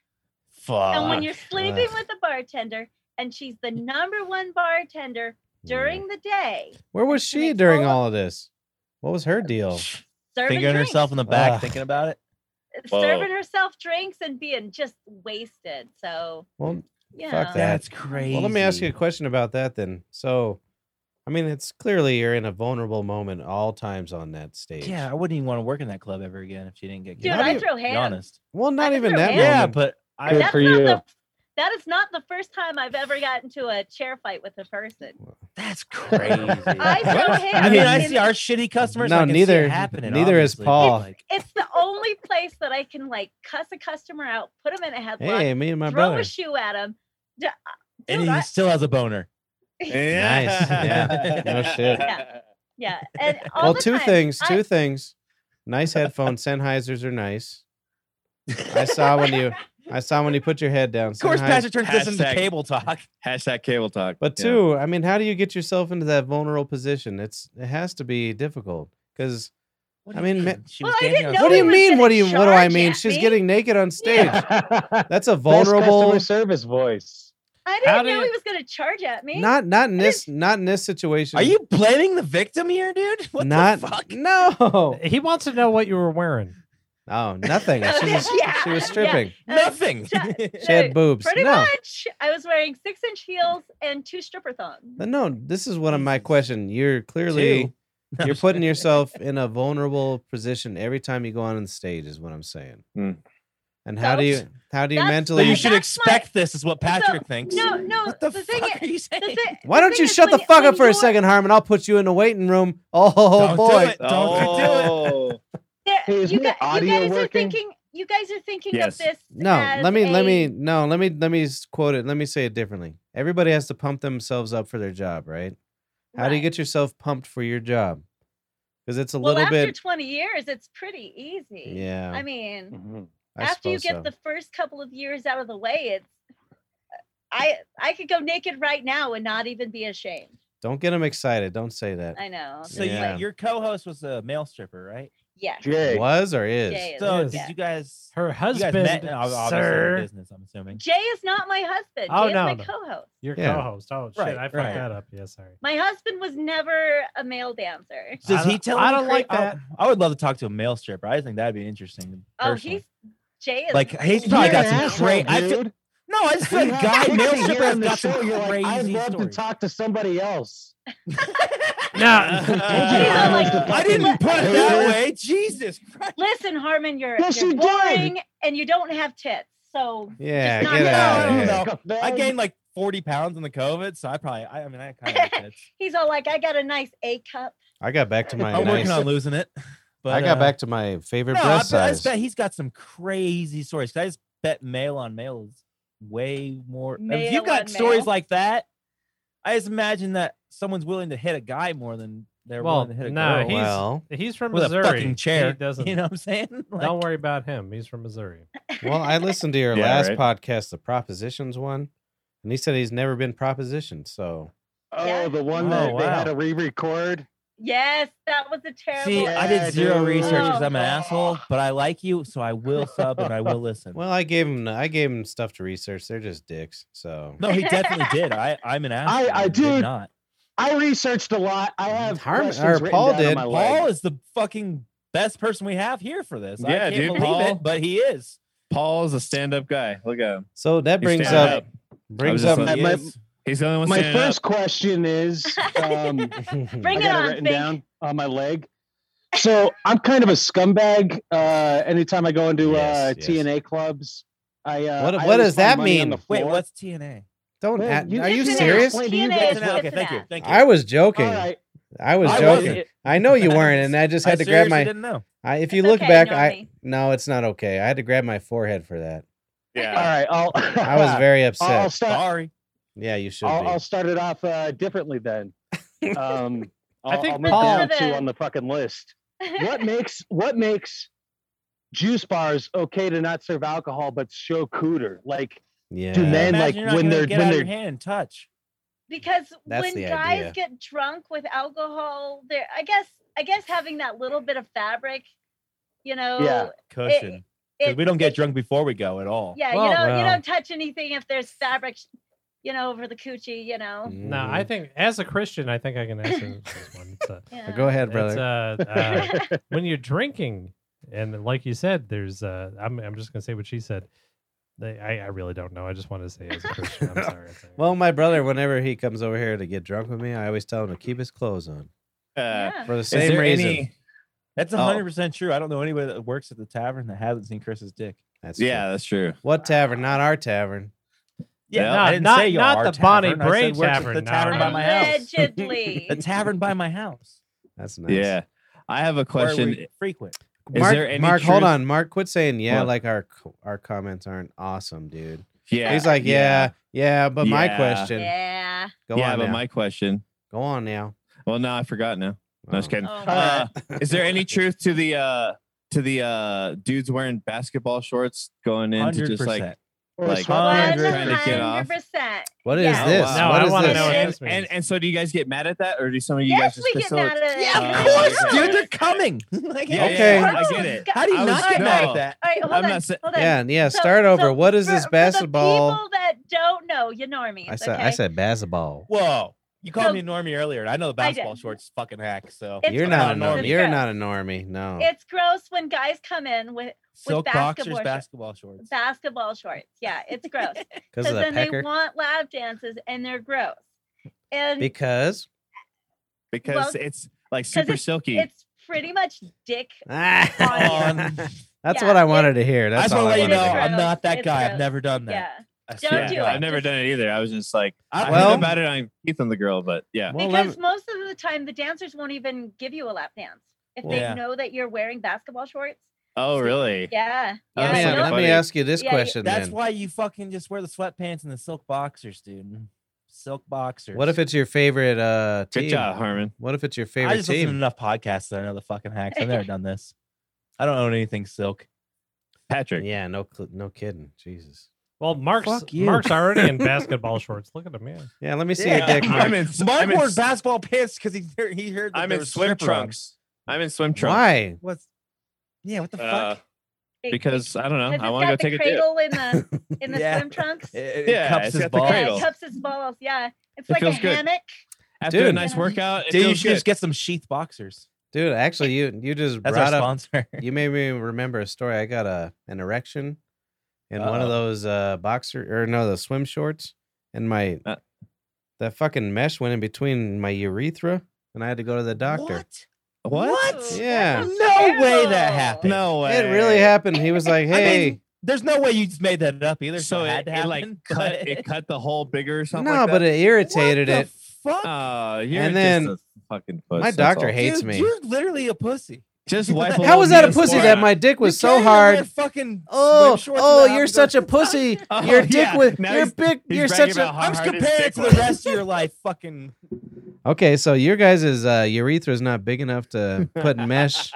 Fuck. and when you're sleeping Ugh. with the bartender and she's the number one bartender during the day, Where was She she makes during all of- all of this? What was her deal? serving fingering drinks, herself in the back, Ugh. thinking about it. Whoa. serving herself drinks and being just wasted. So Well, yeah. Fuck that. crazy. well, let me ask you a question about that then. So, I mean, it's clearly you're in a vulnerable moment all times on that stage. Yeah, I wouldn't even want to work in that club ever again if she didn't get Dude, killed. Not I even- throw to be hands. honest. Well, not I even threw that. hands. Yeah, moment. but I Good That's for not you. (laughs) The, that is not the first time I've ever gotten to a chair fight with a person. that's (laughs) crazy. I throw What? hands. I mean, I in- see our shitty customers. No, I can see it neither- happening, neither is obviously, but, Paul. like, It's the only place that I can like cuss a customer out, put him in a headlock, Hey, me and my throw brother. a shoe at him. D- uh, and dude, he I- still has a boner. (laughs) yeah. No shit. Yeah. yeah, and all Well, the two time, things. I- Two things. Nice headphones. Sennheisers are nice. I saw when (laughs) you. I saw when you put your head down. Of course, Sennheiser- Patrick turns this into Hashtag- cable talk. Hashtag cable talk. But Yeah. two, I mean, how do you get yourself into that vulnerable position? It's it has to be difficult because What I do you mean, ma- She Well, was I dancing didn't on know what do stage. you was mean? gonna What do you what do I charge mean? at She's me. getting naked on stage. (laughs) Best That's a customer vulnerable. service voice. I How didn't do know you- he was going to charge at me. Not not in I this not in this situation. Are you blaming the victim here, dude? What not (laughs) the (laughs) fuck? no? He wants to know what you were wearing. Oh, (laughs) nothing. She was Yeah, she was yeah. stripping. Uh, Nothing. (laughs) so- She had boobs. Pretty no, much. I was wearing six inch heels and two stripper thongs. no. This is what I'm- my Jesus. question. You're clearly. Two. (laughs) No, You're putting yourself in a vulnerable position every time you go on the stage, is what I'm saying. Mm. And how do That's- you how do you that's Hmm. But mentally? you That's should my- expect this, is what Patrick thinks. No, no. What the, thing fuck i- are you the saying? thi- Why the don't you thing is shut the when- fuck when up for a you're- second, Harmon? I'll put you in the waiting room. (laughs) Oh Don't do boy, it. Don't do it. Oh. there- Hey, is you, my gu- you audio guys are working? thinking. You guys are thinking Yes. of this. No, as let me let a- me no let me let me s- quote it. Let me say it differently. Everybody has to pump themselves up for their job, right? How do you Right. get yourself pumped for your job? Because it's a well, little after bit. 20 years, it's pretty easy. Yeah, I mean, Mm-hmm. Mhm. I after you suppose get so. the first couple of years out of the way, it's I I could go naked right now and not even be ashamed. Don't get them excited. Don't say that. I know. So It's you- Yeah. like, your co-host was a male stripper, right? yes, Jay. Was or is? Jay is. So Yes. did yeah. you guys? Her You guys husband, met in- ob- obviously in sir. business. I'm assuming. Jay is not my husband. Oh, Jay no, is no. my co-host. Your Yeah. co-host. Oh shit, Right, I fucked right. that up. Yeah, sorry. My husband was never a male dancer. Does I he don't- tell? I any don't like cra- Oh. that. I would love to talk to a male stripper. I think that'd be interesting. Oh, personally. he's Jay is like he's You're probably got an some asshole, great. I feel, dude. no, I just feel You like have guy pictures male here stripper has on the got some show, you're like, I'd crazy love to stories. talk to somebody else. (laughs) No. like, I didn't put it that way. Jesus Christ. Listen, Harmon, you're, Yes, you're you did. boring and you don't have tits. So Yeah, not get now. out. No, here. no, I gained like 40 pounds in the COVID, so I probably, I, I mean, (laughs) I kind of. he's all like, I got a nice A cup. I got back to my I'm nice. working on losing it. But I got uh, back to my favorite No, I, breast bet, I size. just bet he's got some crazy stories. 'cause I just bet male on male is way more. I mean, if Male you got on stories male. like that, I just imagine that someone's willing to hit a guy more than they're Well, willing to hit a no, girl he's well, He's from with Missouri. a fucking chair. (laughs) He doesn't. You know what I'm saying? (laughs) Like, don't worry about him. He's from Missouri. well, I listened to your Yeah, last right. podcast, the propositions one, and he said he's never been propositioned. So Oh, the one Oh, that they had wow. to re-record. Yes, that was a terrible. See, I did Yeah, zero dude. research because Oh, I'm an asshole, but I like you, so (laughs) I will sub and I will listen. well, I gave him I gave him stuff to research. They're just dicks. So no, (laughs) he definitely did. I, I'm an asshole. I and did- Did not. I researched a lot. I have Harm- questions or written down Paul on did. my Paul leg. is the fucking best person we have here for this. I Yeah, can't dude, believe Paul- it, but he is. Paul's a stand-up guy. Look at him. so that He's brings standing up brings I was up. just (laughs) He my- is. He's the only one My standing first question is, um, I Bring it got on, it written Fink. down on my leg. So I'm kind of a scumbag. Uh, anytime I go into uh, Yes, yes. TNA clubs, I uh, What- I what always does that find money on mean? the Wait, floor. what's TNA? Don't. Well, act- you are you Listen can't now, serious? explain to you TNA guys is what- Okay, just thank you. that. Thank you. I was All joking. right, I was I (laughs) joking. wasn't. I know you weren't, and I (laughs) just had to grab seriously my. Didn't know. I, if It's you look okay, back, ignore I (laughs) me. no, it's not okay. I had to grab my forehead for that. up. all Yeah. right. I'll, (laughs) I was very I'll, I'll start. upset. Sorry. Yeah, you should I'll, be. I'll start it off uh, differently (laughs) then. Um, I I'll, think I'll move Paul- down two Relevant. on the fucking list. (laughs) What makes what makes juice bars okay to not serve alcohol but show cooter? Like, yeah. men- And, Imagine like, you're not when gonna they're- get when out of they're- your hand and touch. because That's when the guys idea. get drunk with alcohol, there I guess I guess having that little bit of fabric, you know, Yeah. Cushion. Because it, we don't it- get drunk before we go at all. Oh, Yeah, Well, you don't you well. don't touch anything if there's fabric, you know, over the coochie, you know. Mm. No, I think as a Christian, I think I can answer this one. It's, uh, Yeah. Go ahead, it's, brother. uh, uh, when you're drinking, and like you said, there's uh, I'm I'm just gonna say what she said. They, I, I really don't know. I just wanted to say as a Christian. I'm sorry. I'm sorry. Well, my brother, whenever he comes over here to get drunk with me, I always tell him to keep his clothes on Uh, yeah. for the is same there reason. any? That's Oh. hundred percent true. I don't know anybody that works at the tavern that hasn't seen Chris's dick. That's true. Yeah, that's true. What tavern? Not our tavern. Yeah, I not- didn't not- say y'all not are the Bonnie tavern. I said Bray works at Tavern, The no. tavern by my house. (laughs) Allegedly. The tavern by my house. That's nice. Yeah, I have a where question. we frequent. Is Mark, there any Mark hold truth- on. Mark, quit saying yeah. What? Like our co- our comments aren't awesome, dude. Yeah, He's like, yeah, yeah. but my Yeah. question. yeah. Go yeah, on but now. my question. Go on now. Well, no, I forgot now. No, just (laughs) Oh. kidding. Oh, Uh, is there any truth to the uh to the uh dudes wearing basketball shorts going into Hundred just like percent. like One Hundred trying to get off? hundred percent. What is Yeah. Oh, this? wow. No, What I is wanna this? know what and, this means. and and so do you guys get mad at that or do some of you guys Yes, just we piss get mad off? at it. Yeah, of of course, course. dude. They're coming. like, Yeah, Okay. yeah, I get it. How do you I was- not get mad no. at that? All right, hold I'm on. not sa- hold on. Yeah, yeah. So- Start over. so what is for- this for the basketball? people that don't know, you normies. I said okay? I said basketball. Whoa. You called So- me normie earlier, and I know the I did. basketball shorts fucking hack. So It's You're not a gross. normie. It's You're gross. not a normie. No. it's gross when guys come in with silk basketball boxers, shorts. basketball shorts. basketball shorts. Yeah, it's gross Because of the then they pecker. want lap dances and they're gross. And Because (laughs) Because Well, it's like 'cause super silky. it's pretty much dick. (laughs) that's Yeah, what I it- wanted to hear. I That's just want all to I let you wanted know, to hear. It's I'm not that gross. guy. I've It's never done that. Yeah. I Don't swear to yeah, do God. I've never done it either. I was just like I- I Well- heard about it on Keith and the Girl, but yeah. Well, let because most of the time the dancers won't even give you a lap dance if Well- they Yeah. know that you're wearing basketball shorts. Oh really? Yeah. Oh, yeah Let me, so no, let me funny. ask you this Yeah, yeah. question That's then. why you fucking just wear the sweatpants and the silk boxers, dude. Silk boxers. What if it's your favorite uh, team? Good job, Harmon. What if it's your I favorite just listen to team? enough podcasts that I know the fucking hacks. I've never done this. I don't own anything silk. Patrick. Yeah, no, cl- no kidding. Jesus. well, Mark's Fuck you. Mark's already in basketball shorts. Look at him, man. Yeah, let me see Yeah. your dick. Mark. I'm in, Mark I'm in, wore basketball pants because he he heard that I'm there in was swim stripper on. trunks. I'm in swim trunks. Why? What's? Yeah. What the Uh, fuck? it- Because I don't know. because I it's want to go got the take a dip. cradle in the (laughs) in the Yeah. swim trunks. It, Yeah, it yeah, cups it's his got the balls. cradle. it cups his balls. Yeah, it's It like a feels good. hammock. After a Dude. nice workout, it Dude, you feels should good. just get some sheath boxers. Dude, actually, you you just That's brought our up. sponsor. You made me remember a story. I got a an erection in one of Uh-oh. those uh, boxer or no, the swim shorts, and my Uh. that fucking mesh went in between my urethra, and I had to go to the (laughs) doctor. What? Ooh, What? that Yeah. sounds No way that terrible. happened. No way. It really happened. He was (laughs) like, I mean, "Hey." There's no way you just made that up either. So it, had it, to it happen, like but- cut it cut the hole bigger or something. no, like but that? it irritated (laughs) What it. the Fuck. Uh, you're And and then then just a fucking puss. my that's doctor all. hates- Dude, me. You're literally a pussy. (laughs) Just wipe. How was that a little pussy Neosporin that on. my dick was You're so carrying around hard? Fucking Oh, swim shorts oh, and you're outfits. such a pussy. (laughs) Oh, Your dick yeah. was Now your he's- big. he's You're bragging such about a. how hard I'm just his comparing dick it to was. the rest of your life. (laughs) Fucking. Okay, so your guys' uh, urethra is not big enough to (laughs) put mesh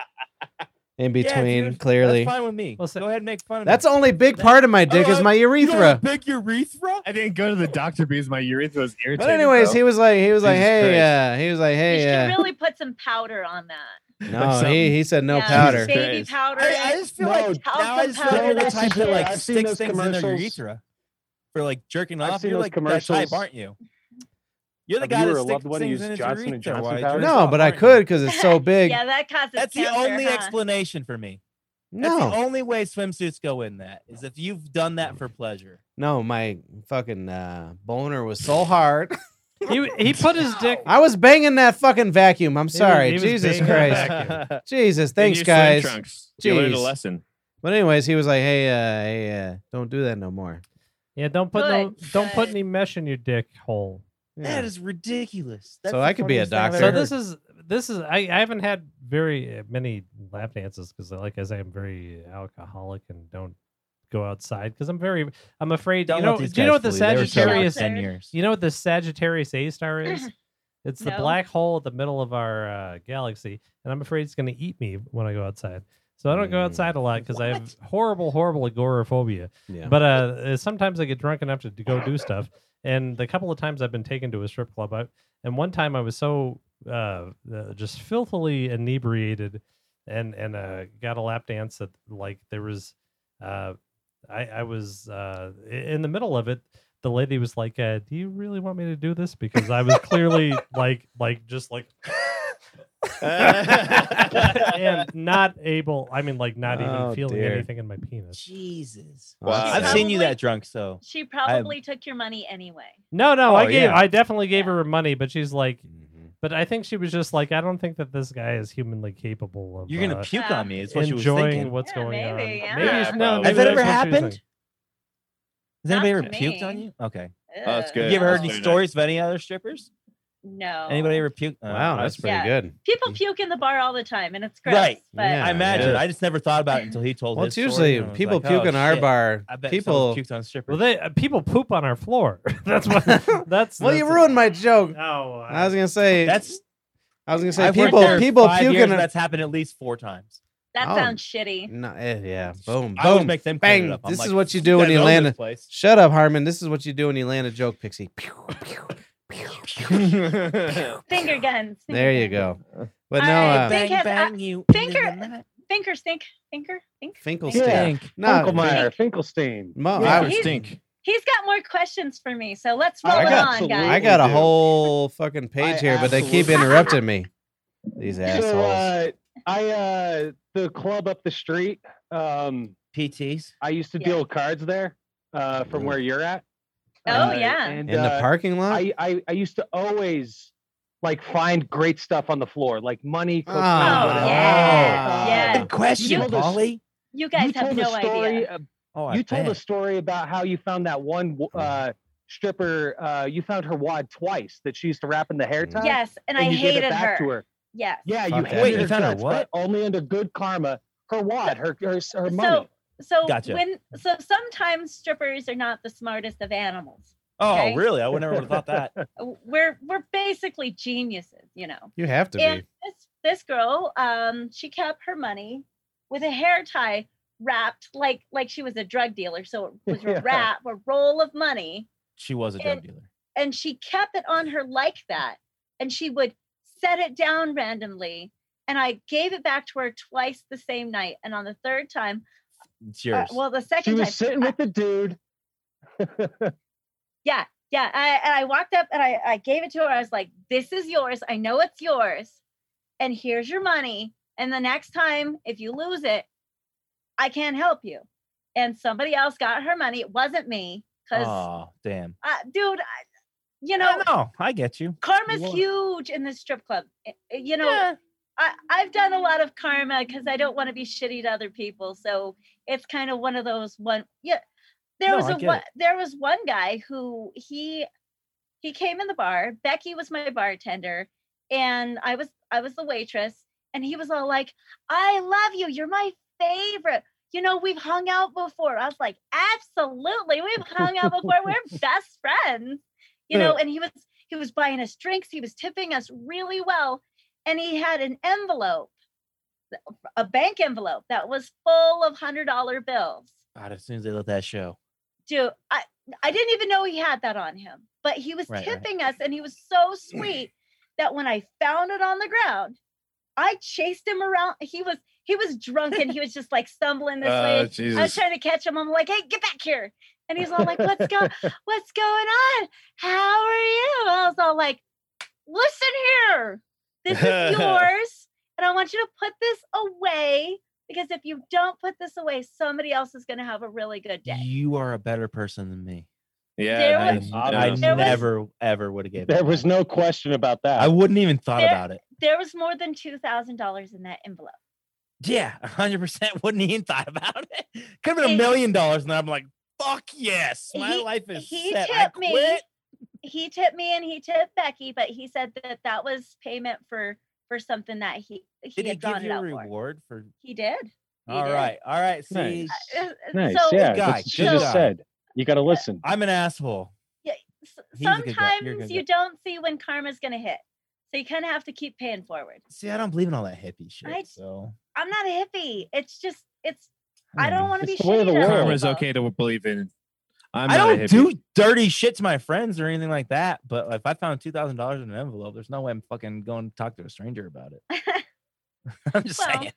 in between. dude. clearly, That's fine with me. Well, so- Go ahead and make fun of that's me. the only big part of my dick is Oh, my You don't have urethra. a Big urethra. I didn't go to the doctor because my urethra was irritated. But anyways, bro. he was like, he was like, Jesus hey, uh, he was like, You hey, should uh, really put some powder on that. no, Like something. he he said no Yeah, powder. Jesus. Baby Christ. powder. I, I just feel No, like talcum now I just feel powder, like you're the that's type that shit. like I've seen sticks those things in their commercials. urethra for like jerking I've off. seen You're those like that type, commercials. aren't you? You're the Of guy you or a that sticks loved one who things uses in his Johnson and urethra. Johnson while he powder? jerks no, off, but I aren't you? could because it's so big. yeah, that causes (laughs) That's the cancer, only huh? explanation for me. That's the No, only way swimsuits go in that is if you've done that for pleasure. no, my fucking uh, boner was so hard. He (laughs) (laughs) he put his dick. I was banging that fucking vacuum. I'm sorry, he was Jesus banging Christ. that vacuum. Jesus, In your thanks swim guys. Trunks. You learned a Jeez. lesson. But anyways, he was like, "Hey, uh, hey, uh, don't do that no more." Yeah, don't put no Good, don't put good. any mesh in your dick hole. Yeah. (laughs) That is ridiculous. That's So the I could be a funniest thing I've doctor. So ever this heard. is this is I, I haven't had very uh, many lap dances because like as I am very alcoholic and don't go outside because I'm very I'm afraid. Don't you let know, these do you know guys what the fool you. They were sober for Sagittarius? Outside. Ten years. (laughs) You know what the Sagittarius A star is? It's the No. black hole at the middle of our uh, galaxy, and I'm afraid it's going to eat me when I go outside. So I don't go Hmm. Mm. outside a lot because I have horrible, horrible agoraphobia. Yeah. But uh, uh, sometimes I get drunk enough to d- go do stuff. And the couple of times I've been taken to a strip club, I, and one time I was so uh, uh, just filthily inebriated, and and uh, got a lap dance that like there was, uh, I I was uh, i- in the middle of it. The lady was like, (laughs) uh, "Do you really want me to do this?" Because I was clearly like like just like and not able. I mean, like not Oh, even feeling dear. anything in my penis. Jesus. Wow. Uh, I've She seen you probably- that drunk, so She probably took your money anyway. No, no, Oh, I gave. yeah. I definitely gave her money, but she's like. But I think she was just like, I don't think that this guy is humanly capable of. you're gonna uh, puke Yeah. on me. Is what she was enjoying thinking. what's Yeah, going maybe, on. yeah. it's- no, Has maybe that that's ever what she was happened? thinking. Has anybody Not ever to puked on me. you? Okay. Oh, that's Ugh. good. You ever heard That's any pretty nice. stories of any other strippers? No. Anybody ever puked? Uh, Wow, I- that's pretty Yeah. good. People puke in the bar all the time, and it's gross. Right. But Yeah. I imagine. yeah. I just never thought about it until he told. Well, his it's story, usually and I was people like, puke oh, in our shit. bar. I bet people. someone's puked on strippers. Well, they uh, people poop on our floor. (laughs) that's what. That's. Well, that's you ruined my joke. (laughs) No, uh, I was gonna say. that's I was gonna say I've worked people. there People five puking. years, in- That's happened at least four times. that Oh. sounds shitty. No, eh, yeah. Boom. I always Boom. make them clean it bang. up. I'm This like, is what you do when guys you own land this a- place. Shut up, Harmon. This is what you do when you land a joke, Pixie. (laughs) Pew, pew, pew, pew. (laughs) (laughs) Finger guns. finger (laughs) There you guns. go. But All no, right, uh, thank- Think has- uh, you. Finker, Finker, stink, Finker, think. Finkelstein. Yeah. No, Finkelmeyer, Finkelstein. Mo, Yeah, Oh, I, would he's- stink. He's got more questions for me, so let's roll I it got- on, absolutely. I guys. got a do. whole fucking page I here, but they keep absolutely do. interrupting me. (laughs) These So assholes. uh, I uh, the club up the street. Um, PTs. I used to Yeah. deal cards there uh, from Ooh. where you're at. Oh, Uh, yeah. and, In the uh, parking lot. I, I I used to always like find great stuff on the floor, like money. cocaine, Ah. whatever. Oh, yeah, Uh, yeah. Good question, You- Polly. You guys have told no a story, idea. uh, Oh, I you told a bet. story about how you found that one uh, stripper. Uh, you found her wad twice that she used to wrap in the hair tie. Yes, and, I uh, you gave it hated back her. to her. Yes. Yeah, you Fuck that. hated Wait, her you found her guts, what? but Only under good karma. Her wad, her her, her So- money. So Gotcha. when so sometimes strippers are not the smartest of animals. Oh, okay. really? I would never have (laughs) thought that. We're we're basically geniuses, you know. You have to And be. this this girl, um, she kept her money with a hair tie wrapped like like she was a drug dealer. So (laughs) it was Yeah. a wrap, a roll of money. She was a drug dealer. and uh, she kept it on her like that and she would set it down randomly and i gave it back to her twice the same night and on the third time It's uh, yours. well the She second time was sitting with the dude. yeah I, and i walked up and I, I gave it to her i was like this is yours i know it's yours and here's your money and the next time if you lose it i can't help you and somebody else got her money it wasn't me because oh, damn. uh, dude I, you know No, no, I get you. karma's Lord. huge in this strip club I- I- you know Yeah. I, i've done a lot of karma because i don't want to be shitty to other people so it's kind of one of those one yeah there No, was I a get one, it. there was one guy who he he came in the bar becky was my bartender and i was i was the waitress and he was all like i love you you're my favorite you know we've hung out before i was like absolutely we've hung out before we're (laughs) best friends you know and he was he was buying us drinks he was tipping us really well and he had an envelope a bank envelope that was full of hundred dollar bills God, as soon as they let that show. dude i i didn't even know he had that on him but he was Right, right. tipping us and he was so sweet that when i found it on the ground i chased him around he was he was drunk and he was just like stumbling this Oh, way I was Jesus. trying to catch him. I'm like, hey, get back here. And he's all like, what's go what's going on? How are you? I was all like, listen here. This is yours. And I want you to put this away because if you don't put this away, somebody else is gonna have a really good day. You are a better person than me. There Yeah. I, was- I Yeah. there was- never, ever would have gave There it. was no question about that. I wouldn't even thought There- about it. There was more than two thousand dollars in that envelope. Yeah, 100% (laughs) wouldn't even thought about it. Could have been a And- million dollars, and I'm like, fuck yes, my He- life is he set. I tipped me. quit. He tipped me and he tipped Becky, but he said that that was payment for for something that he he Did he had drawn give it you a out for. reward for? He did. He All did. right, all right. See, Nice. Uh, nice. so yeah, guy, that's what she good just guy. said. You got to listen. I'm an asshole. s- He's a good guy. sometimes You're a good guy. you don't see when karma's gonna hit. So you kind of have to keep paying forward. See, I don't believe in all that hippie shit. I- so I'm not a hippie. It's just it's I don't want to be Hmm. It's the way of shitty the to world. other Karma is people. okay to believe in. I'm I not a don't hippie. do dirty shit to my friends or anything like that. But if I found two thousand dollars in an envelope, there's no way I'm fucking going to talk to a stranger about it. (laughs) (laughs) I'm just Well, saying.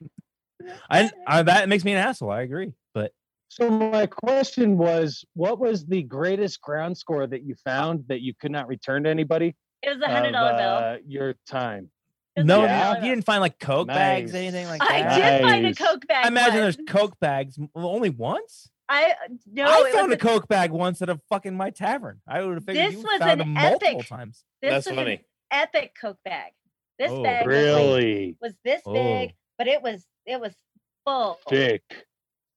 I, I that makes me an asshole. I agree, but So my question was, what was the greatest ground score that you found that you could not return to anybody It was a of uh, hundred dollar bill. uh, your time? Doesn't No, matter. you didn't find like coke bags, Nice. anything like I that. Nice. did find a Nice. Coke bag. I imagine once. there's coke bags m- only once. I no. I it found was a coke bag once at a fucking my tavern. I would have figured This you was found an them multiple epic- times. This That's was funny. an epic Coke bag. This Oh, bag was like- Really was this Oh. big, but it was it was full thick.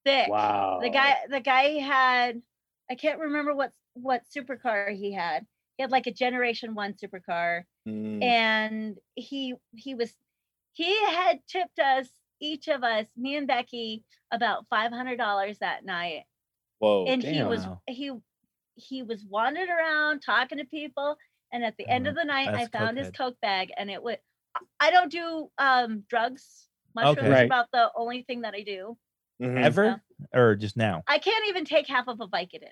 thick. Wow. The guy the guy had I can't remember what what supercar he had. He had like a generation one supercar Hmm. Mm. and he he was he had tipped us each of us, me and Becky, about five hundred dollars that night. Whoa. and he was damn. he he was wandering around talking to people and at the end Oh, of the night i that's found his cokehead. coke bag and it would i don't do um drugs mushrooms Okay. is Right. about the only thing that i do Mm-hmm. Mhm. Ever or just now? i can't even take half of a vicodin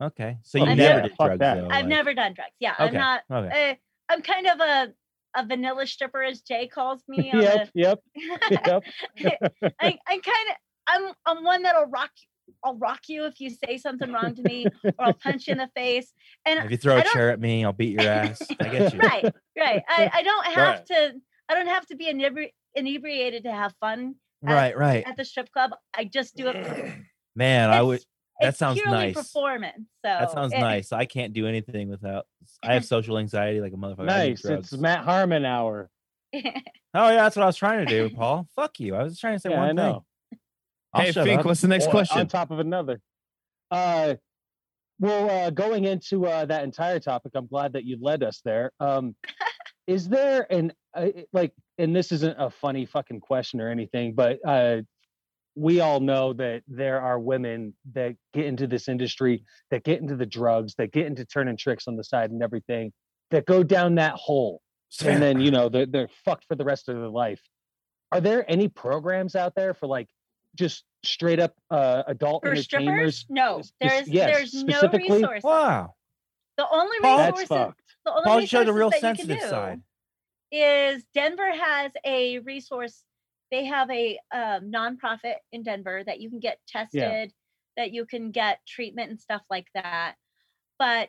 Okay, so Oh, you yeah, never did fuck drugs that. though. i've Oh, like- never done drugs yeah i'm Okay, not Okay. uh, i'm kind of a a vanilla stripper as jay calls (laughs) me on Yep, yep, the, yep. I, I kind of, I'm, I'm one that'll rock. you- I'll rock you if you say something wrong to me, or I'll punch you in the face. And If you throw I a don't- chair at me, (laughs) I'll beat your ass. I get you. right, right. I, I (laughs) don't have Right. to. I don't have to be inebri- inebriated to have fun Right, right. at the strip club. I just do (clears throat) it. for- Man, I it's- (laughs) would. That it's sounds purely nice. Performance. So eh, That sounds it- nice. I can't do anything without. (laughs) I have social anxiety like a motherfucker. I need Nice. It's drugs. Matt Harmon hour. Oh yeah, that's what I was trying to (laughs) do, Paul. Fuck you. I was trying to say Yeah, one I know. thing. I'll hey, shut Fink, up. what's the next Or question? on top of another. Uh, well, uh, going into uh, that entire topic, I'm glad that you led us there. Um, is there an uh, it- like, and this isn't a funny fucking question or anything, but uh, we all know that there are women that get into this industry, that get into the drugs, that get into turning tricks on the side and everything, that go down that hole and then you know they're, they're fucked for the rest of their life are there any programs out there for like just straight up uh, adult For entertainers strippers, no, Spec- there's yes, there's no specifically- resource. Wow, The only Paul- that's resources, fucked (laughs) the only Paul showed a resources real that you can sensitive do side. is Denver has a resource. They have a um, nonprofit in Denver that you can get tested, that you can get treatment and stuff like that. But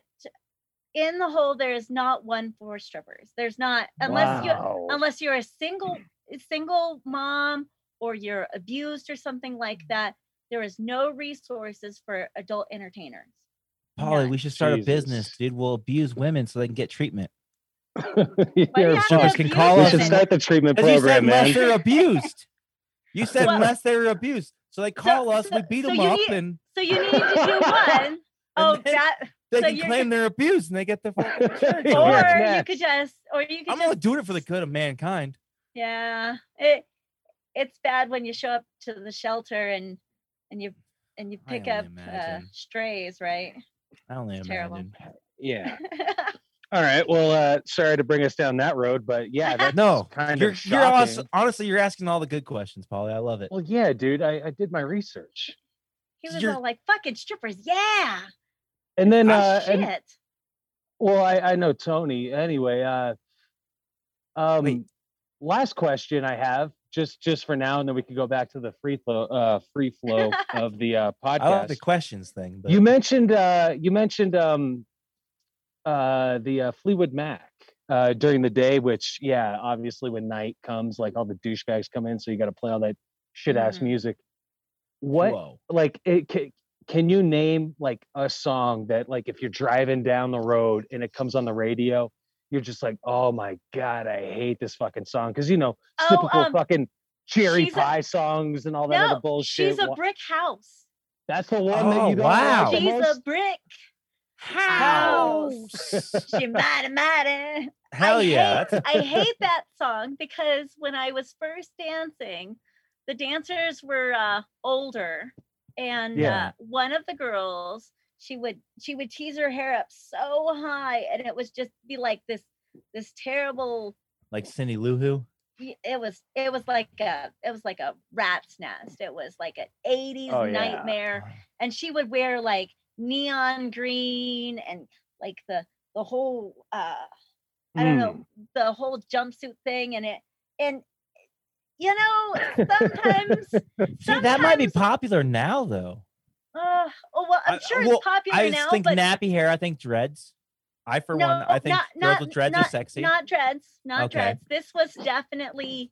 in the whole, there is not one for strippers. There's not unless you wow. unless you're a single a single mom or you're abused or something like Mm. that. There is no resources for adult entertainers. Polly, None. we should start Jesus. a business, dude. We'll abuse women so they can get treatment. Why do you have You're to fucked. strippers can abuse call we us should and- women? start the treatment 'Cause you said program unless man they're abused. You said Well- unless they're abused. So they call us, we so- beat so them you up, need- and So you (laughs) need to do one. Oh, then- that they so can you're- claim they're abused and they get (laughs) the fucking insurance. (laughs) Yeah, or what's you next? could just or you could I'm just only doing it for the good of mankind. yeah it it's bad when you show up to the shelter and and you and you I pick only up uh, imagine. strays right (laughs) I only It's imagine. terrible. yeah (laughs) all right well uh sorry to bring us down that road but (laughs) yeah that's No, kind you're, of shocking. you're honest, honestly, you're asking all the good questions, Polly. I love it. well yeah dude I, I did my research he So was you're- all like fucking strippers yeah and then oh, uh shit and, Well, I, I know Tony. Anyway, uh, um, Wait. last question I have, just just for now, and then we can go back to the free flow, uh, free (laughs) flow of the uh, I love podcast. the questions thing. But you mentioned uh, you mentioned um, uh, the uh, Fleetwood Mac uh, during the day, which yeah, obviously when night comes, like all the douchebags come in, so you got to play all that shit ass Mhm. music. What Whoa. like it can, can you name like a song that like if you're driving down the road and it comes on the radio you're just like oh my god i hate this fucking song because you know Oh, typical um, fucking cherry she's a- pie songs and all that other no bullshit she's a Wha- brick house that's the one Oh, that you don't wow. like the she's a most? brick House. she mighty mighty Hell I yeah. hate- I (laughs) hate that song because when I was first dancing, the dancers were uh, older, and Yeah. uh, one of the girls she would she would tease her hair up so high, and it was just be like this this terrible. like Cindy Lou Who. y- It was it was like a it was like a rat's nest. It was like an '80s Oh, yeah. nightmare Uh-huh. and she would wear like neon green and like the the whole uh i don't know Mm. the whole jumpsuit thing and it and you know sometimes (laughs) See, that might be Sometimes- popular now, though. uh, oh well i'm I- sure well, it's popular I now think but nappy hair. I think dreads. I for one, I think girls with dreads not, are sexy. Not dreads, not Okay. dreads. This was definitely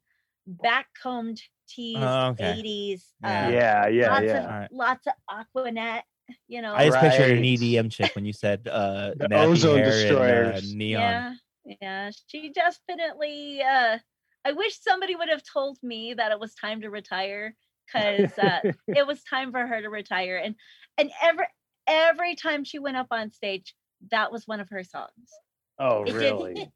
backcombed teased Oh, okay. 80s. Yeah. uh, Yeah, yeah, lots yeah. of Alright. lots of Aquanet, you know. I just pictured an Right. EDM chick when you said uh, (laughs) The nappy ozone hair and, uh, destroyers. neon. Yeah, yeah. She definitely. Uh, I wish somebody would have told me that it was time to (laughs) retire because uh, it was time for her to retire. And and every every time she went up on stage, that was one of her songs. (laughs) Oh, It really? didn't.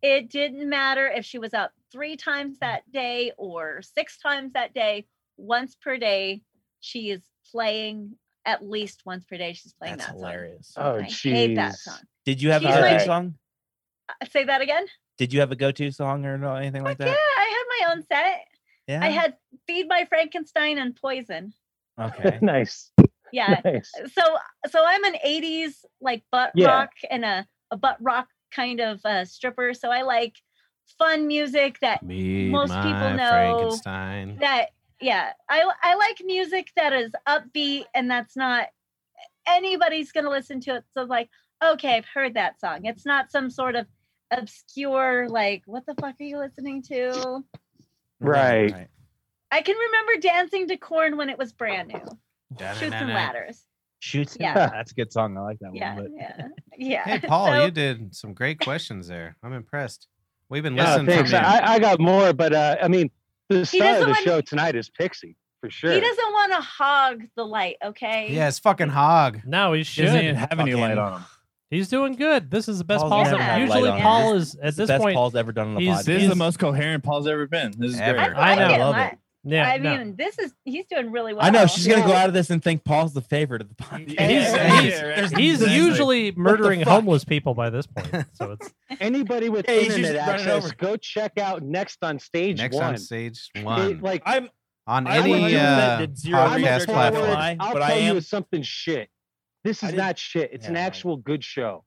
It didn't matter if she was up three times that day or six times that day. Once per day, she is playing at least once per day. She's playing That's that hilarious. song. Oh, I hate that jeez. song. Did you have a She's go-to like- song? Uh, Say that again. Did you have a go-to song or no- anything like Fuck that? Yeah, I had my own set. Yeah. I had Feed My Frankenstein and Poison. (laughs) Okay. (laughs) nice. Yeah. Nice. so so I'm an 80s like butt Yeah. rock and a, a butt rock kind of uh, stripper. So I like fun music that Me, Most my people know Frankenstein. that yeah. I I like music that is upbeat and that's not anybody's gonna listen to it. So like, okay, I've heard that song. It's not some sort of obscure like what the fuck are you listening to? Right. I can remember dancing to corn when it was brand new. Shoots and Da-na-na-na. ladders. Shoots. Yeah. That's a good song. I like that yeah, (laughs) one. yeah, yeah. (laughs) Hey, Paul, So- you did some great questions there. I'm impressed. We've been Yeah, listening Oh, thanks. from you. I, I got more, but uh, I mean, the star of doesn't the want- show tonight is Pixie for sure. He doesn't (laughs) want to hog the light, okay? yeah, it's fucking hog. No, he She doesn't even should. have any light Fucking- on him. He's doing good. This is the best Paul's Paul's never ever. had Usually, light on. Paul is at But this Best point. Paul's ever done on a he's- podcast. This is the He's- most coherent Paul's ever been. This is Ever. great. I, I like know, him. love I, it. yeah, I no. mean, this is he's doing really well. I know she's gonna go Yeah. out of this and think Paul's the favorite of the podcast. Yeah, He's- yeah, he's- yeah, He's right. Exactly. usually murdering fuck? homeless people by this point. So (laughs) it's Anybody with Yeah, he's just internet running access, over. go check out Next on Stage Next One. on stage It, one. like I'm on I any 100% uh, did zero I'm podcast research forward, on the platform. fly, I'll but I tell you am- it's something shit. This I is didn't- not shit. It's an Yeah, I- actual good (laughs) show.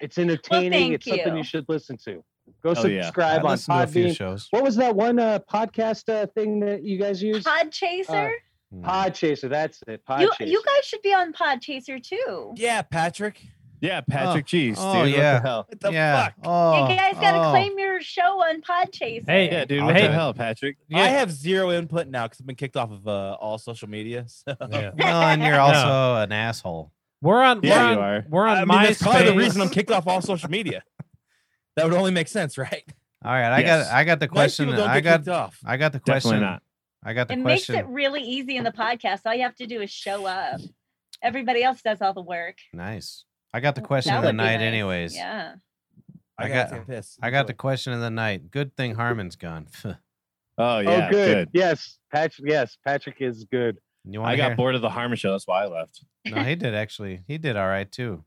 It's entertaining. it's thank something you. you should listen to. Go Oh, yeah. I subscribe on listened to a few Podbean. shows. What was that one uh, podcast uh, thing that you guys use? Pod Chaser. Hmm. Pod Chaser. That's it. Pod you Chaser. you guys should be on Pod Chaser too. Yeah, Patrick. Yeah, Patrick Oh. Cheese. Oh, dude. yeah. What the hell? What the yeah. fuck? Oh, you guys gotta oh. claim your show on Pod Chaser. hey, Yeah, dude. I'll What tell the you. hell, Patrick? I have zero input now because I've been kicked off of uh, all social media. (laughs) So. yeah. Well, and (laughs) you're No. also an asshole. we're on. Yeah, you we're on, are. We're on I mean, that's probably the reason I'm MySpace. kicked off all social media. That would only make sense, right? (laughs) All right, I Yes. got I got the question. Nice people don't I get got kicked off. I got the Definitely question. not. I got the it makes question. it really easy in the podcast. All you have to do is show up. Everybody else does all the work. Nice. I got the That question of would the be night, nice. anyways. Yeah. I gotta got- take a piss. I got the question of the night. Good thing Harmon's gone. (laughs) Oh Oh, yeah, good. good. Yes, Patrick. Yes, Patrick is good. you I want got bored of the Harmon show. That's why I left. No, he did actually. He did all right too.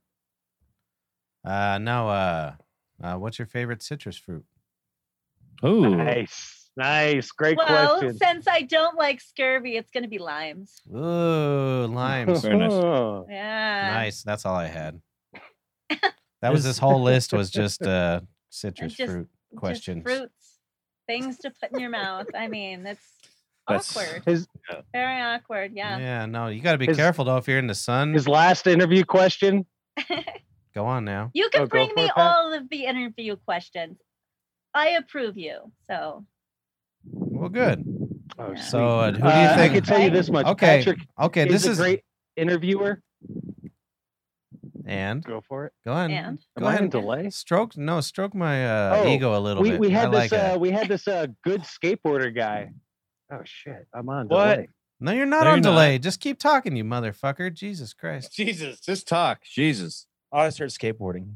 Uh, now, uh, uh, what's your favorite citrus fruit? Ooh, Nice, nice, great well, question. since I don't like scurvy, it's gonna be limes. Ooh, (laughs) limes. Very nice. Oh, Yeah. nice. That's all I (laughs) had. That was Is- this whole list (laughs) was just uh citrus Just- fruit Just questions. fruits, things to put in your mouth. I mean, that's That's- awkward. His- Very awkward. Yeah. no, you got to be Is- careful though if you're in the sun. His last interview question. Go on now. You can Oh, go bring for me it, Pat. all of the interview questions. I approve you. So Well, good. Oh, Yeah. So, uh, who do you Uh, I think? can tell you this much. Okay, Patrick okay, is this a is great interviewer. and Go for it. go on. and Go Am I ahead. in delay? Stroke no, stroke my uh, Oh, ego a little We, bit. we I had like this that. uh, we had this uh, good skateboarder guy. Oh shit, I'm on What? delay. No, you're not No, on you're not. delay. Just keep talking, you motherfucker. Jesus Christ. Jesus, just talk. Jesus. I just heard skateboarding.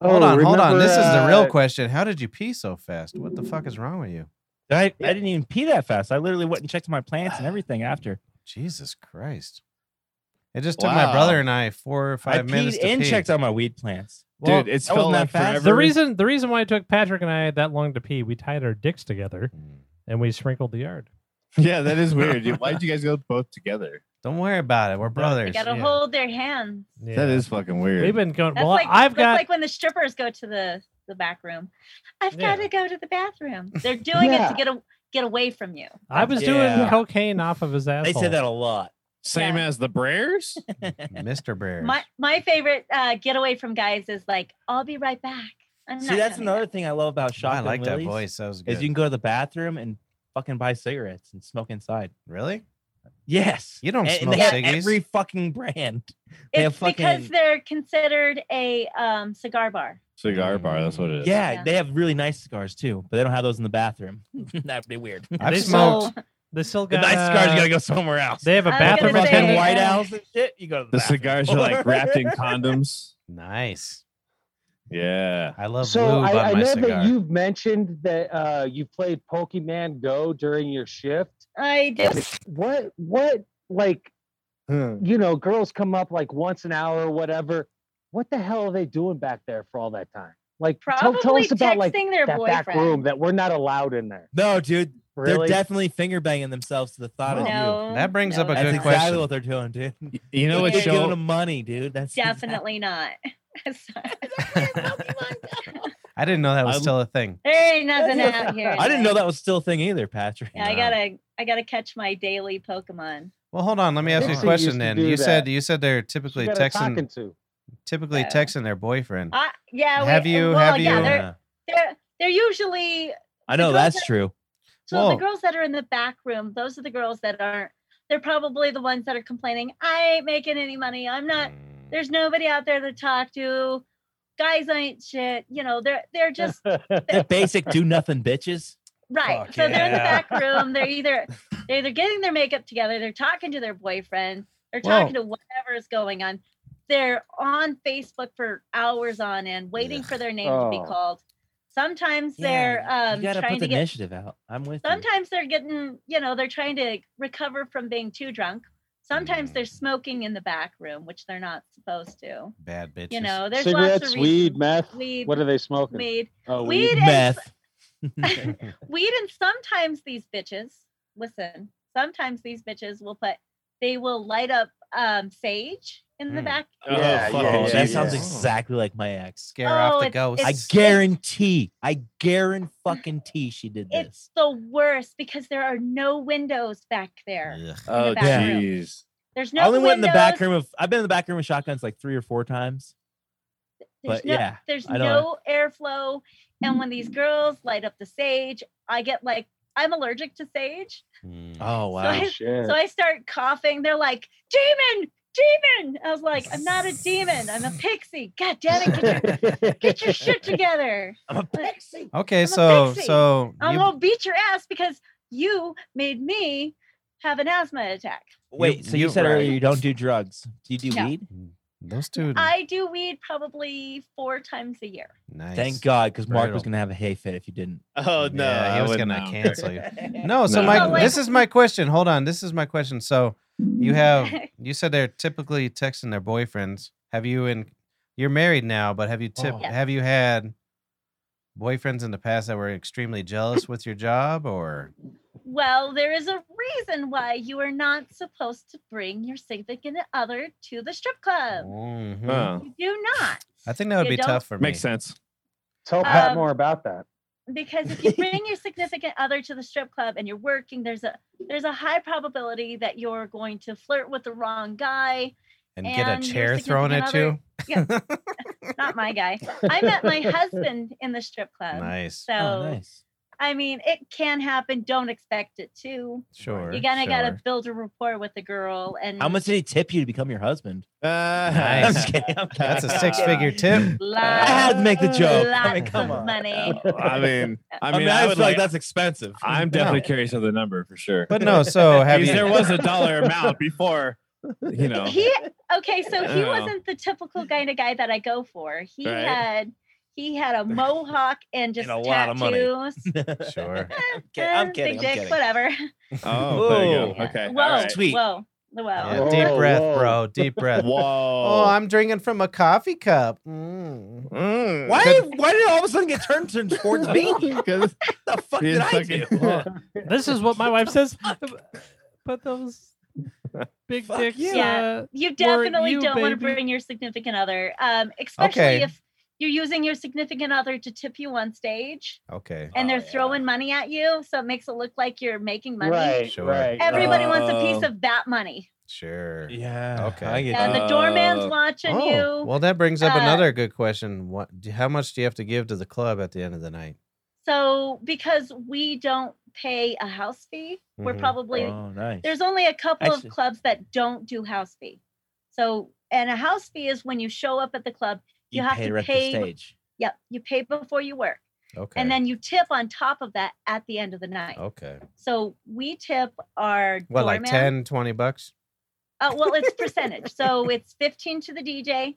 Hold Oh, on, hold on. remember, This is the real uh, question. How did you pee so fast? What the fuck is wrong with you? I, I didn't even pee that fast. I literally went and checked my plants and everything after. Jesus Christ. It just took my Wow. brother and I four or I five minutes peed to and pee. checked on my weed plants. Dude, it's that felt wasn't that like fast. forever. The reason the reason why it took Patrick and I that long to pee, we tied our dicks together Mm. and we sprinkled the yard. Yeah, that is weird. dude. Why did you guys go both together? Don't worry about it. We're you brothers. gotta yeah. hold their hands. Yeah. That is fucking weird. We've been going. That's Well, like I've that's got. like when the strippers go to the the back room. I've Yeah. got to go to the bathroom. They're doing it Yeah. to get a, get away from you. I was Yeah. doing cocaine off of his asshole. They said that a lot. Same Yeah. as the Brayers? Mr. Bear. My my favorite uh, getaway from guys is like, "I'll be right back." I'm See, not that's coming back." another thing I love about I Shotgun like that Willie's voice. That was good. Is you can go to the bathroom and fucking buy cigarettes and smoke inside. really? Yes. You don't and, smoke and they have ciggies. every fucking brand. They have It's because fucking- they're considered a um, cigar bar. Cigar bar, that's what it is. Yeah, Yeah. they have really nice cigars too, but they don't have those in the bathroom. (laughs) That'd be weird. The I've They smoked. smoked. They still got. nice cigars uh, you gotta go somewhere else. They have a I was bathroom gonna say, Fucking uh, attendant. White yeah. Owls and shit. You go to the, The bathroom. cigars are like wrapped (laughs) in condoms. Nice. Yeah. I love so lube I, I on my know cigar. that (laughs) you've mentioned that uh, you played Pokemon Go during your shift. I do. What what like you know, girls come up like once an hour or whatever. What the hell are they doing back there for all that time? Like tell, Probably tell us about texting like their that boyfriend. back room that we're not allowed in there. No, dude, Really? they're definitely finger banging themselves to the thought of you. No, That brings no, up a That's good exactly question. what they're doing, dude. Y- You know They're what Yeah. giving show? them money, dude. That's Definitely not. (laughs) Sorry. I didn't know that was I'm- still a thing. there ain't nothing out here. I didn't know that was still a thing either, Patrick. Yeah, I gotta, I gotta catch my daily Pokemon. Well, hold on. Let me ask you a Dixie used question to then. do You that. said you said they're Who typically you gotta talking texting to. typically Yeah. texting their boyfriend. I, yeah. we- Have you- Well, have yeah, you- uh, They're, they're they're usually I know The girls (laughs) that's true. so Whoa. the girls that are in the back room. Those are the girls that aren't. They're probably the ones that are complaining. I ain't making any money. I'm not. Mm. Hmm. There's nobody out there to talk to. Guys ain't shit. You know, they're they're just (laughs) The basic do nothing bitches. Right. Fuck so they're in the yeah. back room. (laughs) They're either they're either getting their makeup together, they're talking to their boyfriend, they're talking to whatever is going on. They're on Facebook for hours on end, waiting for their name to Oh. be called. Sometimes Yeah, you they're um, gotta put trying the to get. initiative out. I'm with you. Sometimes they're getting, you know, they're trying to recover from being too drunk. Sometimes they're smoking in the back room, which they're not supposed to. Bad bitches. You know, there's lots Cigarettes, of weed, reasons. meth. weed, What are they smoking? weed, Oh, weed, and Meth. weed and sometimes these bitches listen sometimes these bitches will put they will light up um sage in the Mm. back Yeah, fuck, yeah, Oh, yeah, that Jesus. sounds yeah. exactly like my ex. Scare Oh, off the it's- ghosts. I it's- guarantee, I guarantee fucking tea she did it's this. the worst because there are no windows back there Ugh. Oh, back room. jeez. there's no I only went in the back windows, room of I've been in the back room with shotguns like three or four times. there's but no, yeah, there's I don't no airflow and when these girls light up the sage i get like i'm allergic to sage (laughs) Mm. wow. Oh wow. I- Shit. so i start coughing they're like demon demon i was like i'm not a demon (laughs) i'm a pixie god damn it get your, get your shit together I'm a But- pixie. Oh, Okay, a so pixie. so I'm you- gonna beat your ass because you made me have an asthma attack. Wait, so you you- said earlier right. you don't do drugs. Do you do No. weed? those two I do weed probably four times a year. nice. Thank God, because Mark Brutal. was gonna have a hay fit if you didn't. Oh, no. Yeah, he I was wouldn't gonna know. (laughs) cancel you. No, so No. my So, like- this is my question. Hold on, this is my question. So you Oh. (laughs) have you said they're typically texting their boyfriends. Have you in you're married now, but have you tip Oh. Yeah. have you had boyfriends in the past that were extremely jealous with your job or Well, there is a reason why you are not supposed to bring your significant other to the strip club. Mhm. Huh. You do not. I think that would You be don't- tough for me. Makes sense. Tell Pat Um, more about that. because if you bring (laughs) your significant other to the strip club and you're working, there's a there's a high probability that you're going to flirt with the wrong guy. And, get a And your chair thrown at you. significant Not my guy. I met my husband in the strip club. nice. So Oh, nice. I mean, it can happen. Don't expect it to. Sure. You kind of got to sure. build a rapport with the girl. And How much did he tip you to become your husband? (laughs) Nice. I'm just kidding. I'm That's a kidding. six figure tip. I Lots, had to make the joke. I mean, lots come of on. money. I mean, I mean, I, would feel like, like, that's expensive. (laughs) I'm definitely curious of the number for sure. But no, so have Because you there (laughs) (laughs) was a dollar amount before, you know. (laughs) He okay, so he Oh. wasn't the typical kind of guy that I go for. He Right. had he had (laughs) a mohawk and just a lot of money. (laughs) tattoos. (laughs) sure. Okay, I'm eh, kidding. Big I'm dick, kidding. whatever. Oh, there you go. Whoa. Okay. Whoa, all right. Sweet. whoa, Oh, whoa. Yeah, Whoa, deep breath, whoa. bro. Deep breath. Whoa. Oh, I'm drinking from a coffee cup. Mm. Mm. Why? Why did it all of a sudden get turned to- (laughs) towards me? Because the fuck he did I is (laughs) do? fucking- (laughs) This is what my wife says. But those big Fuck dicks. yeah. Uh, You Were definitely you, don't want to baby? bring your significant other, um, especially Okay. if you're using your significant other to tip you on stage Okay. and Oh, they're yeah. throwing money at you, so it makes it look like you're making money. Right, Sure. right. Everybody wants a Oh. piece of that money. Sure. Yeah. Okay. I get Yeah, you. the doorman's Uh, watching Oh, you. well, that brings up uh, another good question. What? do- How much do you have to give to the club at the end of the night? So because we don't pay a house fee, we're Mhm. probably oh, nice. there's only a couple Actually- of clubs that don't do house fee. So and a house fee is when you show up at the club. you have pay to rent pay- the stage. Yep, you pay before you work, Okay. and then you tip on top of that at the end of the night. Oh. okay. So we tip our What, like doorman- 10, 20 bucks? Uh, well, it's (laughs) percentage. so it's fifteen to the DJ,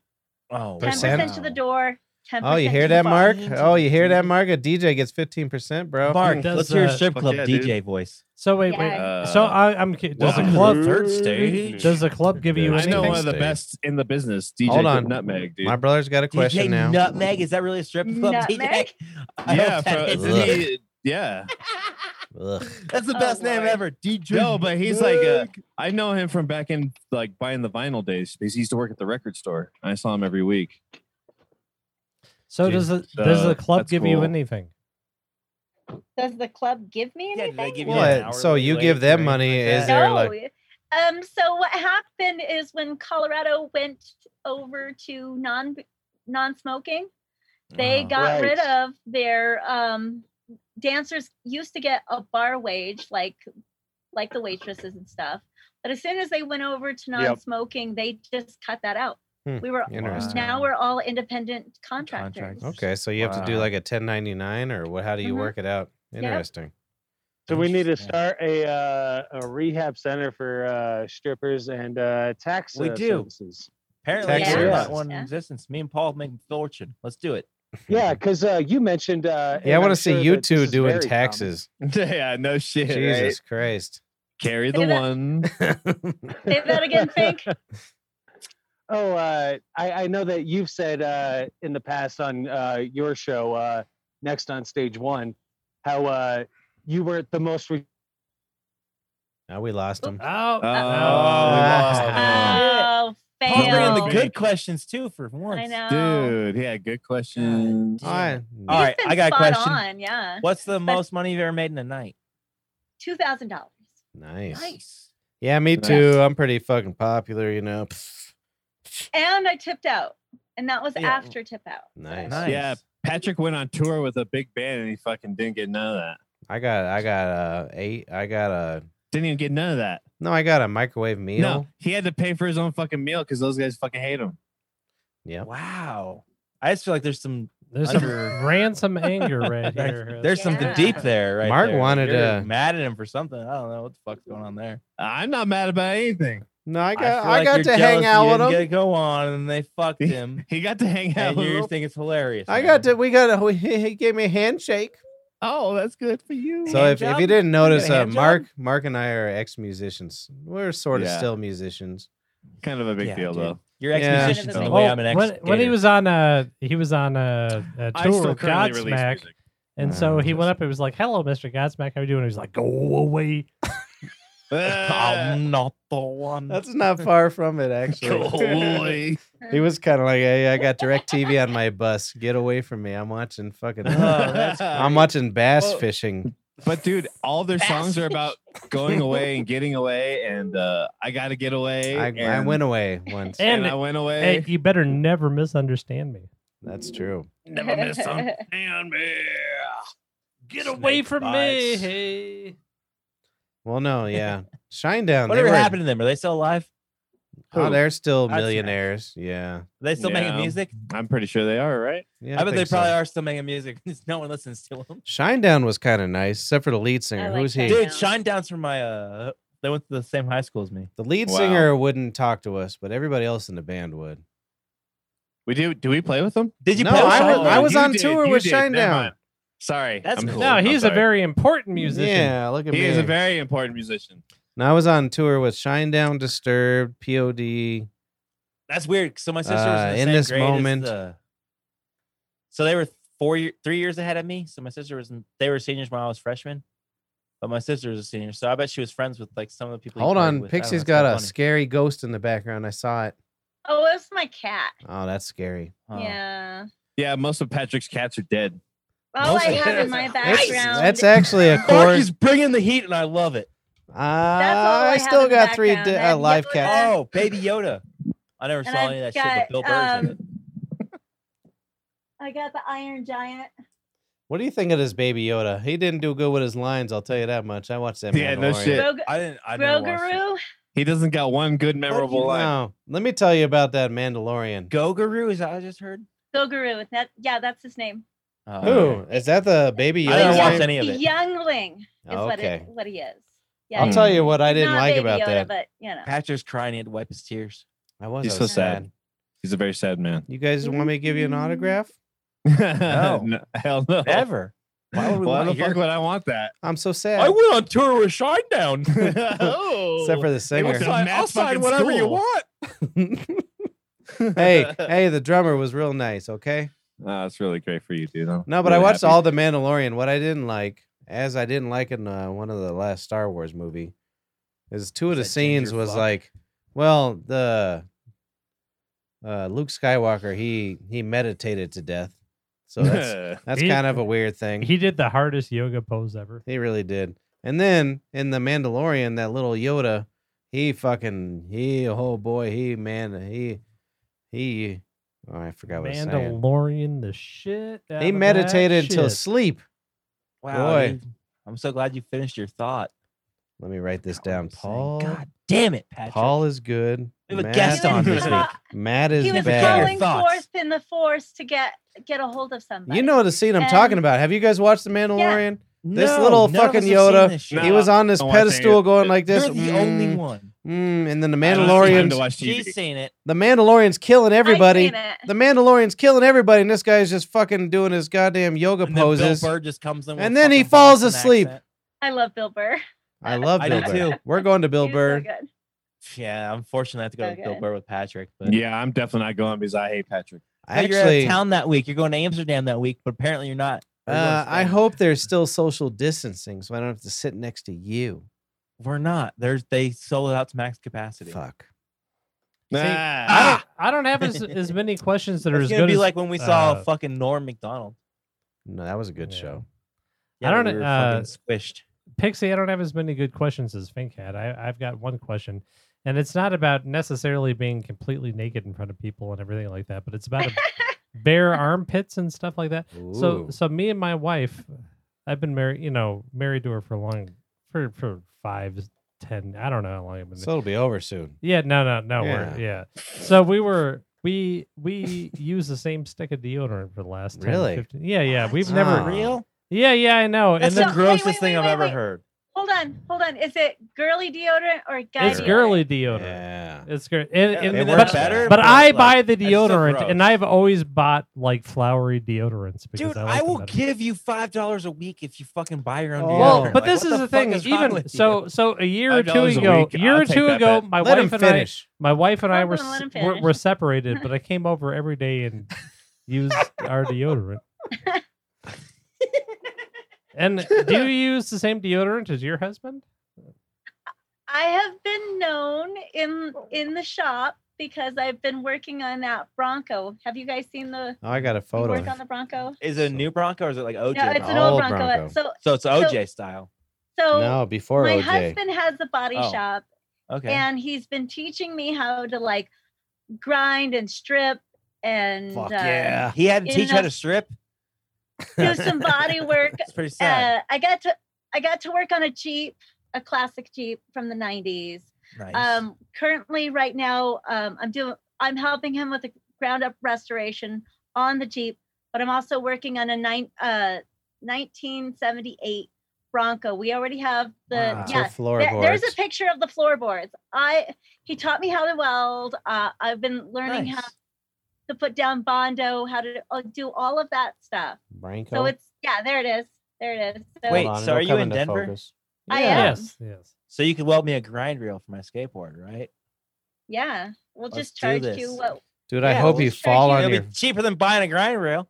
Oh, ten Percent? percent to the door, ten. Oh, you hear that, Mark? Fifteen to Oh, you hear that, fifteen. Mark? A DJ gets fifteen percent, bro. Mark, Does, let's hear a uh, strip fuck club yeah, dude. DJ voice. So wait, wait. Yeah. Uh, so I, I'm cu- does the wow. club Third stage? does the club give you I I know anything? one of the Stage. best in the business, DJ Hold on. Nutmeg, dude. Hmm. My brother's got a question DJ now. Nutmeg, is that really a strip club? Nutmeg? (laughs) DJ? I hope yeah, that bro, is. Ugh. didn't he- yeah. Ugh. That's the Oh, best name Lord. ever. DJ. No, but he's like, uh, I know him from back in like buying the vinyl days because he used to work at the record store. I saw him every week. So Dude, does the does so the club that's give you cool. anything? Does the club give me Yeah, anything? did they give you an What? hourly So you wage give or them anything money? like Is that? there like? um so what happened is when colorado went over to non non-smoking they Uh-huh. got rid Right. of their um dancers used to get a bar wage like like the waitresses and stuff but as soon as they went over to Yep. non-smoking they just cut that out Hmm, we were Interesting. now we're all independent contractors Contractors. Okay, so you have to do Wow. like a ten ninety nine, or what? How do you Mhm. work it out? Interesting. So we need to Interesting. start a uh, a rehab center for uh, strippers and uh, tax We uh, do. services. Apparently, Texas. there's Yeah. not one in Yeah. existence. Me and Paul make a fortune. Let's do it. Yeah, because uh, you mentioned. Uh, Yeah, I and want I'm to see sure you that this two is doing very common. taxes. (laughs) yeah, no shit. right? Jesus Christ. Carry Look the at that. one. say that again (laughs) fink (laughs) Oh, uh, I, I know that you've said uh, in the past on uh, your show, uh, next on stage one, how uh, you weren't the most. Re- Now we lost him. Oh, Oh, oh Paul's bringing fail the good questions too for once. i know dude. Yeah, good question. All right. All He's right, been I got a spot question. on, yeah (laughs) What's the most money you've ever made in a night? two thousand dollars. Nice. Nice. Yeah, me Nice. too. I'm pretty fucking popular, you know. Pfft. And I tipped out. And that was Yeah. after tip out. Nice. Nice. Yeah. Patrick went on tour with a big band and he fucking didn't get none of that. I got I got a eight. I got a Didn't even get none of that. no. I got a microwave meal. No, he had to pay for his own fucking meal because those guys fucking hate him. Yeah. Wow. I just feel like there's some There's some Under- (laughs) ransom anger (laughs) right here. there's something Yeah. deep there, right? Mark there. wanted You're to- mad at him for something. I don't know what the fuck's going on there. I'm not mad about anything. No, I got feel I, like got you're to hang jealous out you with didn't him. Get to go on, and they fucked him. (laughs) He got to hang out and with you him. think it's hilarious. I man. got (laughs) to we got a, (laughs) he, he gave me a handshake. Oh, that's good for you. So if, if job? you didn't got a notice, uh, hand job? Mark Mark and I are ex musicians. We're sort of Yeah. still (laughs) musicians. kind of a big Yeah, deal dude. though. Your Yeah. exposition's Kind the of a way Well, I'm an ex. when, when he was on a he was on a, a I tour still with currently release Godsmack, music. and so Ah, Mm. he went up and was like, "Hello, Mr. Godsmack, how are you doing?" He was like, "Go away." Uh, I'm not the one. That's not far from it, actually. Oh, Holy. (laughs) He was kind of like, hey, I got direct TV on my bus. Get away from me. I'm watching fucking. (laughs) Oh, that's I'm watching bass Well- fishing. But dude, all their songs are about going away and getting away, and uh, I gotta get away. I, and, I went away once. and, And- I went Hey, away. you better never misunderstand me. That's true. Never miss (laughs) (laughs) them. And me. Get Snake away from me, bites. Hey. Well, no, yeah. Shinedown. they Whatever were, happened to them? Are they still alive? Oh, Who? they're still Godsmack. millionaires. Yeah. Are they still making Yeah. music? I'm pretty sure they are, right? (laughs) Yeah. I bet they think so. probably are still making music. (laughs) no one listens to them. Shinedown was kind of nice, except for the lead singer. like Who's he? Shinedown. Dude, Shinedown's from my. uh They went to the same high school as me. The lead Wow. singer wouldn't talk to us, but everybody else in the band would. We do. Do we play with them? Did you No, play? with I was- Shinedown? I was you on did, tour you with did, never Shinedown. mind. Sorry, That's I'm cool. No, I'm he's a sorry. very important musician. Yeah, look at he me. is a very important musician. Now I was on tour with Shinedown, Disturbed, POD. That's weird. 'cause So my sister was Uh, in, the in same this grade as moment- the- So they were four, year, three years ahead of me. So my sister was, in, they were seniors when I was freshman, but my sister was a senior. So I bet she was friends with like some of the people. you Hold partied on, with. I don't know, Pixie's it's kinda got a funny. scary ghost in the background. I saw it. (laughs) Oh, it was my cat. Oh, that's scary. Oh. Yeah. Yeah, most of Patrick's cats are dead. All I Most of have it in is my a- It's- (laughs) background. that's actually a Mark chord. is bringing the heat, and I love it. I I have still in the got three background. di- I uh, have live Yoda. cats. Oh, Baby Yoda. I never And saw any of that I've shit, got, but Bill Burr's in um, it. I got the Iron Giant. What do you think of this baby Yoda? He didn't do good with his lines. I'll tell you that much. I watched that. Yeah, no Mandalorian. shit. Rog- I didn't. I never watched it. Roguru. He doesn't got one good memorable line. No, let me tell you about that Mandalorian. um, Goguru is that what I just heard? Goguru. That yeah, that's his name. Oh, Who okay. is that? The baby Yoda. I didn't watch young- any of the it. Youngling is what, Okay. it, what he is. Yeah, I'll he's tell you what I didn't not like Baby about Yoda, that. But you know, Patrick's crying. He had to wipe his tears. I was. He's I so was sad. He's a very sad man. You guys want me to give you an Mm-hmm. autograph? (laughs) no. hell no. Ever. Why would we Why want the your- fuck would I want that? I'm so sad. went on tour (laughs) with Shinedown. (laughs) oh. Except for the singer. sign- I'll sign whatever you want. (laughs) hey, hey, the drummer was real nice. Okay. Oh, that's really great for you, dude. I'm No, but I really watched happy. all the Mandalorian. What I didn't like, as I didn't like in uh, one of the last Star Wars movie, is two of the Does that change scenes your was fuck? like, well, the uh, Luke Skywalker he he meditated to death, so that's that's He- kind of a weird thing. He, He did the hardest yoga pose ever. really did. And then in the Mandalorian, that little Yoda, he fucking he oh boy he man he he oh I forgot what I was saying. Mandalorian, the shit. out He of that meditated until shit. sleep. Wow, Boy. dude. I'm so glad you finished your thought. Let me write this That's what I'm down. saying. Paul. God damn it, Patrick. Paul is good. We have a Matt- guest He was on this call- week. Matt is he was bad. bad. calling Thoughts. forth in the force to get get a hold of somebody. You know the scene I'm And- talking about. Have you guys watched The Mandalorian? This No, little none of us fucking have seen Yoda, this shit. He was on this I don't wanna say pedestal it. going like this. You're the only mm, one. mm, and then the I don't have time to Mandalorian's watch She's TV. seen it. the Mandalorian's killing I've everybody. seen it. The Mandalorian's killing everybody, and this guy's just fucking doing his goddamn yoga And then Bill poses. Burr just comes in with And a then he fucking falls Boston asleep. accent. I love Bill Burr. (laughs) I love I Bill do Burr. too. We're going to Bill He's so Burr. good. Yeah, unfortunately, I have to go So to Bill good. Burr with Patrick. But Yeah, I'm definitely not going because I hate Patrick. Hey, Actually, you're out of town that week. You're going to Amsterdam that week, but apparently you're not. Or you're going uh, to I Spain. hope there's still social distancing, so I don't have to sit next to you. we're not. There's they sold out to max capacity. Fuck. See, I, Ah. don't, I don't have as, as many questions that are It's as gonna good be as like when we saw uh, fucking Norm Macdonald. No, that was a good Yeah. show. I but don't- We were uh, fucking squished. Pixie, I don't have as many good questions as Fink had. I, I've got one question, and it's not about necessarily being completely naked in front of people and everything like that, but it's (laughs) about a- bare armpits and stuff like that. So, Ooh. so me and my wife, I've been married, you know, married to her for a long, for for five, ten, I don't know how long I've been. So it'll be over soon. yeah, no, no, no, Yeah. we're, yeah. So we were. We we use the same stick of deodorant for the last 10, Really? 15 Yeah, yeah. What? We've Ah. never. Real? Yeah, yeah. I know. and That's So- the then wait, grossest wait, thing wait, I've wait, ever wait. heard. Hold on, hold on. Is it girly deodorant or guy? it's deodorant? girly deodorant. Yeah. It's great. And, Yeah, and- I mean, works but, better, but but, I like, buy the it's so deodorant, and gross. I've always bought like flowery deodorants because Dude, I, I, like them will better. give you five dollars a week if you fucking buy your own. Oh. deodorant. Well, Yeah. but Like, this what is the, fuck thing. is wrong even with you? so, so a year or two $5 a ago, week, year I'll or take two that ago, bet. my Let him wife and I, finish. my wife and I Hold were, on, let s- him were finish. were separated, but I came over every day and used our deodorant. and do you use the same deodorant as your husband? I have been known in in the shop because I've been working on that Bronco. Have you guys seen the Oh, I got a we photo. work on the Bronco? Is it a new Bronco or is it like OJ? No, it's an Old old Bronco. Bronco. So so it's OJ style. so no, before my OJ. (laughs) husband has a body Oh. shop Okay. and he's been teaching me how to like grind and strip and Fuck uh, yeah. he had to in teach you how a- to strip. do some body work. That's pretty sad. Uh, I got to I got to work on a Jeep, a classic Jeep from the 90s. nice. Um, currently, right now, um, I'm doing. I'm helping him with the ground up restoration on the Jeep, but I'm also working on a nine, uh, 1978 Bronco. We already have the Wow. Until yeah. there- floorboards. there's a picture of the floorboards. I he taught me how to weld. Uh, I've been learning how Nice. to put down bondo, how to uh, do all of that stuff. Branko. So it's yeah, there it is. There it is. So Wait, Hold on, so it'll are you come in into Denver? focus. I Yeah. am. Yes, yes. So you could weld me a grind reel for my skateboard, right? yeah, we'll Let's just do charge you (laughs) this. what Dude, I Yeah, hope we'll you start fall here. on It'll your. be cheaper than buying a grind rail.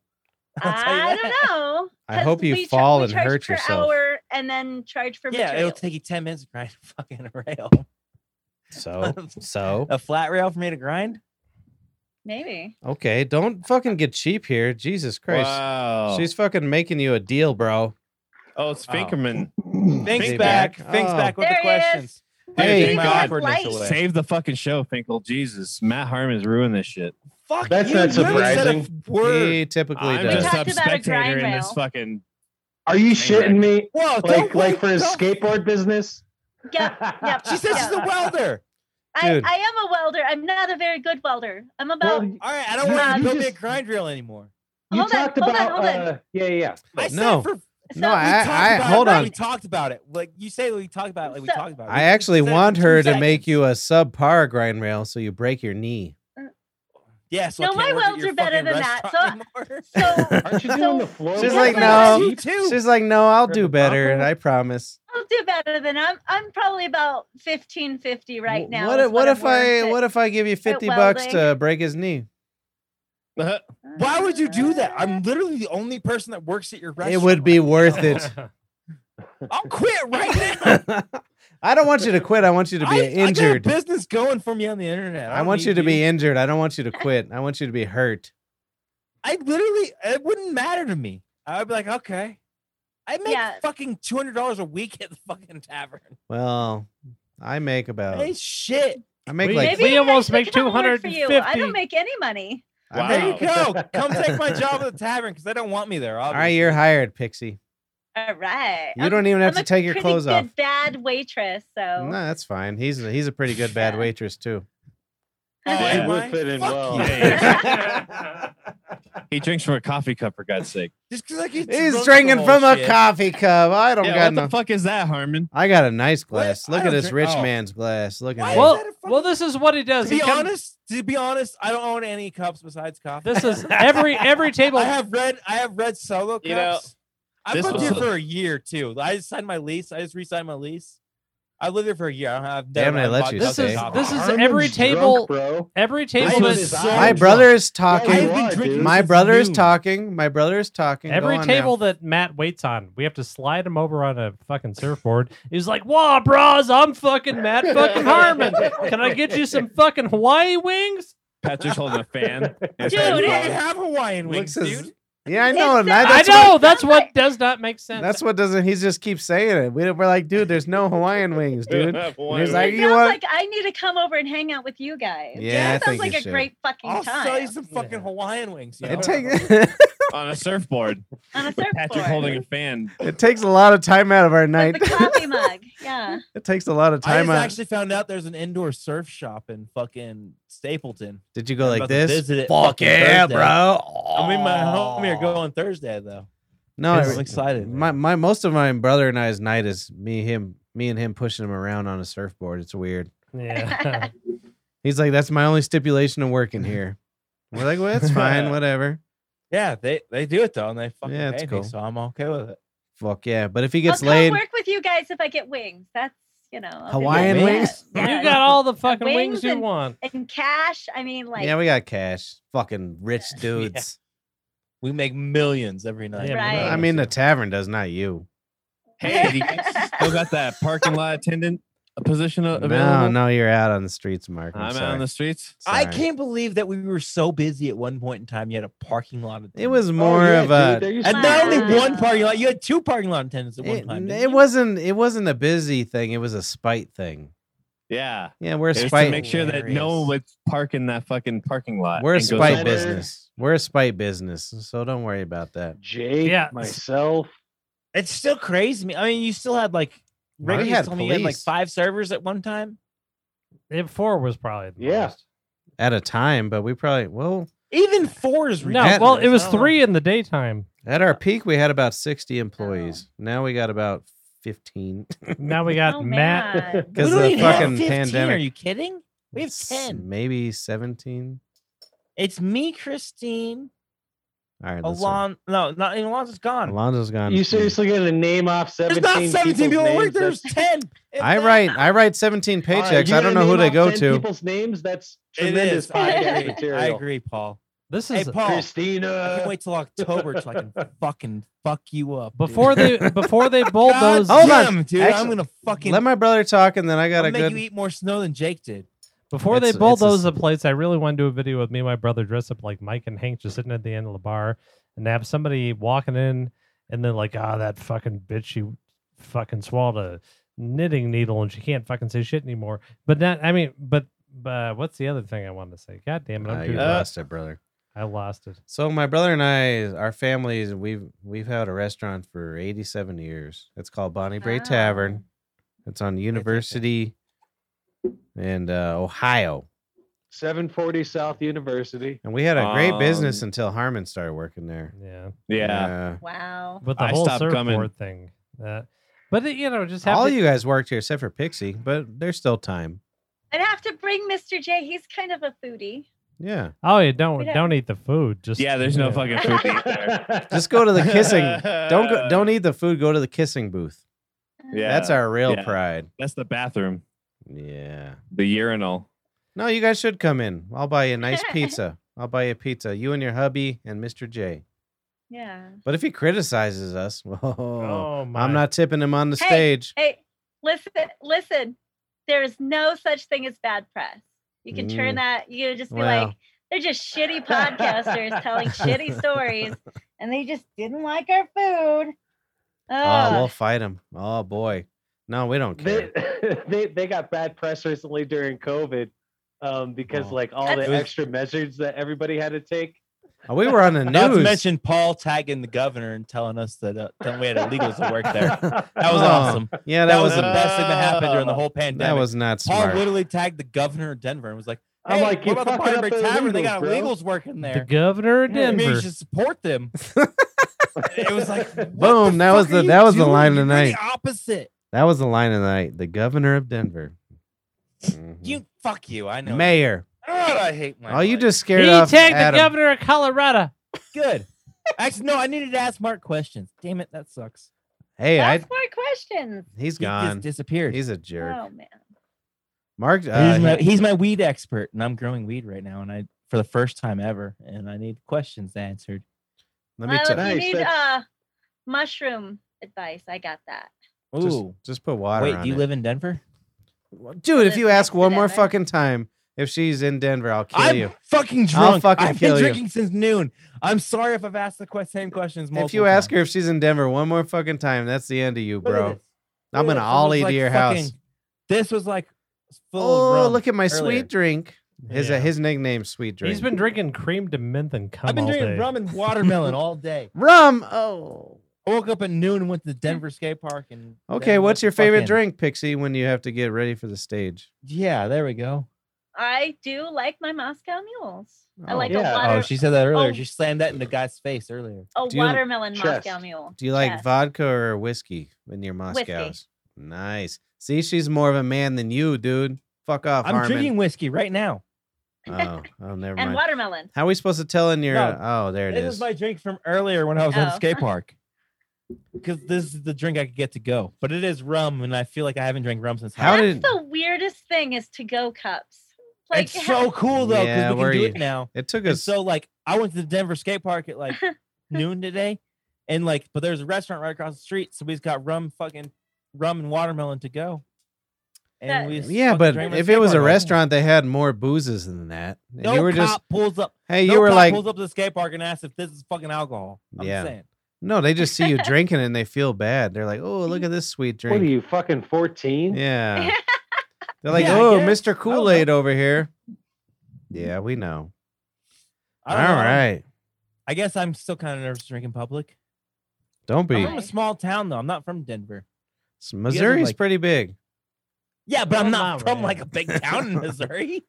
I'll tell you I that. don't know. (laughs) I 'cause hope you we fall we and charge hurt per yourself. Hour and then charge for Yeah, material. it'll take you ten minutes to grind a fucking (laughs) rail. Oh. So, (laughs) so a flat rail for me (clears throat) to grind. Maybe. okay. Don't fucking get cheap here, Jesus Christ. Wow. She's fucking making you a deal, bro. oh, it's Oh. (clears throat) Finkerman. Thanks Think back. back. Thanks Oh. back with the There he is. questions. Hey, Take my God. awkwardness Light. away. Save the fucking show, Finkel. Jesus, Matt Harmon's ruined this shit. Fuck That's you, not you haven't said a surprising. Word. He typically I'm does. just talked up about a dry spectator in this rail. fucking. Are you shitting me? Whoa, Like like don't wait, for his don't- skateboard business? Yep, yep. She says she's a welder. I, Dude. I am a welder. I'm not a very good welder. I'm about. Well, All right, I don't You- you want to go just- be a grind reel anymore. you Hold on, talked hold on, about hold on. uh, yeah, yeah, yeah. I said No. for, we so, No, I- talked about it, hold right? on. We talked about it. Like you say, we talked about it. Like we So- talked about it. I actually said it in want two her to seconds. make you a subpar grind rail so you break your knee. Yeah, so I No, can't my work at your welds are better fucking than that, restaurant (laughs) anymore. (laughs) (laughs) so Aren't you So- doing the floor? She's work? like, Yeah, no. you too. She's like, no, I'll do Ribbon better. taco? I promise. I'll do better than I'm. I'm probably about fifteen fifty right Wh- now. What, is if- what I'm if I worth what if I give you fifty bucks to welding. break his knee? at. Why would you do that? (laughs) I'm literally the only person that works at your restaurant. It would be worth (laughs) it. (laughs) I'll quit right now. I don't want you to quit. I want you to be I, injured. I got a business going for me on the internet. I don't want you need to be injured. I don't (laughs) want you to quit. I want you to be hurt. I literally, it wouldn't matter to me. I would be like, okay. I make Yeah. fucking two hundred dollars a week at the fucking tavern. Well, I make about Hey, shit! I make We- like Maybe We I almost actually come make work for you. I 250. don't make any money. I There make- you go. (laughs) Come take my job at the tavern because they don't want me there. all Obviously. right, you're hired, Pixie. All right. You don't even have to take your pretty clothes good, off. Bad waitress. So No, (laughs) that's fine. He's a, he's a pretty good bad (laughs) Yeah. waitress too. Oh, Yeah, am it would I? fit in Fuck well. you. He drinks from a coffee cup for God's sake. Just 'cause I get He's drunk the drinking whole from a shit. coffee cup. I don't Yeah, got what the no. fuck is that, Harmon? I got a nice glass. I Look at don't this drink- rich oh. man's glass. Look Why at is that. well, that a fucking- well, this is what he does. To be he comes- honest, to be honest, I don't own any cups besides coffee. this (laughs) is every every table. I have red. I have red solo cups. You know, I've this lived was here the- for a year too. I just signed my lease. I just re-signed my lease. I've lived here for a year. I don't have. Damn, they never let bought you This cups stay. of is coffee. this is Armin's every drunk, table bro. every table was that's so My drunk. brother is Yeah, talking. you are, dude. My since brother is noon. talking. My brother is talking. Go Every on table now. that Matt waits on, we have to slide him over on a fucking surfboard. He's like, "Wah, bros, I'm fucking (laughs) Matt fucking Harmon. Can I get you some fucking Hawaii wings?" Patrick's holding a (laughs) fan. It's Dude, I like, don't it- have Hawaiian wings, Looks as- dude. Yeah, I know. and It's I, not- that's I know What, what- that's I'm what like- does not make sense. that's what doesn't. He just keeps saying it. We, we're like, dude, there's no Hawaiian wings, dude. And he's like, it you sounds want? like I need to come over and hang out with you guys. Yeah, I that think sounds like you a should. great fucking I'll sell you time some fucking Hawaiian wings. yo. it takes on a surfboard. on (laughs) a Patrick surfboard holding a fan. (laughs) it takes a lot of time out of our with (laughs) night. the (laughs) coffee mug. Yeah, it takes a lot of I time just out. actually found out there's an indoor surf shop in fucking Stapleton. Did you go I'm like about to this? visit it Fuck fucking yeah, Thursday. bro. I'm in my home here going Thursday though. No, I'm it- excited. my my most of my brother and I's night is me him me and him pushing him around on a surfboard. It's weird. (laughs) (laughs) Yeah. He's like, that's my only stipulation of working here. We're like, well, it's fine, whatever. yeah, they they do it though, and they fucking Yeah, yeah, it's pay cool. me, so I'm okay with it. Fuck yeah. But if he I'll gets come laid, work with you guys if I get wings. That's you know I'll do Hawaiian that. wings? Yeah, you got all the fucking Wings wings, you and- want. and cash. I mean, like yeah, (laughs) we got cash. Fucking rich dudes. We make millions every night. Yeah, Right. I mean, the tavern does, not you. Hey, (laughs) (laughs) do you guys still got that parking lot attendant position a- available? No, no, you're out on the streets, Mark. I'm, I'm sorry. out on the streets. I Sorry. can't believe that we were so busy at one point in time. You had a parking lot. Attendant. It was Oh, more yeah, of dude, a. there used to and be not Wow. only one parking lot. You had two parking lot attendants at one It, time. didn't it you? wasn't. It wasn't a busy thing. It was a spite thing. Yeah. Yeah, we're a It's spite. to make sure that no one would park in that fucking parking lot. We're a and go spite somewhere. business. We're a spite business, so don't worry about that. Jake, Yeah. myself. It's still crazy. to me. I mean, you still had like Well, Ricky we had had told me you had like police. five servers at one time. It four was probably the Yeah. most. At a time, but we probably well Even four is No, ridiculous. Oh. well, it was I don't know. three in the daytime. at our peak we had about sixty Oh. employees. Now we got about fifteen (laughs) Now we (laughs) got oh, Matt. man. because We of don't the even have fucking 15, Are pandemic. you kidding? We have It's 10. maybe seventeen. It's me, Christine, All right, let's see. Alon. No, not even Alonzo's gone. Alonzo's gone. You seriously gonna name off There's seventeen? not 17 people people's that work. names? There's 10. If I that- write I write seventeen All (laughs) right, paychecks. you I don't know gonna who name they off go 10 to. People's names. That's (laughs) It tremendous is. (laughs) (laughs) I podcast agree. I material. agree, Paul. This Hey, is Paul, I Uh, can't Christina. wait till October till I (laughs) can fucking fuck you up. dude. before they before they bulldoze Hold on. damn, dude. I'm Actually, going to fucking Let my brother talk, and then I I'll got a make good. you eat more snow than Jake did. Before they It's- it's a bulldoze s- the place, I really want to do a video with me and my brother dressed up like Mike and Hank, just sitting at the end of the bar, and have somebody walking in, and then like, ah, that fucking bitch, she fucking swallowed a knitting needle and she can't fucking say shit anymore. But that I mean, but but uh, what's the other thing I wanted to say? God damn it, Ah, I'm you too- Uh. lost it, brother. I lost it. So my brother and I, our families, we've we've had a restaurant for 87 years. It's called Bonnie Bray Wow. Tavern. It's on University and uh, Ohio. 740 South University. And we had a great business Um, until Harmon started working there. Yeah. Yeah. Wow. But the I whole stopped surfboard coming. thing. That but it, you know, just Yeah. have all to- you guys worked here except for Pixie, but there's still time. I'd have to bring Mr. J. He's kind of a foodie. Yeah. Oh yeah, don't Yeah. don't eat the food. Just Yeah, there's no (laughs) fucking food to eat there. Just go to the kissing. don't go, don't eat the food. Go to the kissing booth. Yeah, That's our real Yeah. pride. that's the bathroom, Yeah. the urinal. No, you guys should come in. I'll buy you a nice pizza. I'll buy you a pizza. You and your hubby and Mr. J. (laughs) Yeah. But if he criticizes us, (laughs) well, Oh my I'm not tipping him on the Hey. stage. Hey, listen, listen. There is no such thing as bad press. You can turn that. You can just Mm. be Well. like, they're just shitty podcasters telling (laughs) shitty stories, and they just didn't like our food. Oh, Oh, we'll fight him. Oh boy. No, we don't care. They, (laughs) they they got bad press recently during COVID um, because Oh. like all That's- the extra measures that everybody had to take. Oh, we were on the Not to news. mention Paul tagging the governor and telling us that uh, that we had illegals that (laughs) worked there. That was Oh, awesome. That, Yeah, that, was was the best thing that happened during the whole that pandemic. was not Paul smart. literally tagged the governor of Denver and was like, (laughs) hey, I'm like, what you about the fucking Barber up the Tavern? They illegals, got bro." illegals working the there. governor of Maybe you Denver. should (laughs) support them. it was like what the Boom, that was fuck the- are you that was the doing? line You're the tonight. opposite. That was the line of the night. The governor of Denver. Mhm. You fuck you. I know. mayor. God, I hate my. Oh, you life. just scared He off tagged Adam. the governor of Colorado. good. Actually, no. I needed to ask Mark questions. Damn it, that sucks. Hey, I, that's more questions. he's He gone. just disappeared. He's a jerk. Oh man. Mark. he's, Uh, my, he's my weed expert, and I'm growing weed right now, and I for the first time ever, and I need questions answered. let me well, t- if you Nice, need that's- uh, mushroom advice, I got that. just, Ooh, just put water wait, on do you it. live in Denver? Well, Dude, if this you ask one more accident, right? fucking time if she's in Denver, I'll kill I'm you. fucking I'll drunk. fucking have kill you. been drinking since noon. I'm sorry if I've asked the que- same questions multiple If you ask times. her if she's in Denver one more fucking time, that's the end of you, Look at bro. this. I'm Look gonna at this. It ollie was to like your fucking- house. This was like full of Oh, rum. look at my earlier. sweet drink. His uh, Yeah. his nickname, sweet drink. He's been drinking cream de menthe and cum I've been all drinking day. rum and watermelon all day. rum. Oh, I woke up at noon and went to Denver skate park and. okay. then went What's to your favorite fucking- drink, Pixie? When you have to get ready for the stage? Yeah, there we go. I do like my Moscow mules. I Oh. like Yeah. a Oh, Oh, water, she said that earlier. oh. She slammed that in the guy's face earlier. a do you- watermelon chest. Moscow mule. Do you like Yes. vodka or whiskey in your Whiskey. Moscow's? Nice. See, she's more of a man than you, dude. Fuck off, I'm Harmon. drinking whiskey right now. Oh, (laughs) oh, never and mind. watermelon? How are we supposed to tell in your? No, oh, there it This is. is my drink from earlier when I was at the Oh. skate park. Because this is the drink I could get to go, but it is rum, and I feel like I haven't drank rum since. How high- That's did- the weirdest thing is to go cups. Like (laughs) it's so cool though because Yeah, we where can do you- it now. It took And us. so like I went to the Denver skate park at like (laughs) noon today, and like but there's a restaurant right across the street, so we've got rum, fucking rum and watermelon to go. That- And we (laughs) just yeah, fucking but drank my if skate it was park a right now. restaurant, they had more boozes than that. And no you were cop just, pulls up. hey, you no were cop like, pulls up to the skate park and asks if this is fucking alcohol. I'm Yeah. yeah. saying. no, they just see you drinking and they feel bad. They're like, oh, look at this sweet What are drink. you fucking 14? (laughs) Yeah. They're like, Yeah, I oh, guess. Mr. Kool Aid over here. Yeah, we know. I All don't know. right. I guess I'm still kind of nervous to drink in public. Don't be. I'm from a small town though. I'm not from Denver. S- Missouri's like- pretty big. Yeah, but I'm Oh, not my from man. like a (laughs) big town in Missouri.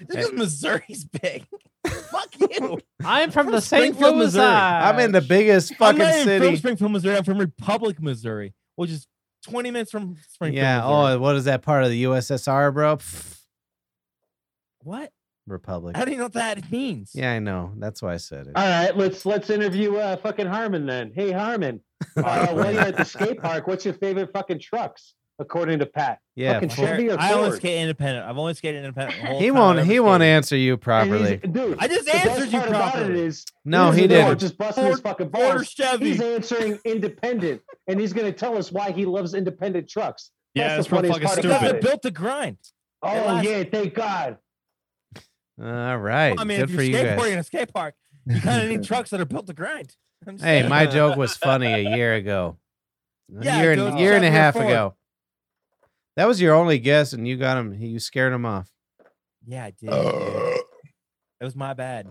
Just because Missouri's big. Fuck you. (laughs) I'm from From the St. Springfield, Louis. Missouri. I'm in the biggest I'm fucking not even from city. Springfield, Missouri. I'm from Republic, Missouri, which is 20 minutes from Springfield. Yeah. Missouri. Oh, what is that part of the USSR, bro? Pff, what? Republic. How do you know what that means? Yeah, I know. That's why I said it. All right, let's let's interview uh, fucking Harmon then. Hey (laughs) Harmon, uh, while you're at the skate park, what's your favorite fucking trucks according to Pat? Yeah. fucking f- Sure. Chevy or I only Ford? skate independent. I've only skated independent. the whole He time won't. I've ever He won't skated. answer you And he's- properly. dude. I just the best answered you part about it properly. is, No, here's he the door, didn't. Just busting his Ford- fucking Ford or balls. Chevy. He's answering independent, and he's going to tell us why he loves independent trucks. Yeah, That's that's the real funniest fucking part about Because stupid. they're built to grind. Oh last- yeah, thank God. All right. I mean, Good if for you're you skateboarding guys. in a skate park, (laughs) (laughs) you kind of need trucks that are built to grind. I'm just Hey, saying. my joke was funny a year ago. A Yeah, year it and, goes year and a chapter half four. ago. That was your only guess, and you got him. You scared him off. Yeah, I did. dude. It was my bad.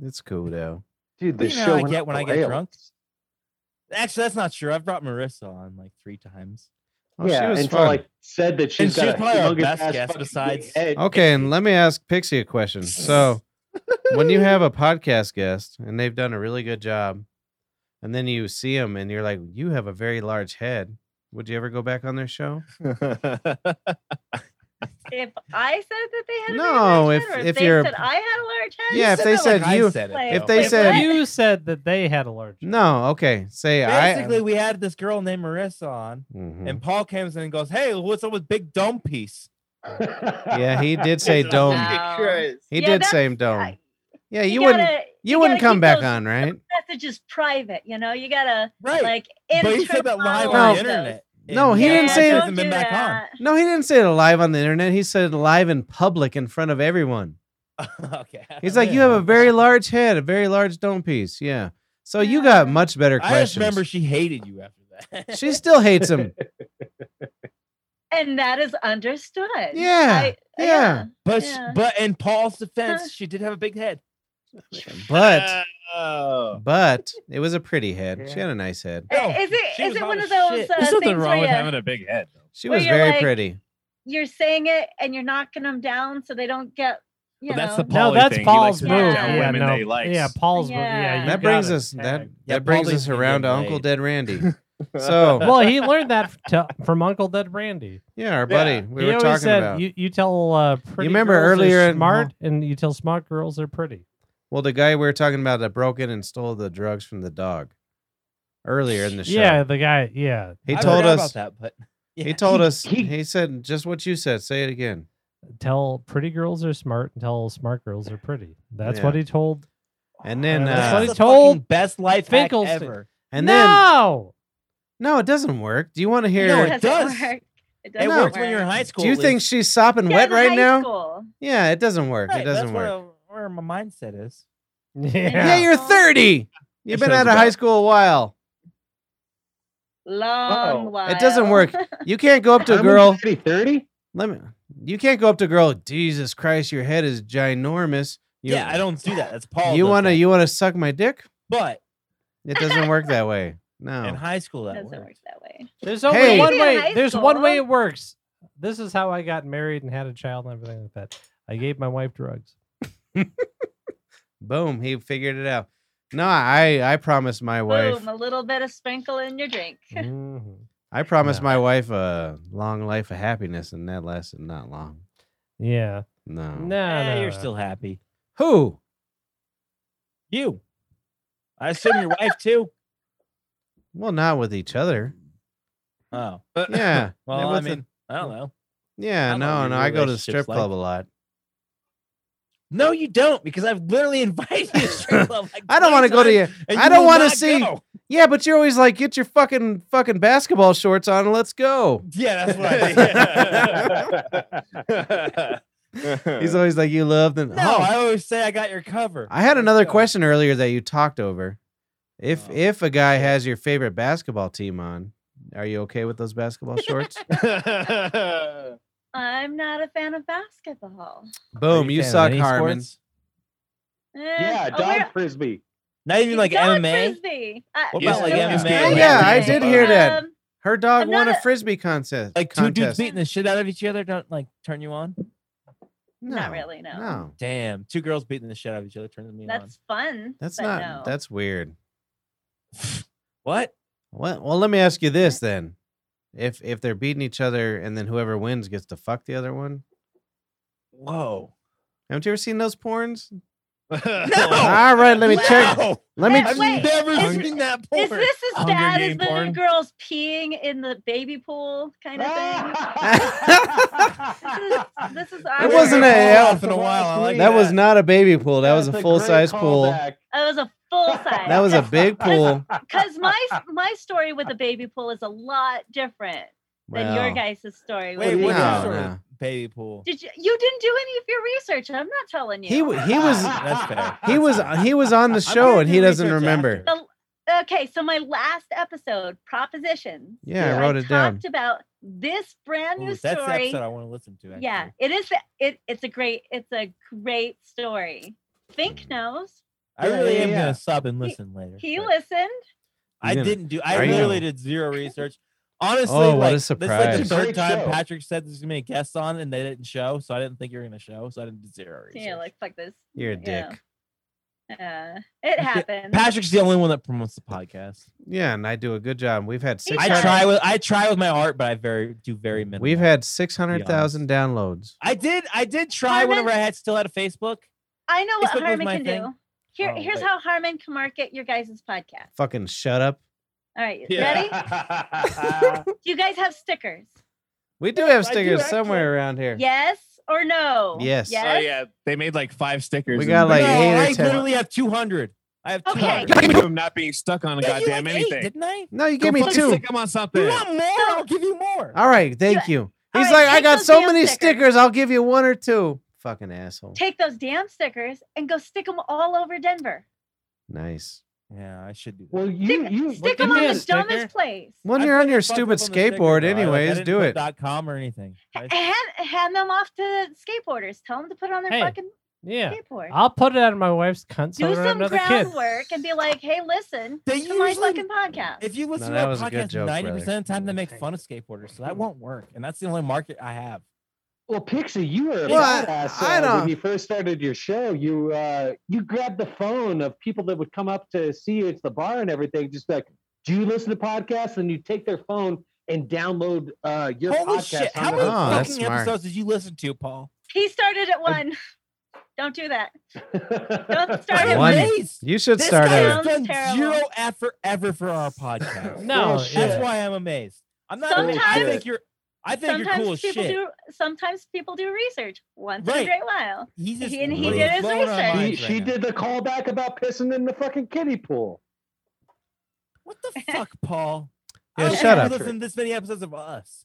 It's cool though. Dude, the You know show what I went get off when the I get rails. drunk? Actually, that's not true. I've brought Marissa on like three times. Oh, yeah, she was until fun. I said that she's And she got was probably our a humongous best ass guest fucking besides- big head. Okay, and let me ask Pixie a question. (laughs) So, when you have a podcast guest and they've done a really good job, and then you see them and you're like, "You have a very large head." Would you ever go back on their show? If I said that they had a No, if- big large head, or if they you're- said I had a large head, Yeah, if said they that like said I you- said it, Like, though. If they Wait, said, what? You said that they had a large. "No," okay, say basically, I. we had this girl named Marissa on, Mhm. and Paul comes in and goes, "Hey, what's up with Big Dome Piece?" Yeah, (laughs) he (laughs) did say dome. Wow. He did Yeah, that's- say dome. um, I- Yeah, Oh. you wouldn't. gotta- You wouldn't gotta come keep back those on, right? Messages private, you know. You gotta Right, like. but he intro said that live follow on No. the those. internet. and No, he Yeah, didn't say it. don't hasn't been do back on. that. No, he didn't say it live on the internet. He said it live in public in front of everyone. (laughs) okay. He's like, you have a very large head, a very large dome piece. Yeah. So you got Yeah. much better I just questions. remember she hated you after (laughs) that. she still hates him. and that is understood. Yeah, I- yeah. (laughs) but Yeah. but (laughs) in Paul's defense, she did have a big head. But Oh. but it was a pretty head. She had a nice head. I- No, is it she is was it hot one as of those shit. uh, There's something things wrong with where having a big head. Though. She Well, was you're very like- pretty. you, are saying it and you're knocking them down so they don't get you But know. that's the No, Pauly that's thing. He likes Paul's to move. knock knock down down Yeah, women no, that he likes. yeah, Paul's move. Yeah. Yeah, you That got brings it. us that Yeah, that brings Pauly's us being around to laid. Uncle Dead (laughs) Randy. (laughs) So well, he learned that f- to, from Uncle Dead Randy. yeah, our buddy we he were always talking said, about. You, you tell uh, pretty remember girls they're earlier in- smart, and you tell smart girls they're pretty. Well, the guy we were talking about that broke in and stole the drugs from the dog earlier in the show. Yeah, the guy. Yeah, He I told forgot us. about that, but (laughs) He told He- us. he- he said just what you said. Say it again. tell pretty girls are smart and tell smart girls are pretty. That's Yeah. what he told. And then, uh, That's what he the told. fucking best life hack Finkelstein. ever. And then no, no, it doesn't work. Do you want to hear? No, It it doesn't does. work. It It doesn't works when you're in high school. do you at think least. she's sopping Yeah, wet in right high now? school. Yeah, it doesn't work. Right, it doesn't that's where- work. Where, my mindset is. Yeah. (laughs) yeah, you're 30. You've That been sounds out of high about- school a while. Long while. Oh, It doesn't work. You can't go up (laughs) to a girl. (laughs) (laughs) 30? Let me. You can't go up to a girl. Jesus Christ, your head is ginormous. You, yeah, I don't do that. That's Paul. You does wanna that. you wanna suck my dick? But It doesn't work that way. in No. high school, It that doesn't worked. work that way. there's only Hey. one Maybe in way. high There's one way school. it works. This is how I got married and had a child and everything like that. I gave my (laughs) wife drugs. Boom. He figured it out. No, I I promised my wife. Boom, a little bit of sprinkle in your drink. Mhm. I promised No. my wife a long life of happiness, and that lasted not long. Yeah, No. no, Yeah, no, you're no. still happy. Who? You. I assume your wife too. Well, not with each (laughs) other. Oh. Yeah. Well, I with the- mean, I don't know. yeah, I don't know no, what no. your I go to the relationship's strip like. club a lot. No, you don't, because I've literally (laughs) invited (laughs) you to strip club. Like I don't want to go to you. you. I don't wanna see- (laughs) Yeah, but you're always like, get your fucking fucking basketball shorts on and let's (laughs) go. Yeah, that's (laughs) what I do. He's always like, you love them. (laughs) no, oh, I always say I got your cover. I had Let's another go. question earlier that you talked over. If Oh, if a guy has your favorite basketball team on, are you okay with those (laughs) basketball shorts? I'm not a fan of basketball. Are Boom, a you, fan of suck, any Harmon. sports? Eh, Yeah, oh, dog we're- frisbee. Not even like dog MMA. frisbee. I- What no, about, like, no, no, MMA? Oh, yeah, I no. did hear that. Um, Her dog I'm won a not a- frisbee contest. Like two dudes contest. beating the shit out of each other don't like turn you on. No, Not really, no. No, Damn, two girls beating the shit out of each other turns me That's fun. that's but not. no. That's weird. on. what? Well, well, let me ask you this then: if if they're beating each other and then whoever wins gets to fuck the other one, Whoa. haven't you ever seen those porns? No. (laughs) All right, let me check. Wow. Let (laughs) me. That's I've Wait, never is- seen that porn. Is this as Hunger bad as Game the porn? new girls peeing in the baby pool kind of (laughs) thing? This is It awkward. wasn't a- in a while. I (laughs) like That was not a baby pool. That was a That's full size great pool. callback. That was a full size. That was a (laughs) big pool. because my (laughs) my story with the baby pool is a lot different than your Well, guys' story. Wait, with what the- No, sort no. of baby pool? Did you? You didn't do any of your research. and I'm not telling you. he wa- he was (laughs) That's fair. he was he was on the show gonna and do he doesn't research remember. the, Okay, so my last episode, Proposition. Yeah, I wrote it down. Talked about this brand new Ooh, story. that's the episode I want to listen to. Actually. yeah, it is. It, it's a great. It's a great story. Mm. Fink knows. I Yeah, really yeah, am yeah. gonna sub and listen later. He but listened. I You're gonna- didn't do. I Are you? literally did zero research. Honestly, Oh, what a like, This surprise. is like the Great third time show. Patrick said there's gonna be guests on, and they didn't show, so I didn't think you were gonna show, so I didn't do zero research. Yeah, like fuck this. You're a dick. Yeah. Uh, it happens. Patrick's the only one that promotes the podcast. Yeah, and I do a good job. We've had six. I Sorry. try with I try with my art, but I very do very minimal. We've had six hundred thousand downloads. I did I did try Haven't- whenever I had still had a Facebook. I know what Facebook was Harmon my can thing. do. Here, Oh, here's wait. how Harmon can market your guys' podcast. Fucking shut up. All right, ready? (laughs) (laughs) Yeah. Do you guys have stickers? We do have I do stickers actually. somewhere around here. Yes or no? Yes. Yes. Oh yeah, they made like five stickers. We and got, they- like, no, eight or I ten. literally have two hundred. I Oh, have two Okay. hundred. I'm not being stuck on Yeah, you goddamn like eight, anything. didn't I? No, you Go give me fucking two. Stick 'em on You something. want more? I'll give you more. All right, thank you. All He's right, like, I take got those so damn many stickers." stickers. I'll give you one or two. Fucking asshole. Take those damn stickers and go stick them all over Denver. Nice. Yeah, I should do that. Well, you Stick, you stick give them on me the a dumbest sticker. place. When I you're on put your fucked up stupid on the sticker, skateboard, though. I, like, I anyways, didn't do put it. Dot com or anything. I- Hand, hand them off to skateboarders. Tell them to put it on their Hey, fucking Yeah. skateboard. I'll put it out of my wife's cunt so I do don't have some another kid. groundwork and be like, hey, listen They to my usually- fucking podcast. If you listen No, that to was a our good podcast, joke, ninety percent of the time they brother. make fun of skateboarders, so that won't work. And that's the only market I have. well, Pixie, you were a Well, I- badass I uh, don't- when you first started your show. You uh, you grabbed the phone of people that would come up to see you at the bar and everything, just like, do you listen to podcasts? And you take their phone and download uh, your Holy podcast. shit! on How their many Oh, that's fucking smart. episodes did you listen to, Paul? he started at one. (laughs) Don't do that. (laughs) (laughs) Don't start I'm at One. one. amazed. You should This start guy out. has out. done Terrible. zero effort ever for (laughs) our podcast. Oh, No, Bullshit. yeah. That's why I'm amazed. I'm not. I Sometimes- think you're. I think you're Sometimes cool as shit. people do. Sometimes people do research once in Right. a great while. He's just and he really did his blowing our research. She- minds she right now. did the callback about pissing in the fucking kiddie pool. What the (laughs) fuck, Paul? Yeah, I don't shut think up. you Listen to this many episodes of us.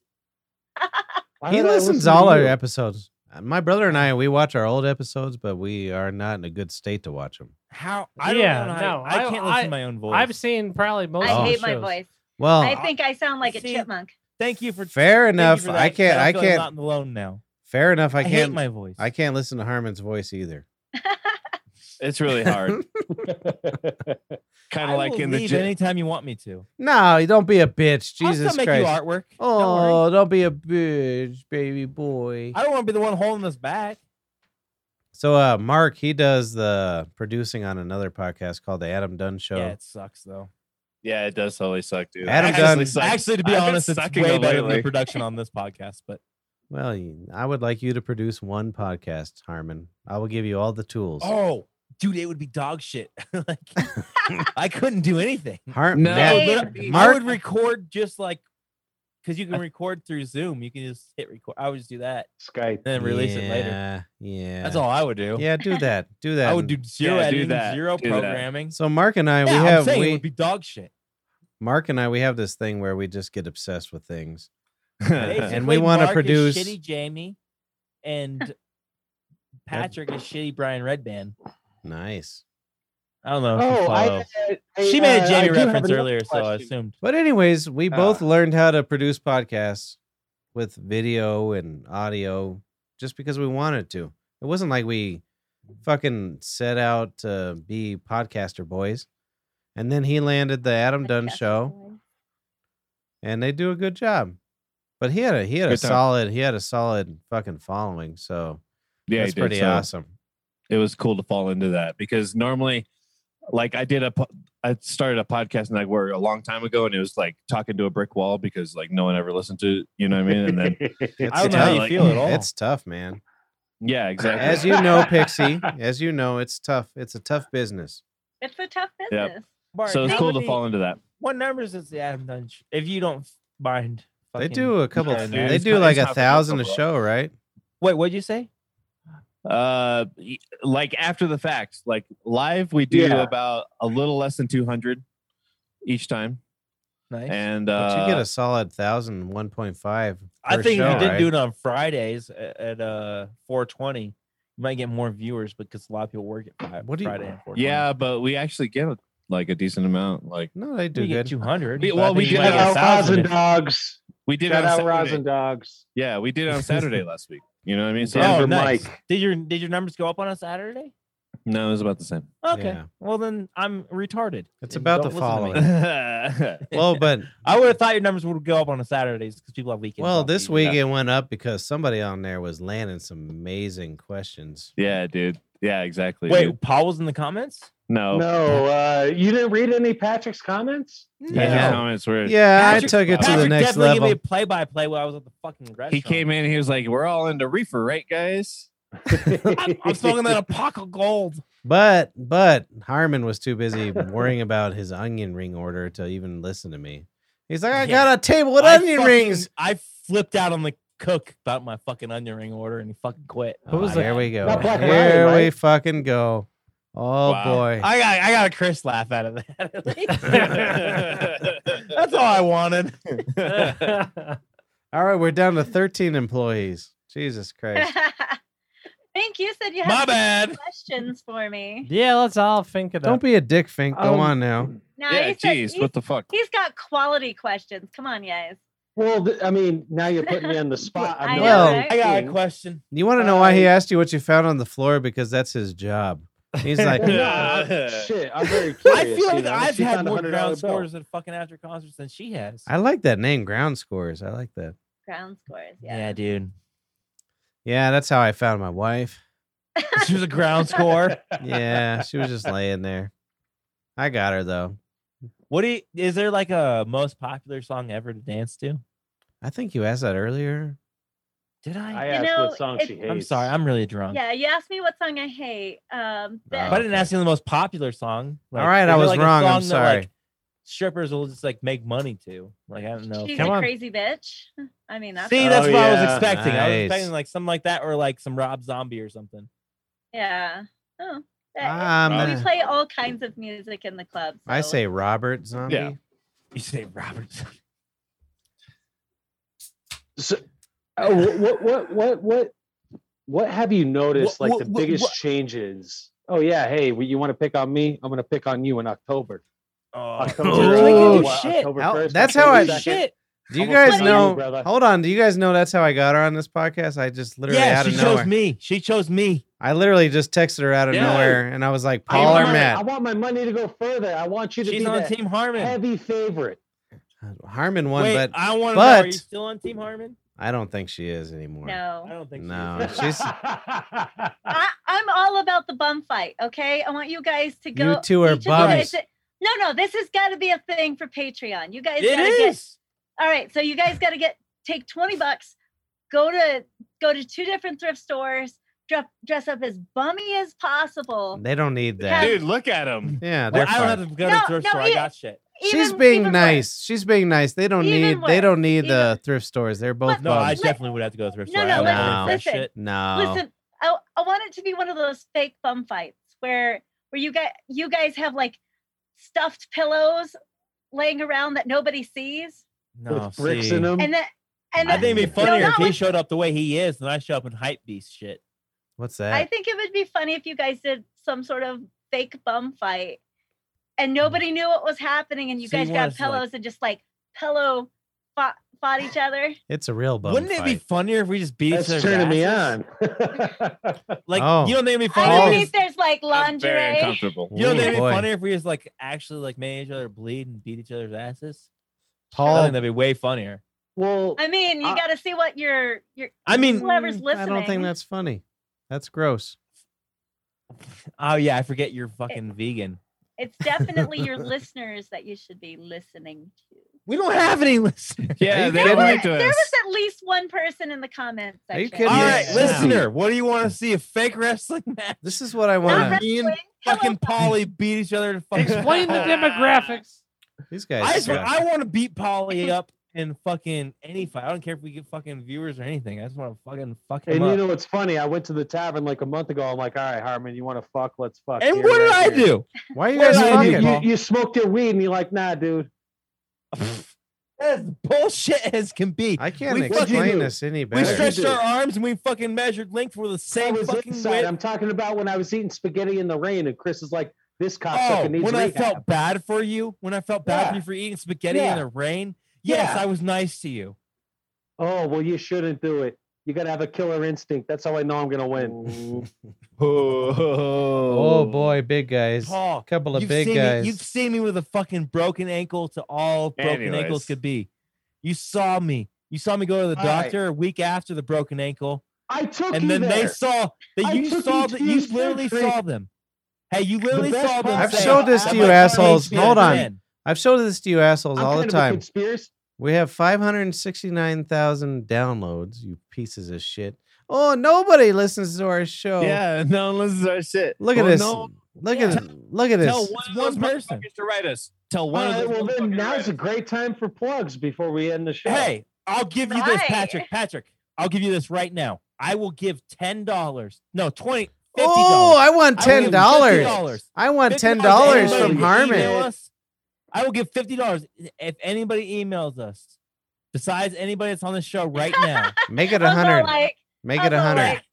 Why He would I listens listen to to all our you? episodes. Uh, My brother and I, we watch our old episodes, but we are not in a good state to watch them. How? I don't Yeah, know. how- no, I, I- can't listen I- to my own voice. I've seen probably most. of I the hate my shows. voice. Well, I think I sound like a See, chipmunk. Thank you for. thank you fair for enough. that, I 'cause can't. I feel can't. I'm not alone now. fair enough. I I, hate can't. my voice. I can't listen to Harmon's voice either. It's really (laughs) hard. kind I of like will in the leave gym. anytime you want me to. No, don't be a bitch. I'll Jesus still make Christ. you artwork. Don't worry. Oh, don't be a bitch, baby boy. I don't want to be the one holding us back. So uh Mark, he does the producing on another podcast called the Adam Dunn Show. Yeah, it sucks though. yeah, it does totally suck, dude. Adam Actually Dunn- sucks. Actually, to be I've been honest, it's sucking way it better than the lately. production (laughs) on this podcast. But Well, you- I would like you to produce one podcast, Harmon. I will give you all the tools. oh, dude, it would be dog shit. (laughs) like (laughs) I couldn't do anything. Har- No, Matt- Hey, Lit- I Mark- would record just like because you can record through Zoom. You can just hit record. I would just do that Skype. and then release it later. Yeah, Yeah. That's all I would do. Yeah, do that. Do that. (laughs) I would And do zero Yeah, do editing, that, zero do that. programming. So Mark and I, yeah, we I'm have saying it we would be dog shit. Mark and I we have this thing where we just get obsessed with things. Basically, we wanna Mark is produce- shitty Jamie and Patrick is shitty Brian Redband. Nice. I don't know. if you Oh, I, follow. I- she made uh, a I Jamie do have reference another earlier, so I question. assumed. But anyways, we Uh, both Ah. learned how to produce podcasts with video and audio just because we wanted to. It wasn't like we fucking set out to be podcaster boys. And then he landed the Adam Dunn Podcast show boy. and they do a good job. But he had a he had a Good time. solid he had a solid fucking following, so yeah, that's he did, pretty so awesome. It was cool to fall into that because normally, like, I did a, po- I started a podcast and I were a long time ago, and it was like talking to a brick wall because like no one ever listened to, it, you know what I mean? And then (laughs) It's I don't know how you like- feel at all. It's tough, man. yeah, exactly. As you know, Pixie, as you know, it's tough. It's a tough business. It's a tough business. Mark, so it's how cool to many- fall into that. What numbers is the Adam Dunn? sh- If you don't f- mind, They fucking- do a (laughs) couple. Yeah, th- dude, they it's do not- like it's a not for thousand a people. show, right? Wait, what'd you say? Uh, y- like after the fact, like live, we do Yeah. about a little less than two hundred each time, Nice. and But uh, you get a solid thousand, one point five. I per think if show, you did right? do it on Fridays a- at uh 420, you might get more viewers because a lot of people work at five, What do you- Friday. at 420. yeah, but we actually get like a decent amount. Like No, they do We get good. two hundred. We- well, we did have Shout out Roz and thousand. Dogs. we did Shout on out Saturday. Roz and Dogs. Yeah, we did it on (laughs) Saturday last week. You know what I mean? So Oh, Denver nice. Mike. Did your did your numbers go up on a Saturday? no, it was about the same. Okay. Yeah. Well, then I'm retarded. It's and about don't the listen to me. following. (laughs) Well, but I would have thought your numbers would go up on a Saturdays because people have weekends. well, off this usually. week it went up because somebody on there was landing some amazing questions. yeah, dude. Yeah, exactly. dude. Wait, Paul was in the comments. (laughs) no. No, uh, you didn't read any Patrick's comments? Patrick's Yeah. (laughs) comments were. Yeah, I Patrick- took it to Patrick the next definitely level. gave me a play-by-play while I was at the fucking restaurant. He came in. He was like, "We're all into reefer, right, guys?" I'm, I'm smoking that (laughs) apocalypse gold. But but Harmon was too busy worrying about his onion ring order to even listen to me. He's like, I Yeah. got a table with I onion fucking- rings. I flipped out on the cook about my fucking onion ring order, and he fucking quit. Oh, was here we go. Not Black here Friday, we right? fucking go. Oh Wow. boy. I got I got a Chris laugh out of (laughs) that. That's all I wanted. All right, we're down to 13 employees. Jesus (laughs) Christ. (laughs) Think you said you My had bad. questions for me. (laughs) yeah, let's all think it Don't up. be a dick, Fink. Go Oh, Um, on now. No, Yeah, he said jeez, he's- what the fuck? he's got quality questions. Come on, guys. Well, th- I mean, now you're putting me on (laughs) the spot. I I'm know, Well, right? I got a question. You want to know why he I- asked you what you found on the floor? Because that's his job. He's (laughs) like, (laughs) Well, no, I- shit, I'm very I curious. feel you like know, I've she had found a more $100 ground bill. scores at fucking after concerts than she has. I like that name, Ground Scores. I like that. Ground scores. yeah. Yeah. dude. Yeah, that's how I found my wife. (laughs) She was a ground score. Yeah, she was just laying there. I got her though. (laughs) What do you, is there like a most popular song ever to dance to? I think you asked that earlier. Did I I? You asked know, what song it- she hates. I'm sorry, I'm really drunk. Yeah, you asked me what song I hate. Um, But that- Oh, I didn't ask you the most popular song. Like, All right, is I there, was like, a wrong, I'm song that, like, sorry. strippers will just like make money to. Like I don't know. she's Come a on. crazy bitch. I mean, that's See, that's Oh, what I was yeah. expecting. I was Nice. expecting like something like that, or like some Rob Zombie or something. yeah. Oh, that- Um, Rob- we uh, play all kinds of music in the club. I so- say Robert Zombie. Yeah. You say Robert. Zombie. So, uh, wh- what, what, what, what, what have you noticed? What- like what- the what- biggest what- changes? Oh yeah, hey, well, you want to pick on me? I'm gonna pick on you in October. Oh, October, Oh, what, shit. October How- 1st, that's how October I- 2nd? shit. Do you Almost guys got you, know? brother. hold on. Do you guys know that's how I got her on this podcast? I just literally yeah, out she of chose nowhere. me. She chose me. I literally just texted her out of Yeah. nowhere, and I was like, I Paul or want my- I Matt. want my money to go further. I want you to She's be on that Team Harmon. heavy favorite. Harmon won, Wait, uh but I want to know. Are you but- still on Team Harmon? I don't think she is anymore. I No. don't think No, (laughs) so. (laughs) she's- (laughs) I, I'm all about the bum fight. Okay. I want you guys to go. You two are each of guys- bums. No, no, this has got to be a thing for Patreon. You guys It gotta get is. (laughs) all right so you guys got to get take 20 bucks go to go to two different thrift stores dress, dress up as bummy as possible They don't need that. Because- Dude, look at him. Yeah, Well, they're I don't fine. have to go No, to thrift no, store. I it- got shit. She's Even- being even nice. She's being nice. They don't Even need they worse. don't need the Even- thrift stores. They're both But- No, I bums. Listen- definitely would have to go to thrift No, store. no, I listen, wouldn't wear that listen. shit. no. worse. listen I, I want it to be one of those fake bum fights where where you guys you guys have like stuffed pillows laying around that nobody sees No, with bricks see. in Um, them. and then and I then- think it'd be no, funnier if not he with- showed up the way he is than I show up in hype beast shit. What's I that? think it would be funny if you guys did some sort of fake bum fight and nobody knew what was happening and you So you guys want grabbed us to, like- pillows and just like pillow fought, fought each other. It's a real bum. Wouldn't it be fight. funnier if we just beat each That's other's turning me asses? on. Like Oh. you don't think it'd be funny? Underneath If, there's like I'm very lingerie. uncomfortable. you don't Ooh, think it'd be boy. funnier if we just like actually like made each other bleed and beat each other's asses? I think Paul? that'd be way funnier. well, I mean, you Uh, got to see what your your I mean, whoever's Mm, listening. I don't think that's funny. That's gross. oh yeah, I forget you're fucking vegan. it's definitely your listeners that you should be listening to. We don't have any listeners. Yeah, you they kidding don't me? like There to us. was at least one person in the comments Are you section. kidding All me? right, Yeah. listener, what do you want to see? A fake wrestling match? This is what I Not want. Ian wrestling, Fucking pillow fight. Polly beat each other to fucking (laughs) Explain the (laughs) (laughs) demographics. These guys. I just want, suck. I want to beat Polly up in fucking any fight. I don't care if we get fucking viewers or anything. I just want to fucking fuck him and you up. know what's funny? I went to the tavern like a month ago. I'm like, all right, Harmon, you want to fuck? Let's fuck. and Here, what did right I here." do? (laughs) Why are you What guys did I do, fucking? You, Paul? you, you smoked your weed and you're like, nah, dude. That's bullshit as can be. I can't We fucking explain do. this any we better. stretched our arms and we fucking measured length for the I same was fucking inside. I'm width. talking about when I was eating spaghetti in the rain, and Chris is like, This cocksucker Oh, needs when I rehab. felt bad for you, when I felt bad for Yeah. you for eating spaghetti Yeah. in the rain, yes, Yeah. I was nice to you. oh well, you shouldn't do it. You gotta have a killer instinct. That's how I know I'm gonna (laughs) win. Oh boy, big guys. Paul, couple of you've big seen guys. Me, you've seen me with a fucking broken ankle to all broken ankles Anyways. could be. You saw me. You saw me go to the All right. doctor a week after the broken ankle, I took and you then they there. saw I that you took saw you that to you the literally surgery. saw them. Hey, you literally best saw them. part- I've say, showed this to "That you might not assholes. need to be a Hold on. man." I've showed this to you assholes I'm all kind the of A time. conspiracy. We have 569,000 downloads, you pieces of shit. Oh, nobody listens to our (laughs) show. Yeah, no one listens to our shit. Look at oh, Well, this. No, Look Yeah. at this. Look at tell this. one, It's of one those person. motherfuckers to write us. Tell All one right, of well those then, motherfuckers to write now's a us. great time for plugs before we end the show. Hey, I'll give you this, Right. Patrick. Patrick, I'll give you this right now. I will give ten dollars. No, twenty. $50. Oh, I want I will ten give dollars. $50. I want ten $50 dollars anybody from that email Harmon. us, I will give fifty dollars if anybody emails us. Besides anybody that's on the show right (laughs) now, Make it a I'll go hundred. like, Make I'll it go a hundred. like-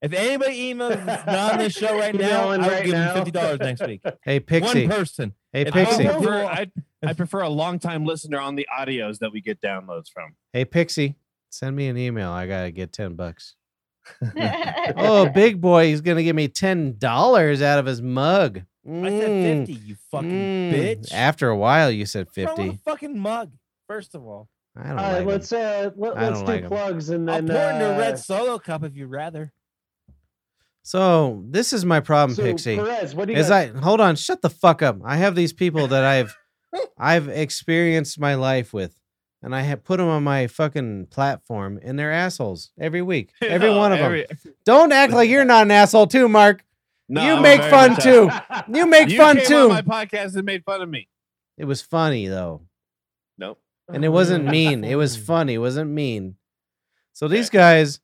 if anybody emails that's not on the show right now, I Emailing will right give them now. fifty dollars next week. Hey Pixie. One person. Hey if I I Pixie. don't- (laughs) prefer, I, I prefer a long-time listener on the audios that we get downloads from. Hey Pixie. Send me an email. I gotta get ten bucks. (laughs) Oh, big boy, he's gonna give me ten dollars out of his mug. I Mm, said fifty. You fucking mm. bitch. After a while, you said What's wrong with fifty. a fucking mug. First of all, I don't all right, like let's uh, let, I us don't do like 'em. plugs and I'll then pour into a uh, red solo cup if you'd rather. So this is my problem, so, Pixie. Perez, what do you Is got? I hold on, shut the fuck up. I have these people that I've I've experienced my life with, and I have put them on my fucking platform, and they're assholes every week. Every one of them. Don't act like you're not an asshole too, Mark. You make fun too. You (laughs) make you fun came On too. my podcast and made fun of me. It was funny though. Nope. And it wasn't Oh, mean. It was fucking- funny. It wasn't mean. So these guys,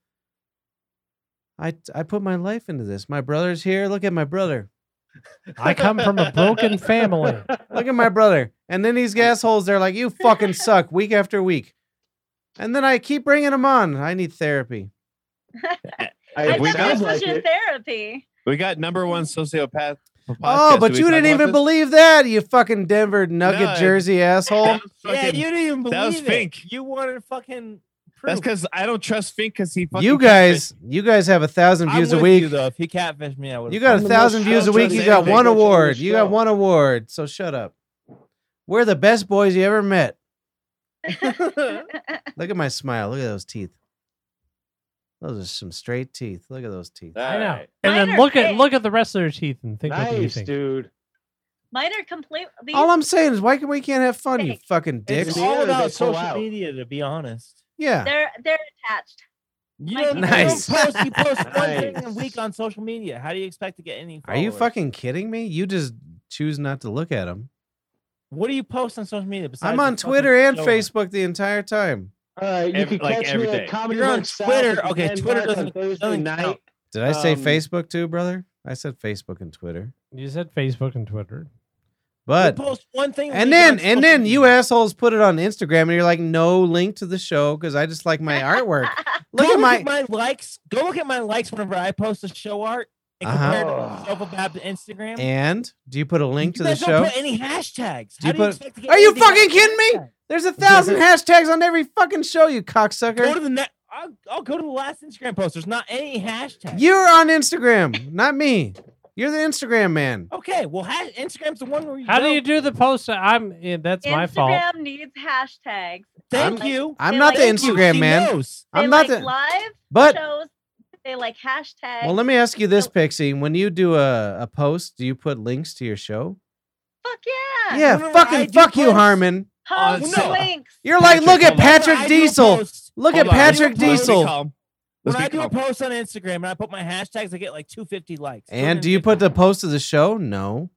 I I put my life into this. My brother's here. Look at my brother. I come from a broken family. (laughs) Look at my brother. And then these assholes, they're like, you fucking suck week after week. And then I keep bringing them on. I need therapy. I, I it we thought got this sounds was like your it. therapy. We got number one sociopath. oh, podcast. but Did we you talk didn't about even this? believe that, you fucking Denver Nugget No, I- Jersey asshole. That was Yeah, fucking- you didn't even believe that was it. fink. You wanted fucking proof. That's because I don't trust Fink because he (laughs) fucking. You guys, you guys have a thousand I'm views a with week. You, though, if he catfished me, I would. You got I'm a the thousand most views a week. outdone You got thing one that's on the award. You got show. one award. So shut up. We're the best boys you ever met. (laughs) Look at my smile. Look at those teeth. Those are some straight teeth. Look at those teeth. All I know. right. And Mine then are look at big. look at the rest of their teeth and think what you Nice, think. dude. Mine are complete. These, All I'm saying is, why can we can't have fun, you Thanks. fucking dicks? It's all Yeah, they about pull social out. media, to be honest. Yeah. they're they're attached. You My don't, people- Nice. you don't post. (laughs) You post one thing a Nice. week on social media. How do you expect to get any? Are you followers? fucking kidding me? You just choose not to look at them. What do you post on social media? Besides I'm the on fucking Twitter and show? Facebook the entire time. All right, you Every- can like, catch every me day. at Comedy You're on Works South Twitter. at the Okay, Van Twitter Nuys on doesn't- Thursday doesn't night. count. Did I say Um, Facebook too, brother? I said Facebook and Twitter. You said Facebook and Twitter. But you post one thing, a And week then on and social then you (laughs) media. assholes put it on Instagram and you're like, no link to the show because I just like my (laughs) artwork. Look go at my likes. Go look at my likes whenever I post a show art and Uh-huh. compare it to Bab to Instagram. and do you put a link to You the guys Don't show? put any hashtags. Do you How put- expect to get Are you anything out fucking of kidding me? hashtags? There's a (laughs) thousand hashtags on every fucking show, you cocksucker. Go to the net. I'll, I'll go to the last Instagram post. There's not any hashtags. You're on Instagram, not me. You're the Instagram man. Okay, well, ha- Instagram's the one where you. How do don't- you do the post? I'm. eh, That's my fault. Instagram needs hashtags. Thank I'm- you. I'm They not the like- Thank you. Instagram She man. knows. They I'm not like the live but shows. They like hashtags. well let me ask you this, So- Pixie. When you do a, a post, do you put links to your show? Fuck yeah. Yeah, whenever I fucking do fuck you, posts- Harmon. Home Oh, to no. links. You're like, Patrick, look at hold on. Whenever Patrick I do a Diesel. post- Look Hold at on. Patrick Let's be Diesel. calm. When Let's I be do a calm. post on Instagram and I put my hashtags, I get like 250 likes. And do you put 250. the post of the show? No.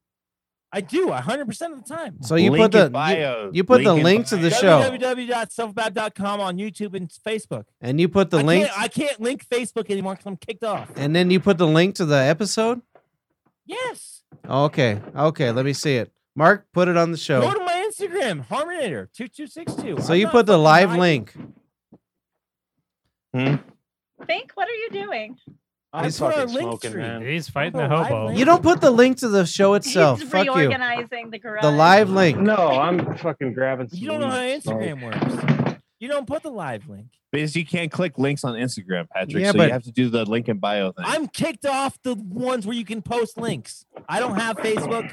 I do 100% of the time. So you Link put the in you, bio. you put the Link in link to bio. the show. www.selfbab.com on YouTube and Facebook. and you put the I link Can't, I can't link Facebook anymore because I'm kicked off. and then you put the link to the episode. Yes. Okay, okay, let me see it. Mark, put it on the Go show. to my Instagram, Harmonator2262. So you put the live link. (laughs) Think, what are you doing? I'm It's on our fucking link smoking, tree. man. He's fighting Oh, a I hobo. like- You don't put the link to the show itself. He's Fuck you. reorganizing the garage. The live link. No, I'm fucking grabbing. Some You don't know how weed smoke. Instagram works. You don't put the live link. Because you can't click links on Instagram, Patrick. Yeah, so but- you have to do the link in bio thing. I'm kicked off the ones where you can post links. I don't have Facebook.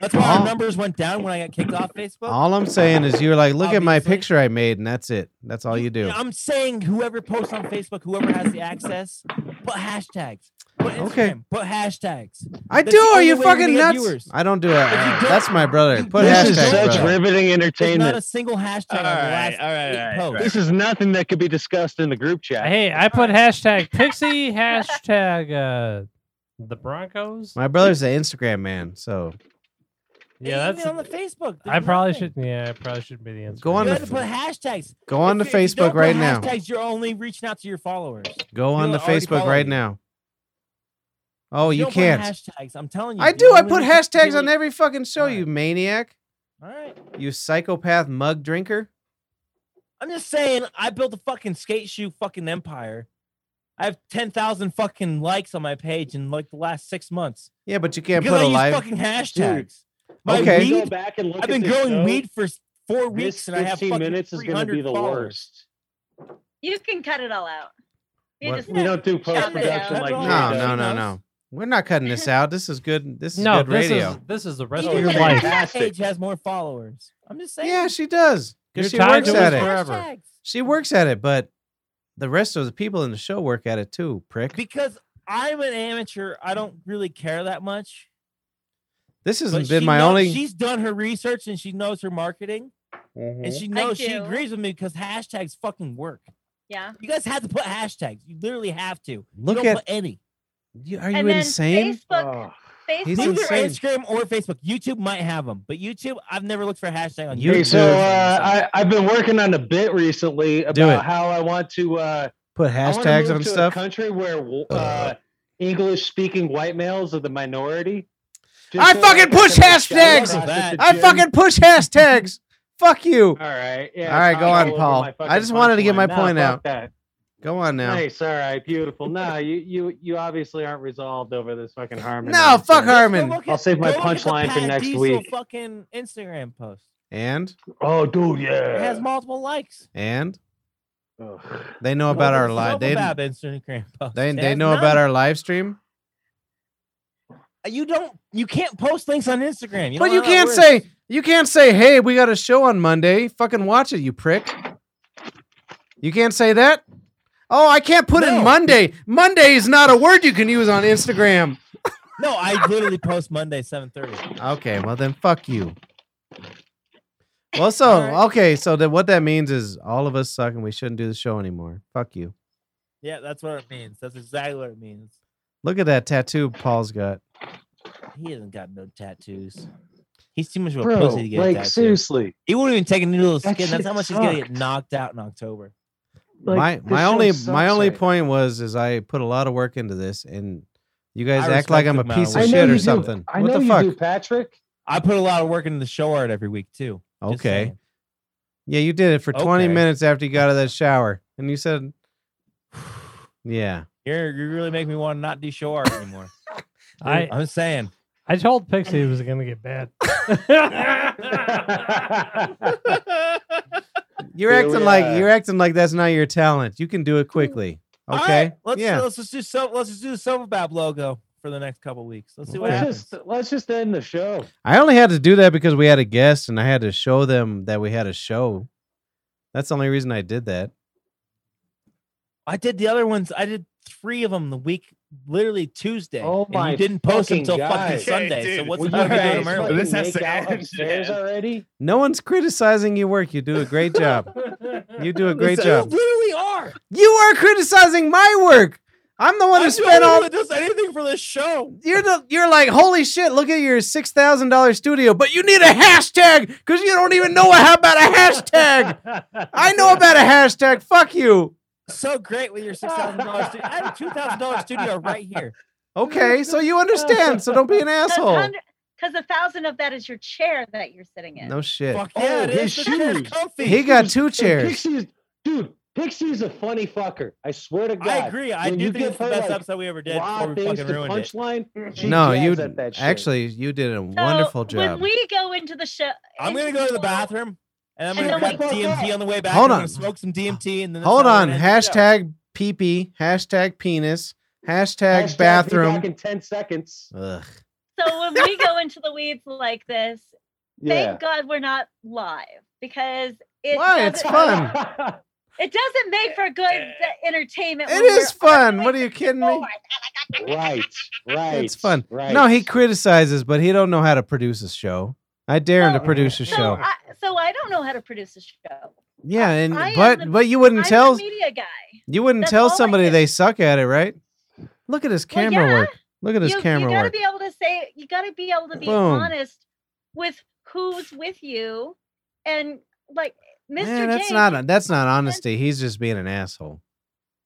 That's why Oh. our numbers went down when I got kicked off Facebook. All I'm saying is you're like, look at my Obviously. picture I made, and that's it. That's all you do. I'm saying whoever posts on Facebook, whoever has the access, put hashtags. Put Instagram, Okay. Put hashtags. I That's do. the Are only you way we're fucking gonna get nuts? viewers. I don't do it. don't- That's my brother. Put This is hashtag. such brother. riveting There's not a entertainment. single hashtag on the Alright, last alright, eight alright, posts. This is nothing that could be discussed in the group chat. Hey, I put (laughs) hashtag Pixie, hashtag uh, the Broncos. My brother's an Instagram man, so Yeah, even on that's. the Facebook. I there's probably nothing. should. Yeah, I probably should be the answer. Go on You the have to put hashtags. go on to If you- if you don't Facebook put right now. Hashtags, you're only reaching out to your followers. Go on know, to I already Facebook follow right you. now. Oh, If you don't put can't. Hashtags. I'm telling you. I you're do. I only put reaching out to hashtags people- on every fucking show, you Alright. maniac. All right. You psychopath mug drinker. I'm just saying, I built a fucking skate shoe fucking empire. I have 10,000 fucking likes on my page in like the last six months. Yeah, but you can't because put I a use live. fucking hashtags. My Okay. Go weed, back and look I've at been this growing show. weed for s- four weeks This and I have 15 fucking minutes is going to 300 be the followers. worst. You can cut it all out. You What? just We don't do post Yeah, production like that's Jay all. no, does. no, no, Knows. no. We're not cutting this out. This is good. This is No, good this radio. is this is the rest Even of your if life. That Fantastic. page has more followers. I'm just saying. yeah, she does. You're Because she tied works to at us it. forever. Hashtags. She works at it, but the rest of the people in the show work at it too, prick. Because I'm an amateur, I don't really care that much. this But hasn't she been my knows- only. She's done her research and she knows her marketing, Mm-hmm. and she knows she do. agrees with me because hashtags fucking work. yeah. You guys have to put hashtags. You literally have to. Look you don't at- put any. You- are and you then insane? Facebook, Oh. Facebook. He's Neither insane. Instagram or Facebook. YouTube might have them, but YouTube, I've never looked for a hashtag on You YouTube. do. Hey, so uh, I, I've been working on a bit recently it. about how I want to uh, Put I wanna hashtags move on to stuff. A country where uh, English-speaking white males are the minority. Just I so fucking can push have a shout hashtags! across at That- the I gym. fucking push hashtags. (laughs) Fuck you. All right. Yeah, All right, go all on, over Paul. my I fucking just wanted to get punchline. my Nah, point fuck out. that. Go on now. Nice. All right. Beautiful. No, (laughs) you you you obviously aren't resolved over this fucking Harmon. No, fuck nonsense. Harmon. I'll save my punchline for next week. Fucking Instagram post. And Oh, dude. It Yeah. has multiple likes. and Ugh. they know about our live. live. They Instagram post. they, It they has know none. about our live stream. You don't. You can't post links on Instagram. You But don't you know how that can't works. say you can't say, "Hey, we got a show on Monday. Fucking watch it, you prick." You can't say that. Oh, I can't put in No. Monday. Monday is not a word you can use on Instagram. No, I literally post Monday seven thirty. Okay, well then, fuck you. Well, so Alright. okay, so that what that means is all of us suck and we shouldn't do the show anymore. Fuck you. Yeah, that's what it means. That's exactly what it means. Look at that tattoo Paul's got. He hasn't got no tattoos. He's too much of a Bro, pussy to get a like tattoo. seriously, He won't even take a needle of That skin. That's shit how much he's gonna get sucks. knocked out in October. my my only my only point was is I put a lot of work into this and you guys I act like respect I'm a the amount of piece work. of I know shit you or do. something. I what know the you fuck? do, Patrick. I put a lot of work into the show art every week too. Just Okay. saying. Yeah, you did it for 20 Okay. minutes after you got out of that shower. And you said, (sighs) Yeah. You're you really make me want to not do show art (laughs) anymore. I I'm saying. I told Pixie it was gonna get bad. (laughs) (laughs) You're Here we acting like are. you're acting like that's not your talent. You can do it quickly. All Okay. right, let's yeah. let's just do so let's just do the Silverbab logo for the next couple weeks. Let's see what Let's happens. just let's just end the show. I only had to do that because we had a guest and I had to show them that we had a show. That's the only reason I did that. I did the other ones. I did three of them the week, literally Tuesday. Oh and my you didn't post them fucking till God. fucking Okay, Sunday. so dude. what's Will the you Well, point of doing guys them early? fucking This has make to out end, upstairs yeah. (laughs) already? (laughs) No one's criticizing your work. You do a great job. You (laughs) do a great job. You literally are. You are criticizing my work. I'm the one who I'm the spent only all one that does anything for this show. You're the, you're like, holy shit, look at your six thousand dollar studio, but you need a hashtag because you don't even know how about a hashtag. I know about a hashtag. Fuck you. So great with your six thousand dollars studio. I have a two thousand dollars studio right (laughs) here. Okay, so you understand, so don't be an asshole. Because a thousand of that is your chair that you're sitting in. No shit. Fuck yeah, Oh, it his is. The chair's shoes. comfy. He got two Hey, chairs. Pixie is- dude, Pixie's a funny fucker. I swear to God. I agree. I When do you think give it's the her, best like, episode we ever did Raw before we things to fucking ruined it. punchline. she no, you jabs at that shit. actually you did a So, wonderful job. When we go into the show, I'm gonna into go to (laughs) the wall- bathroom and I'm And gonna then grab we go DMT back. on the way back. Hold and I'm on. gonna smoke some DMT and then. that's Hold how we're on. gonna end the show. Hashtag peepee. Hashtag penis. Hashtag, Hashtag be bathroom. back in 10 seconds. Ugh. So when we go into the weeds like this, Yeah. thank God we're not live because it Why? It's doesn't- fun. It doesn't make for good uh, entertainment. It when is we're fun. arguing What are you kidding me? before. (laughs) right. Right. It's fun. Right. No, he criticizes, but he don't know how to produce a show. I dare him to No, produce a So show. I, so I don't know how to produce a show. yeah, and I am but the- but you wouldn't I'm tell a media guy. you wouldn't that's tell all I somebody do. they suck at it, right? Look at his Well, camera yeah. work. Look at his you, you camera gotta work. be able to say you gotta be able to be Boom. honest with who's with you and like mr Eh, that's j not that's not honesty. He's just being an asshole.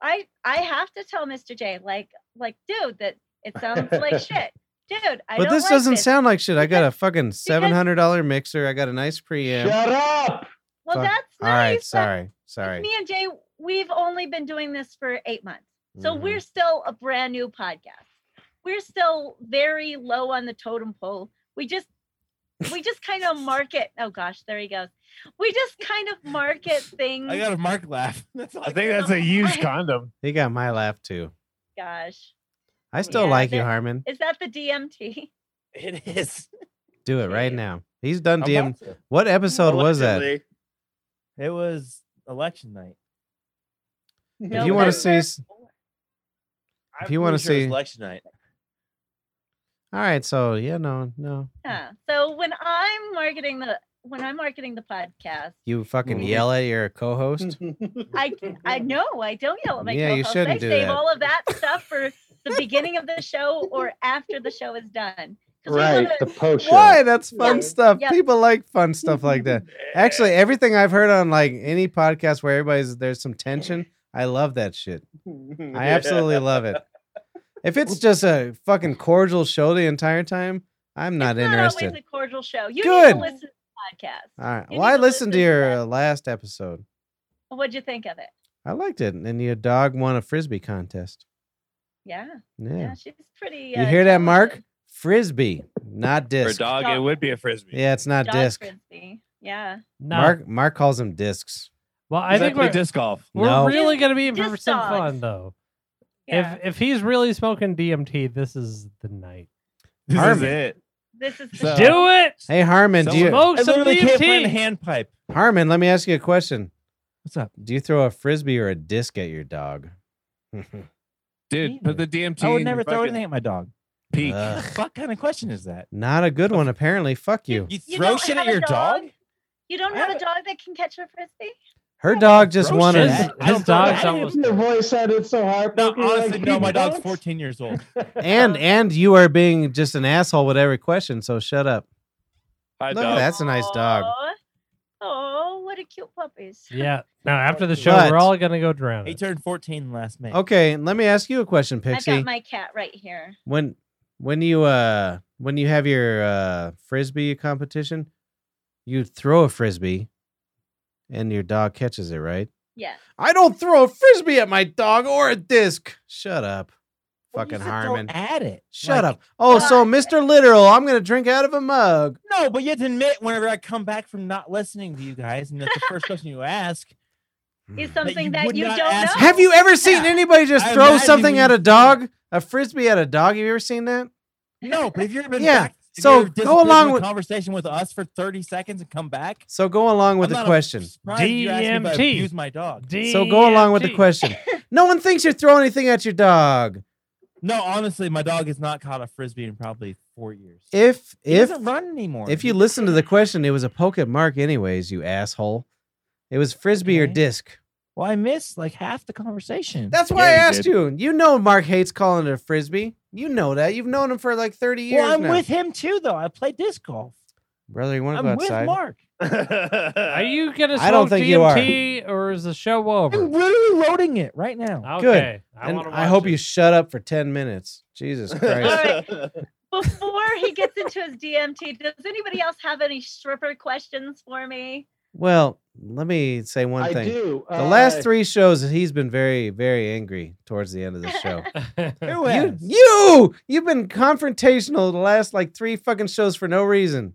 i i have to tell mr j like like dude that it sounds (laughs) like shit dude I but don't this like doesn't this. sound like shit. I got a (laughs) fucking seven hundred dollar mixer. I got a nice preamp. Shut up. well fuck- that's All nice right, but sorry, sorry. me and jay we've only been doing this for eight months so Mhm. we're still a brand new podcast we're still very low on the totem pole we just we just (laughs) kind of market oh gosh there he goes we just kind of (laughs) market things I got a Mark laugh. (laughs) That's all I think that's a used condom. He got my laugh too. gosh I still Yeah, like you, that- Harmon. is that the dmt (laughs) It (laughs) is. Do it right yeah. now. He's done. I'm DM. about to. What episode was that? Allegedly. It was election night. (laughs) If you want to that's see, where- s- I'm If you wanna pretty sure it was see- election night, all right. So yeah, no, no. yeah so when i'm marketing the when i'm marketing the podcast You fucking Mm-hmm. Mhm. yell at your (laughs) co-host. i i know i don't yell at my Yeah, you co-hosts. shouldn't i do save that. all of that stuff for the beginning of the show or after the show is done 'Cause we Right. wanna- The post (laughs) Why? That's fun Yeah. stuff. Yeah. People like fun stuff (laughs) like that. Actually, everything I've heard on like any podcast where everybody's there's some (laughs) tension. I love that shit. I absolutely love it. (laughs) If it's just a fucking cordial show the entire time, I'm not it's interested. Not always a cordial show. You Good. need to listen to the podcast. All right. You Well, need I to listened to listen to your that. uh, last episode. What'd you think of it? I liked it, and your dog won a frisbee contest. Yeah, Yeah. yeah, she's pretty. you uh, hear that, Mark? talented. Frisbee, not For a disc. dog, it would be a frisbee. Yeah, it's not Dog disc. frisbee. Yeah, No. Mark Mark calls them discs. well, I think play we're, disc golf. we're No. really gonna be in for Disc some dogs. fun though. yeah. If if he's really smoking DMT, this is the night. This is Harmon. it. this is the Uh, So- show. Do it. Hey Harmon, do you Someone- Smoke I some literally can't find the DMT. handpipe. Harmon, let me ask you a question. Oh. What's up? Do you throw a frisbee or a disc at your dog? Dude, put the DMT. I in would your never throw fucking anything at my dog. Peak. What Ugh, the fuck kind of question is that? not a good one, apparently. Fuck you. You You throw don't shit at have a your dog? dog? You don't I have a haven't- dog that can catch a frisbee. Her dog just Throw won shit His, at a it. I don't his throw it dog's at him. almost. Your voice sounded so hard. No, Pookie, honestly, like, no. My you dog's don't? 14 (laughs) years old. (laughs) and and you are being just an asshole with every question, so shut up. Hi, Look dog. at that's a nice dog. Oh, what a cute puppies. Yeah. Now after the show, But- we're all gonna go drown. He it. turned 14 last May. Okay, let me ask you a question, I've Pixie. got my cat right here. when when you uh when you have your uh frisbee competition, you throw a frisbee and your dog catches it, right? Yeah. I don't throw a frisbee at my dog or a disc. Shut up. Well, you Fucking said Harmon. Throw at it. Shut Like, up. Oh, God. so Mr. Literal, I'm gonna drink out of a mug. No, but you have to admit, whenever I come back from not listening to you guys, and that's the first question you ask, Is Hmm. something you that would you, not don't ask- know. Have you ever seen Yeah. anybody just I throw imagine something when at you- a dog? A frisbee at a dog? Have you ever seen that? no. But if you've been Yeah, back, if so you've go disappeared from along a with- conversation with us for 30 seconds and come back So go along with I'm the not question. surprised you asked me if I DMT. abused my dog. So go along with the DMT. question. No one thinks you throw anything at your dog. No, honestly, my dog has not caught a frisbee in probably four years. If (laughs) he if doesn't run anymore. if you listen to the question, it was a poke at mark anyways, you asshole. It was frisbee or Okay. disc. well, I missed like half the conversation. That's why Yeah, I you asked did. you. You know Mark hates calling it a frisbee. You know that. You've known him for like 30 years well, I'm now. with him too, though. I play disc golf. Brother, you want to I'm go with outside? Mark. Are you gonna smoke I don't think you are. DMT or is the show over? I'm literally loading it right now. Okay. I and wanna I watch hope it. you shut up for 10 minutes. Jesus Christ. Before he gets into his DMT, does anybody else have any stripper questions for me? well, let me say one I thing. do. uh, The last three shows, he's been very, very angry towards the end of the show. Who you, has? you, you've been confrontational the last like three fucking shows for no reason.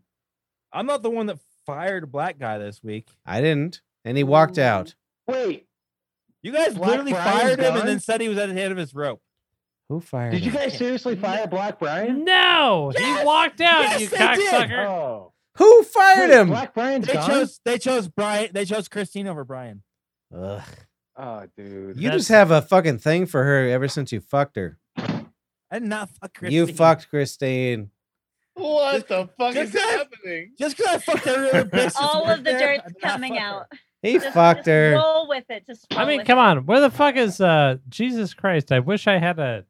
I'm not the one that fired a black guy this week. I didn't, and he walked Ooh. out. Wait, You guys Black literally Brian's fired him gone? and then said he was at the end of his rope. Who fired? did you him? guys seriously fire Black Brian? no, Yes! he walked out. Yes, you they did! cocksucker. Oh, Who fired Wait, him? Black Brian's They gone. chose they chose Brian they chose Christine over Brian. Ugh. oh, dude. You just That's- have a fucking thing for her ever since you fucked her. I did not fuck Christine. You fucked Christine. What the fuck Just is that- happening? just because I fucked every other bitch. that's All been of the there, I dirt's did not coming fuck her. out. (laughs) He Just- fucked just her. Roll with it. Just I Oh, roll mean, with come it. on. Where the fuck is uh Jesus Christ? I wish I had a.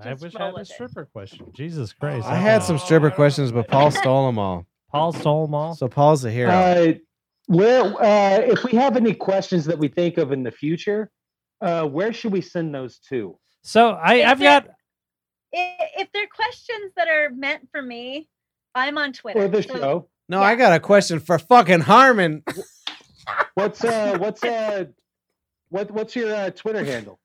I Just wish I roll had a with it. stripper question. Jesus Christ! uh, I had some stripper questions, but Paul stole them all. Paul stole 'em all. So Paul's a hero. Uh, where, uh, if we have any questions that we think of in the future, uh, where should we send those to? So I, If I've there- got I- If there are questions that are meant for me, I'm on Twitter. Or the So show? no, I got a question for fucking Harmon. What's uh, what's uh, what what's your uh, Twitter handle?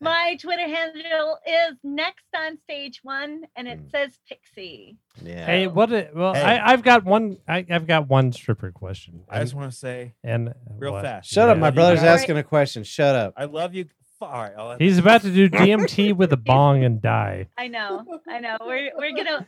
My Twitter handle is next on stage one, and Hmm. it says Pixie. Yeah. (laughs) Hey, what? A, well, Um, Hey. I, I've got one. I, I've got one stripper question. I just And- want to say and real what? fast. Shut up. Yeah, My you brother's guys- asking a question. Shut up. I love you. Fu- All right, I'll let He's about to do DMT with a bong and die. I know, I know. We're we're (laughs) gonna. Ugh,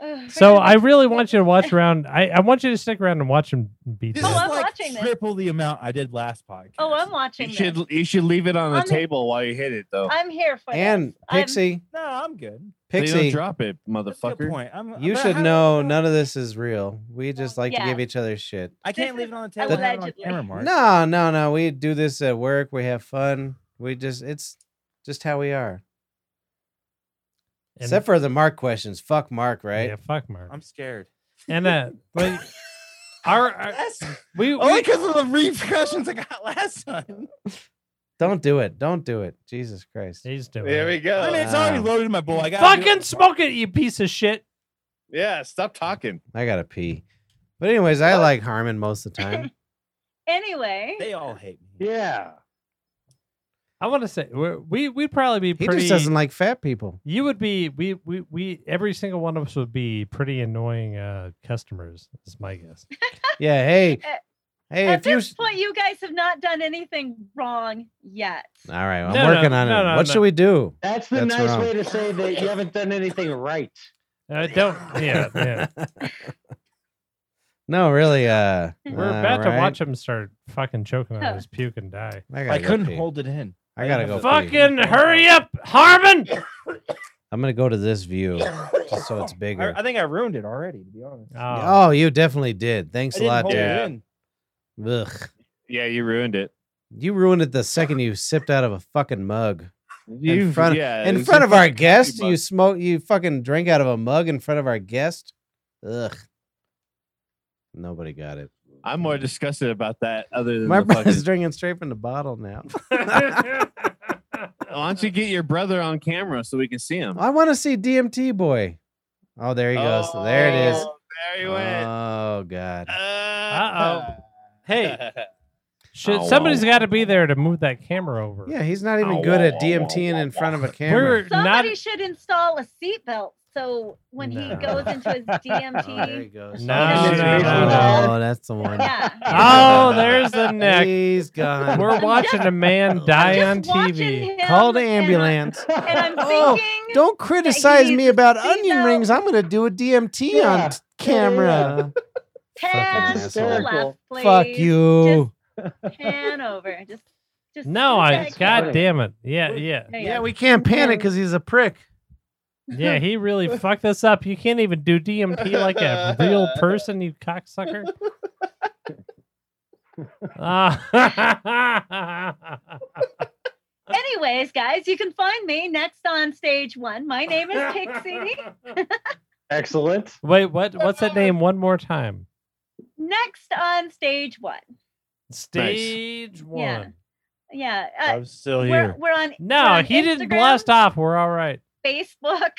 we're So gonna I make- really want you to watch around. I, I want you to stick around and watch him beat This this. Oh, is I'm like watching this. triple the amount I did last podcast. Oh, I'm watching. You this. should you should leave it on the I'm- table while you hit it though. I'm here for And this. I'm- Pixie, no, I'm good. Pixie, so you Pixie, don't drop it, That's a good motherfucker. point. I'm, you but should how- know how- none of this is real. We just like to Yeah. give each other shit. I can't This leave it is on the table. I have it on allegedly. camera, Mark. No, no, no. We do this at work. We have fun. We just it's just how we are. And- Except for the Mark questions. Fuck Mark, right? Yeah, fuck Mark. I'm scared. and uh, (laughs) like, our, our That's- we, Only we because of the repercussions I got last time. Don't do it. Don't do it. Jesus Christ. he's doing. There it. we go. I mean, it's already loaded in my bowl. I got Fucking smoke it, you piece of shit. yeah, stop talking. I gotta pee. But anyways, I like Harmon most of the time. anyway, They all hate me. Yeah, I want to say we're, we we'd probably be He pretty. just doesn't like fat people. you would be we, we we every single one of us would be pretty annoying uh customers. Is my guess. Yeah, hey. At- Hey, at if you this point, you guys have not done anything wrong yet. All right, I'm No, no, working on no, it. no, what no. should we do? that's the That's nice wrong. way to say that you haven't done anything right. Uh, don't. Yeah, (laughs) yeah. No, really. Uh, We're all about to right. watch him start fucking choking (laughs) on his puke and die. I, gotta I go couldn't pee. hold it in. I gotta go. pee. Fucking hurry up, Harmon! I'm gonna go to this view just so it's I, bigger. I think I ruined it already, to be honest. I Oh, oh, you definitely did. Thanks a didn't lot, hold dude. it Yeah. in. Ugh, Yeah, you ruined it. you ruined it the second you sipped out of a fucking mug in You've- front, yeah, in it's front a of our fucking guest. mug. You smoke, you fucking drink out of a mug in front of our guest. Ugh, nobody got it. I'm more disgusted about that other than My the fucking brother's drinking straight from the bottle now. (laughs) Why don't you get your brother on camera so we can see him? I want to see DMT boy. Oh, there he goes. there it is. Oh, There he Uh, went. Oh god. Uh, (laughs) Uh-oh. hey, shit, Oh, somebody's wow. got to be there to move that camera over. Yeah, he's not even Ow, good wah, at wah, DMTing wah, in wah, front of a wah. camera. We're not. Somebody should install a seatbelt so when he No. goes into his Oh, (laughs) there he DMT, goes. No, no, no, Oh, no. that's the one. yeah. Oh, (laughs) there's the neck. He's gone. We're watching (laughs) a man die on I'm just watching TV. him Call the and I- ambulance. And I'm Oh, thinking, Don't criticize needs me about seatbelt. onion rings. I'm gonna do a DMT Yeah. on t- camera. pan to the asshole. left, please. Fuck you. Just pan over. Just, just No, (laughs) I. just- God damn it. Yeah, yeah, There you Yeah, go. we can't panic because he's a prick. yeah. He really fucked this up. You can't even do DMT like a real person, you cocksucker. (laughs) Ah. Anyways, guys, you can find me next on stage one. My name (laughs) is Pixie. Excellent. Wait, what? What's that name? One more time. next on stage one. Stage one. Yeah. Uh, I'm still we're, here. we're on No, we're on he didn't Instagram, blast off. We're all right. Facebook,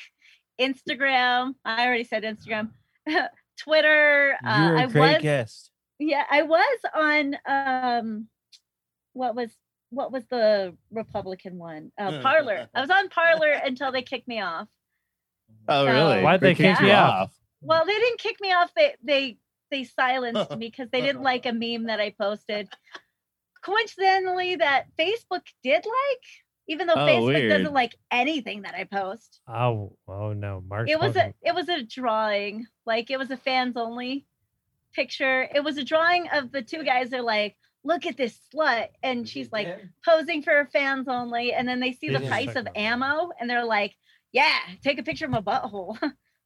Instagram. I already said Instagram, (laughs) Twitter. Uh, You're a I great was guest. yeah, I was on um what was what was the Republican one? Hmm. Uh, Parlor. I was on (laughs) Parlor until they kicked me off. Oh, So- really? Why'd they kick kicked you you off? Well, they didn't kick me off. They they they silenced (laughs) me because they Uh-huh. didn't like a meme that I posted. Coincidentally, that Facebook did like, even though Oh, Facebook weird. doesn't like anything that I post. Oh, oh no, Mark. it was a Spoken. it was a drawing like it was a fans only picture it was a drawing of the two guys are like look at this slut and she's like posing for her fans only and then they see They the didn't price check of that. ammo and they're like yeah take a picture of my butthole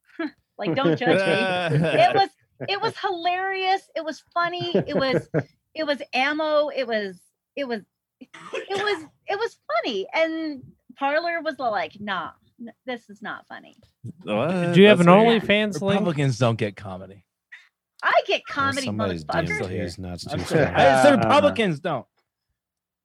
(laughs) like don't judge (laughs) me it was it was hilarious it was funny it was it was ammo it was it was it was it was funny and parlor was like nah n- this is not funny What? Do you have an That's weird. OnlyFans link? Republicans don't get comedy. I get comedy, somebody's motherfucker. here. He's not I'm too sorry. strong. I just said Uh, Republicans don't.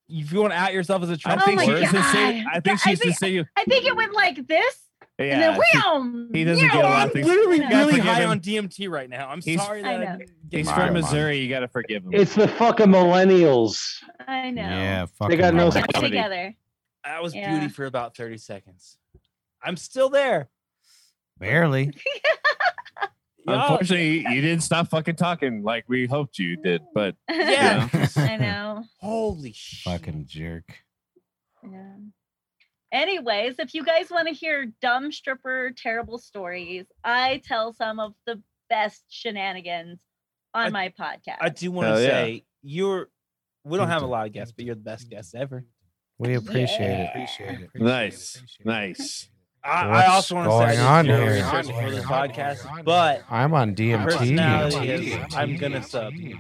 If you want to out yourself as a Trump, Oh supporter, my you should say- God. I think I she should think- say you. I think it went like this, and Yeah. then wham. he doesn't yeah, get a lot I'm of things- literally Yeah. really Forgive high him. on DMT right now. I'm He's- sorry I that I know. He's My, from my. Missouri. You got to forgive him. It's the fucking millennials. I know. Yeah, fuck. They got no Put it comedy. together. That was Yeah. beauty for about 30 seconds. I'm still there. Barely. Y'all- Unfortunately, you didn't stop fucking talking like we hoped you did, but yeah, Yeah. (laughs) I know. Holy shit. Fucking jerk. Yeah. Anyways, if you guys want to hear dumb stripper terrible stories, I tell some of the best shenanigans on I- my podcast. I do want to Hell yeah. say you're we don't have a lot of guests, but you're the best guest ever. We appreciate it. Appreciate it. nice, nice. I, I What's also want to say going I on did zero here? research for this podcast, but I'm on personality is I'm gonna sub you.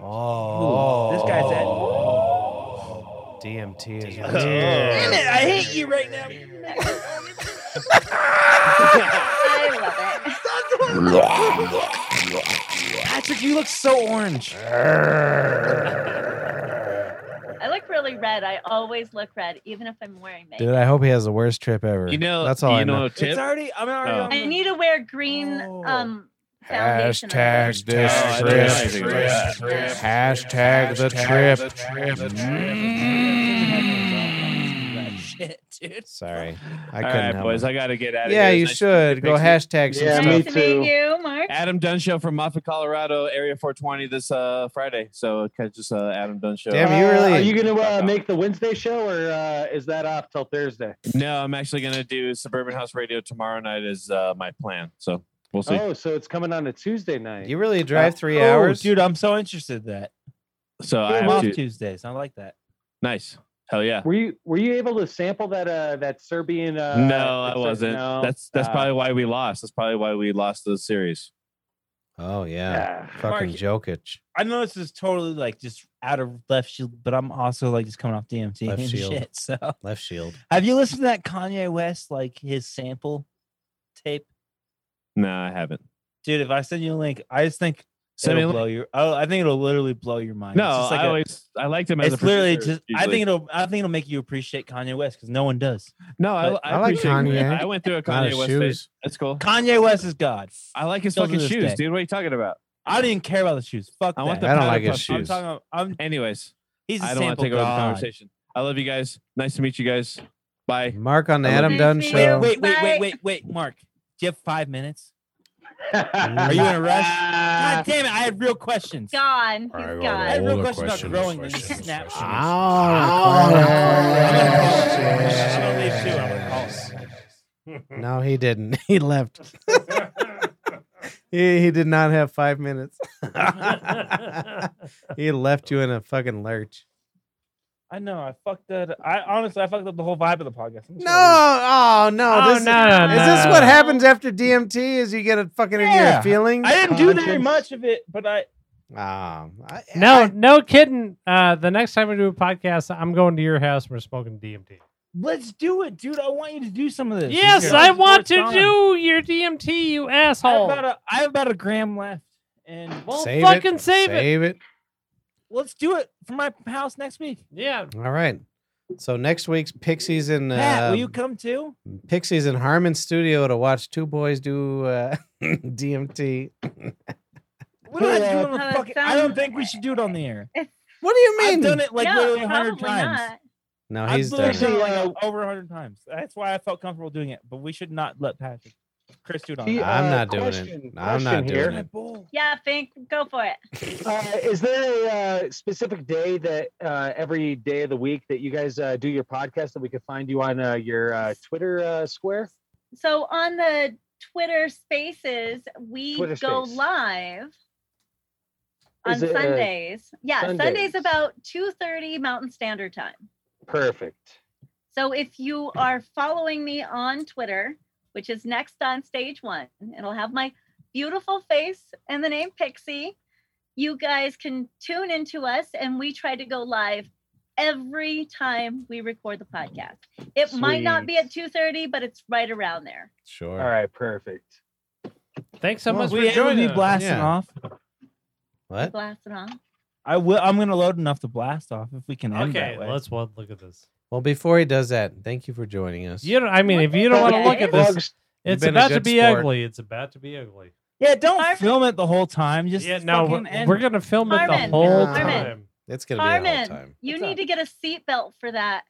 Oh, This guy's at- DMT is (laughs) Damn weird. it, I hate you right (laughs) now. (laughs) I love it. Patrick, you look so orange. I look really red. I always look red, even if I'm wearing Dude, makeup. I hope he has the worst trip ever. You know, that's all you I know. know. a It's Tip. already I'm already Oh. on I the- (laughs) need to wear green Oh. um foundation. Hashtag Oh, this I didn't trip. realize it was that. Hashtag the trip. Mm. Shit, dude. Sorry, I All couldn't right, help boys, it. I got to get out of yeah, here. you Nice should go picture. hashtag some Yeah, stuff. me nice to too. meet you, Mark. Adam Dunn show from Moffat, Colorado, Area 420 this uh, Friday. So catch us, uh, Adam Dunn show. Damn, you Uh, really- Are you gonna uh, Fuck off. make the Wednesday show, or uh, is that off till Thursday? No, I'm actually gonna do Suburban House Radio tomorrow night. Is uh, my plan. So we'll see. Oh, so it's coming on a Tuesday night. You really drive three Oh, hours, dude. I'm so interested in that. so I I'm have off to. Tuesdays. I like that. Nice. Hell yeah. Were you were you able to sample that uh that Serbian? Uh, no, that I Ser- wasn't. no? That's that's Uh, probably why we lost. That's probably why we lost the series. Oh yeah, yeah. fucking Jokic. I know this is totally like just out of left shield, but I'm also like just coming off DMT Left and (laughs) shield. shit. So, Left (laughs) shield. have you listened to that Kanye West like his sample tape, No, I haven't. dude? If I send you a link, I just think Send me a it'll link. blow your. Oh, I think it'll literally blow your mind. No, it's just like I a- always I liked him as It's a literally producer, just. I usually. think it'll. I think it'll make you appreciate Kanye West because no one does. no. I, I, but- I like appreciate- Kanye. I went through a Not Kanye his West shoes. phase. That's cool. Kanye West is God. I like his Still to fucking this shoes, day. dude. What are you talking about? I didn't care about the shoes. Fuck I want that. the I don't powder like his puff. I'm shoes. talking. About, I'm. Anyways, He's a I don't want to sample take over the god. conversation. I love you guys. Nice to meet you guys. Bye. (laughs) Mark on the I love Adam you. Dunn Wait, show. Wait, wait, Bye. wait, wait, wait, Mark. Do you have five minutes? Are you in a rush? (laughs) God damn it! I had real questions. Gone. He's gone. I had real questions Ah. about growing these snaps. I'm gonna leave too. I'm gonna call. (laughs) No, he didn't. (laughs) He left. he, he did not have five minutes. (laughs) he left you in a fucking lurch. I know. I fucked that. I honestly, I fucked up the whole vibe of the podcast. I'm just No, gonna oh no. Oh, this, no, no, Is this no. what happens after DMT? Is you get a fucking in your Yeah. feelings? leave. I didn't do very Conscience. much of it, but I. Ah, I- No, I- no kidding. Uh, the next time we do a podcast, I'm going to your house and we're smoking DMT. Let's do it, dude. I want you to do some of this. Yes, This I is want worth to time. do your DMT, you I have asshole. about a, I have about a gram left, and well, save fucking it, save it. Save it. let's do it for my house next week. yeah, All right. So next week's Pixies and Matt, uh, will you come too? Pixies and (laughs) Harmon Studio to watch two boys do uh, DMT. What do I Yeah. do on the Oh, it fucking? I don't sounds- think we should do it on the air. What do you I've mean? done it like No, literally a hundred probably times. not. No, I've Oh, he's done literally it. done it like over a hundred times. That's why I felt comfortable doing it. But we should not let Patrick, Chris, do it on. (laughs) See, that. I'm uh, not doing it. question- I'm not doing question here. it. Yeah, Fink, go for it. Uh, is there a uh, specific day that uh, every day of the week that you guys uh, do your podcast that we could find you on uh, your uh, Twitter uh, square? So on the Twitter Spaces, we Twitter go Space. live on Is it, uh, Sundays. yeah, Sundays Sundays? about two thirty Mountain Standard Time. Perfect. So if you are following me on Twitter, which is next on stage one, it'll have my beautiful face and the name Pixie. You guys can tune into us, and we try to go live every time we record the podcast. It might not be at two thirty, but it's right around there. Sure. All right, perfect. Thanks so Well, much we for joining. be us. blasting Yeah. off. What? Blasting on. I will. I'm gonna load enough to blast off if we can end Okay, that way. let's well, look at this. Well, before he does that, thank you for joining us. You don't, I mean, What if you don't want to the look at heck? this, Plugs- You've it's been a about to good be sport. ugly. It's about to be ugly. yeah, don't Harvey- film it the whole time. Just yeah, no, fucking we're, end we're gonna film it the Harmon, whole Harmon. time. It's gonna be a whole Harmon, time. you What's need up? to get a seatbelt for that.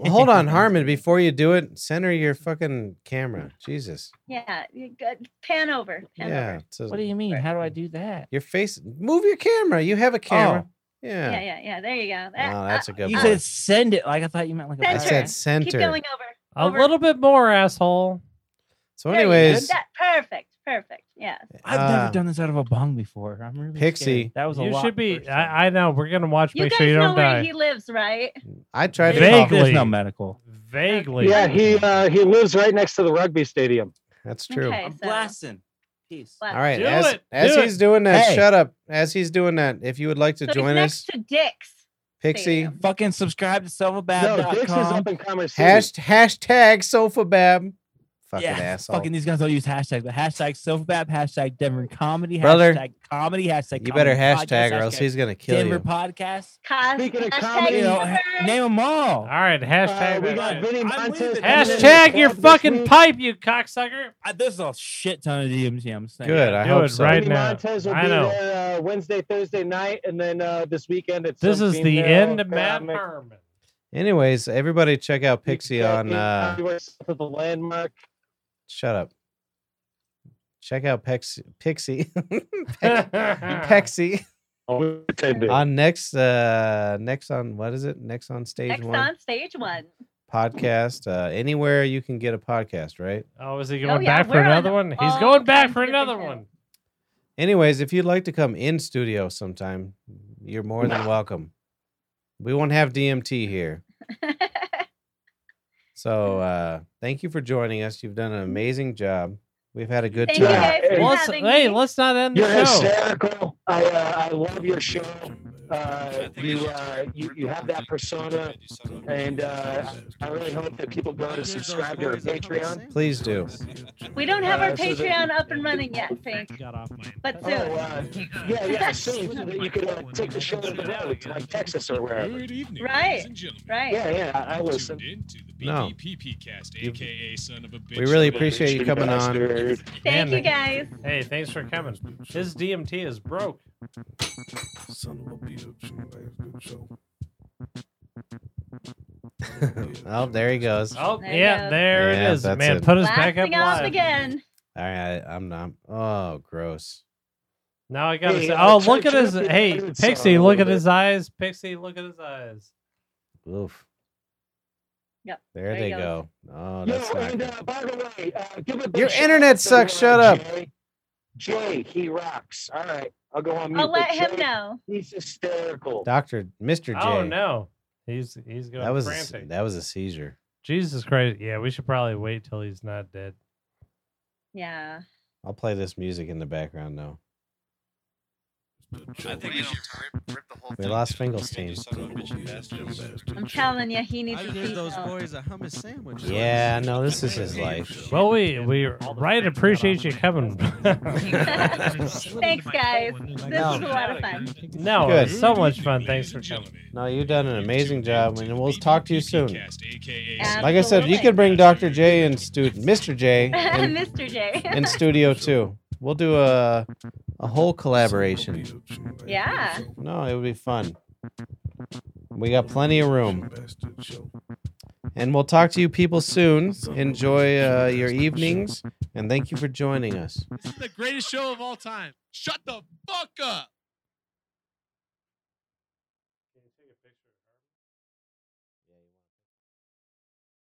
Well, hold (laughs) on, Harmon. Before you do it, center your fucking camera. Jesus. Yeah, you good. pan over. Pan Yeah. over. it's a- What do you mean? How do I do that? your face. Move your camera. You have a camera. Yeah. yeah, Yeah. yeah, There you go. Uh, That- Oh, that's a good You one. Oh, said send it. Like I thought you meant like a. I That's blasting. said right. center. Keep going over. A over. little bit more, asshole. So, There you go. anyways, That- perfect, perfect. Yeah. I've Ah. never done this out of a bong before. I'm really Pixie, scared. That was a You lot should the be. first time. I, I know. We're gonna watch. You make guys sure you know don't where die. he lives, right? I tried to Vaguely. talk. There's no medical. Vaguely. Yeah, he uh, he lives right next to the rugby stadium. That's true. Okay, so- Peace. Well, All right. Do as it, as do he's doing that, Hey. shut up. As he's doing that, if you would like to so he's join next us, to Dick's. Pixie, Stadium. Fucking subscribe to No, Dix is SilverBab.com. up in Commerce City. hash, hashtag SofaBab. Fucking asshole. Fucking these guys all use hashtags. But hashtag SilverBab, hashtag Denver Comedy, Brother, hashtag comedy, hashtag you better comedy hashtag podcast, or else hashtag he's gonna kill Denver you. podcast. Cos- Speaking of hashtag comedy, You know, Denver. ha- name them all. All right. Hashtag. Uh, we that got shit. Vinny I'm Montez. leaving. coming in hashtag the your club this fucking week. pipe, you cocksucker. I, this is a shit ton of DMs. Yeah, I'm saying. Good. I Do hope it so. right Vinny now. Montez will I be know. there uh, Wednesday, Thursday night, and then uh, this weekend it's. This is the end of Matt (laughs) Harmon. Anyways, everybody check out Pixie on. Uh, for the landmark. shut up. Check out Pex, Pixie. (laughs) Pex- Ah. Pexie Oh, on next uh next on what is it next on stage Next one on stage one. podcast uh anywhere you can get a podcast right (laughs) Oh, is he Oh, going yeah, back for we're on another one? He's all going back kinds for of another different one. Anyways, if you'd like to come in studio sometime, you're more (laughs) than welcome. We won't have DMT here. So uh thank you for joining us. You've done an amazing job. We've had a good Thank time. you guys for Yeah, Let's, having hey, me. let's not end You're the show. hysterical. I uh, I love your show. Uh, you, uh, you you have that persona, and uh, I really hope that people go to subscribe to our Patreon. Please do. We don't have Uh, our so is it- Patreon up and running yet, Fink, but Oh, soon. uh, yeah, yeah, soon so that you could uh, take the show to the road, to, like Texas or wherever. Good evening, Right, ladies and gentlemen. right. Yeah, yeah, I, I You're listen. Tuned in to the No. BPPP cast, You- aka son of a bitch. We really appreciate you coming on. Bastard. Thank Man, you guys. Hey, thanks for coming. His DMT is broke. Son of a bitch. Oh, there he goes. All Oh, There you yeah, go. there Yeah, it is. that's Man, it. put us back up Blasting off live. again. right, I, I'm not. Oh, gross. Now I gotta Hey, say, uh, oh, try- look at try his. to be Hey, better sound Pixie, a look little at his eyes. Pixie, look at his eyes. Oof. Yep, There, there they he go. goes. Oh, Yo, that's not and good. uh, by the way, uh, give a big Your shout internet out to, uh, sucks, shut up. Jay. Jay, he rocks. All right, I'll go on mute. I'll but let him Jay, know. He's hysterical. Doctor Mr. J. Oh no, he's he's going That was a, s- frantic. that was a seizure. Jesus Christ! Yeah, we should probably wait till he's not dead. Yeah. I'll play this music in the background now. I think We lost Finkelstein. I'm telling you, he needs to see. (laughs) a hummus sandwich. Yeah, no, this is his life. Well, we we right appreciate you (laughs) coming. (laughs) Thanks, guys. This was a lot of fun. no, Good. it's so much fun. Thanks for coming. No, you've done an amazing job, and we'll talk to you soon. Absolutely. Like I (laughs) said, you can bring Dr. J and stu- Mr. J in, Mr. J. in studio too. We'll do a a whole collaboration. (laughs) Yeah. No, it would be fun. We got plenty of room. And we'll talk to you people soon. Enjoy uh, your evenings and thank you for joining us. This is the greatest show of all time. Shut the fuck up.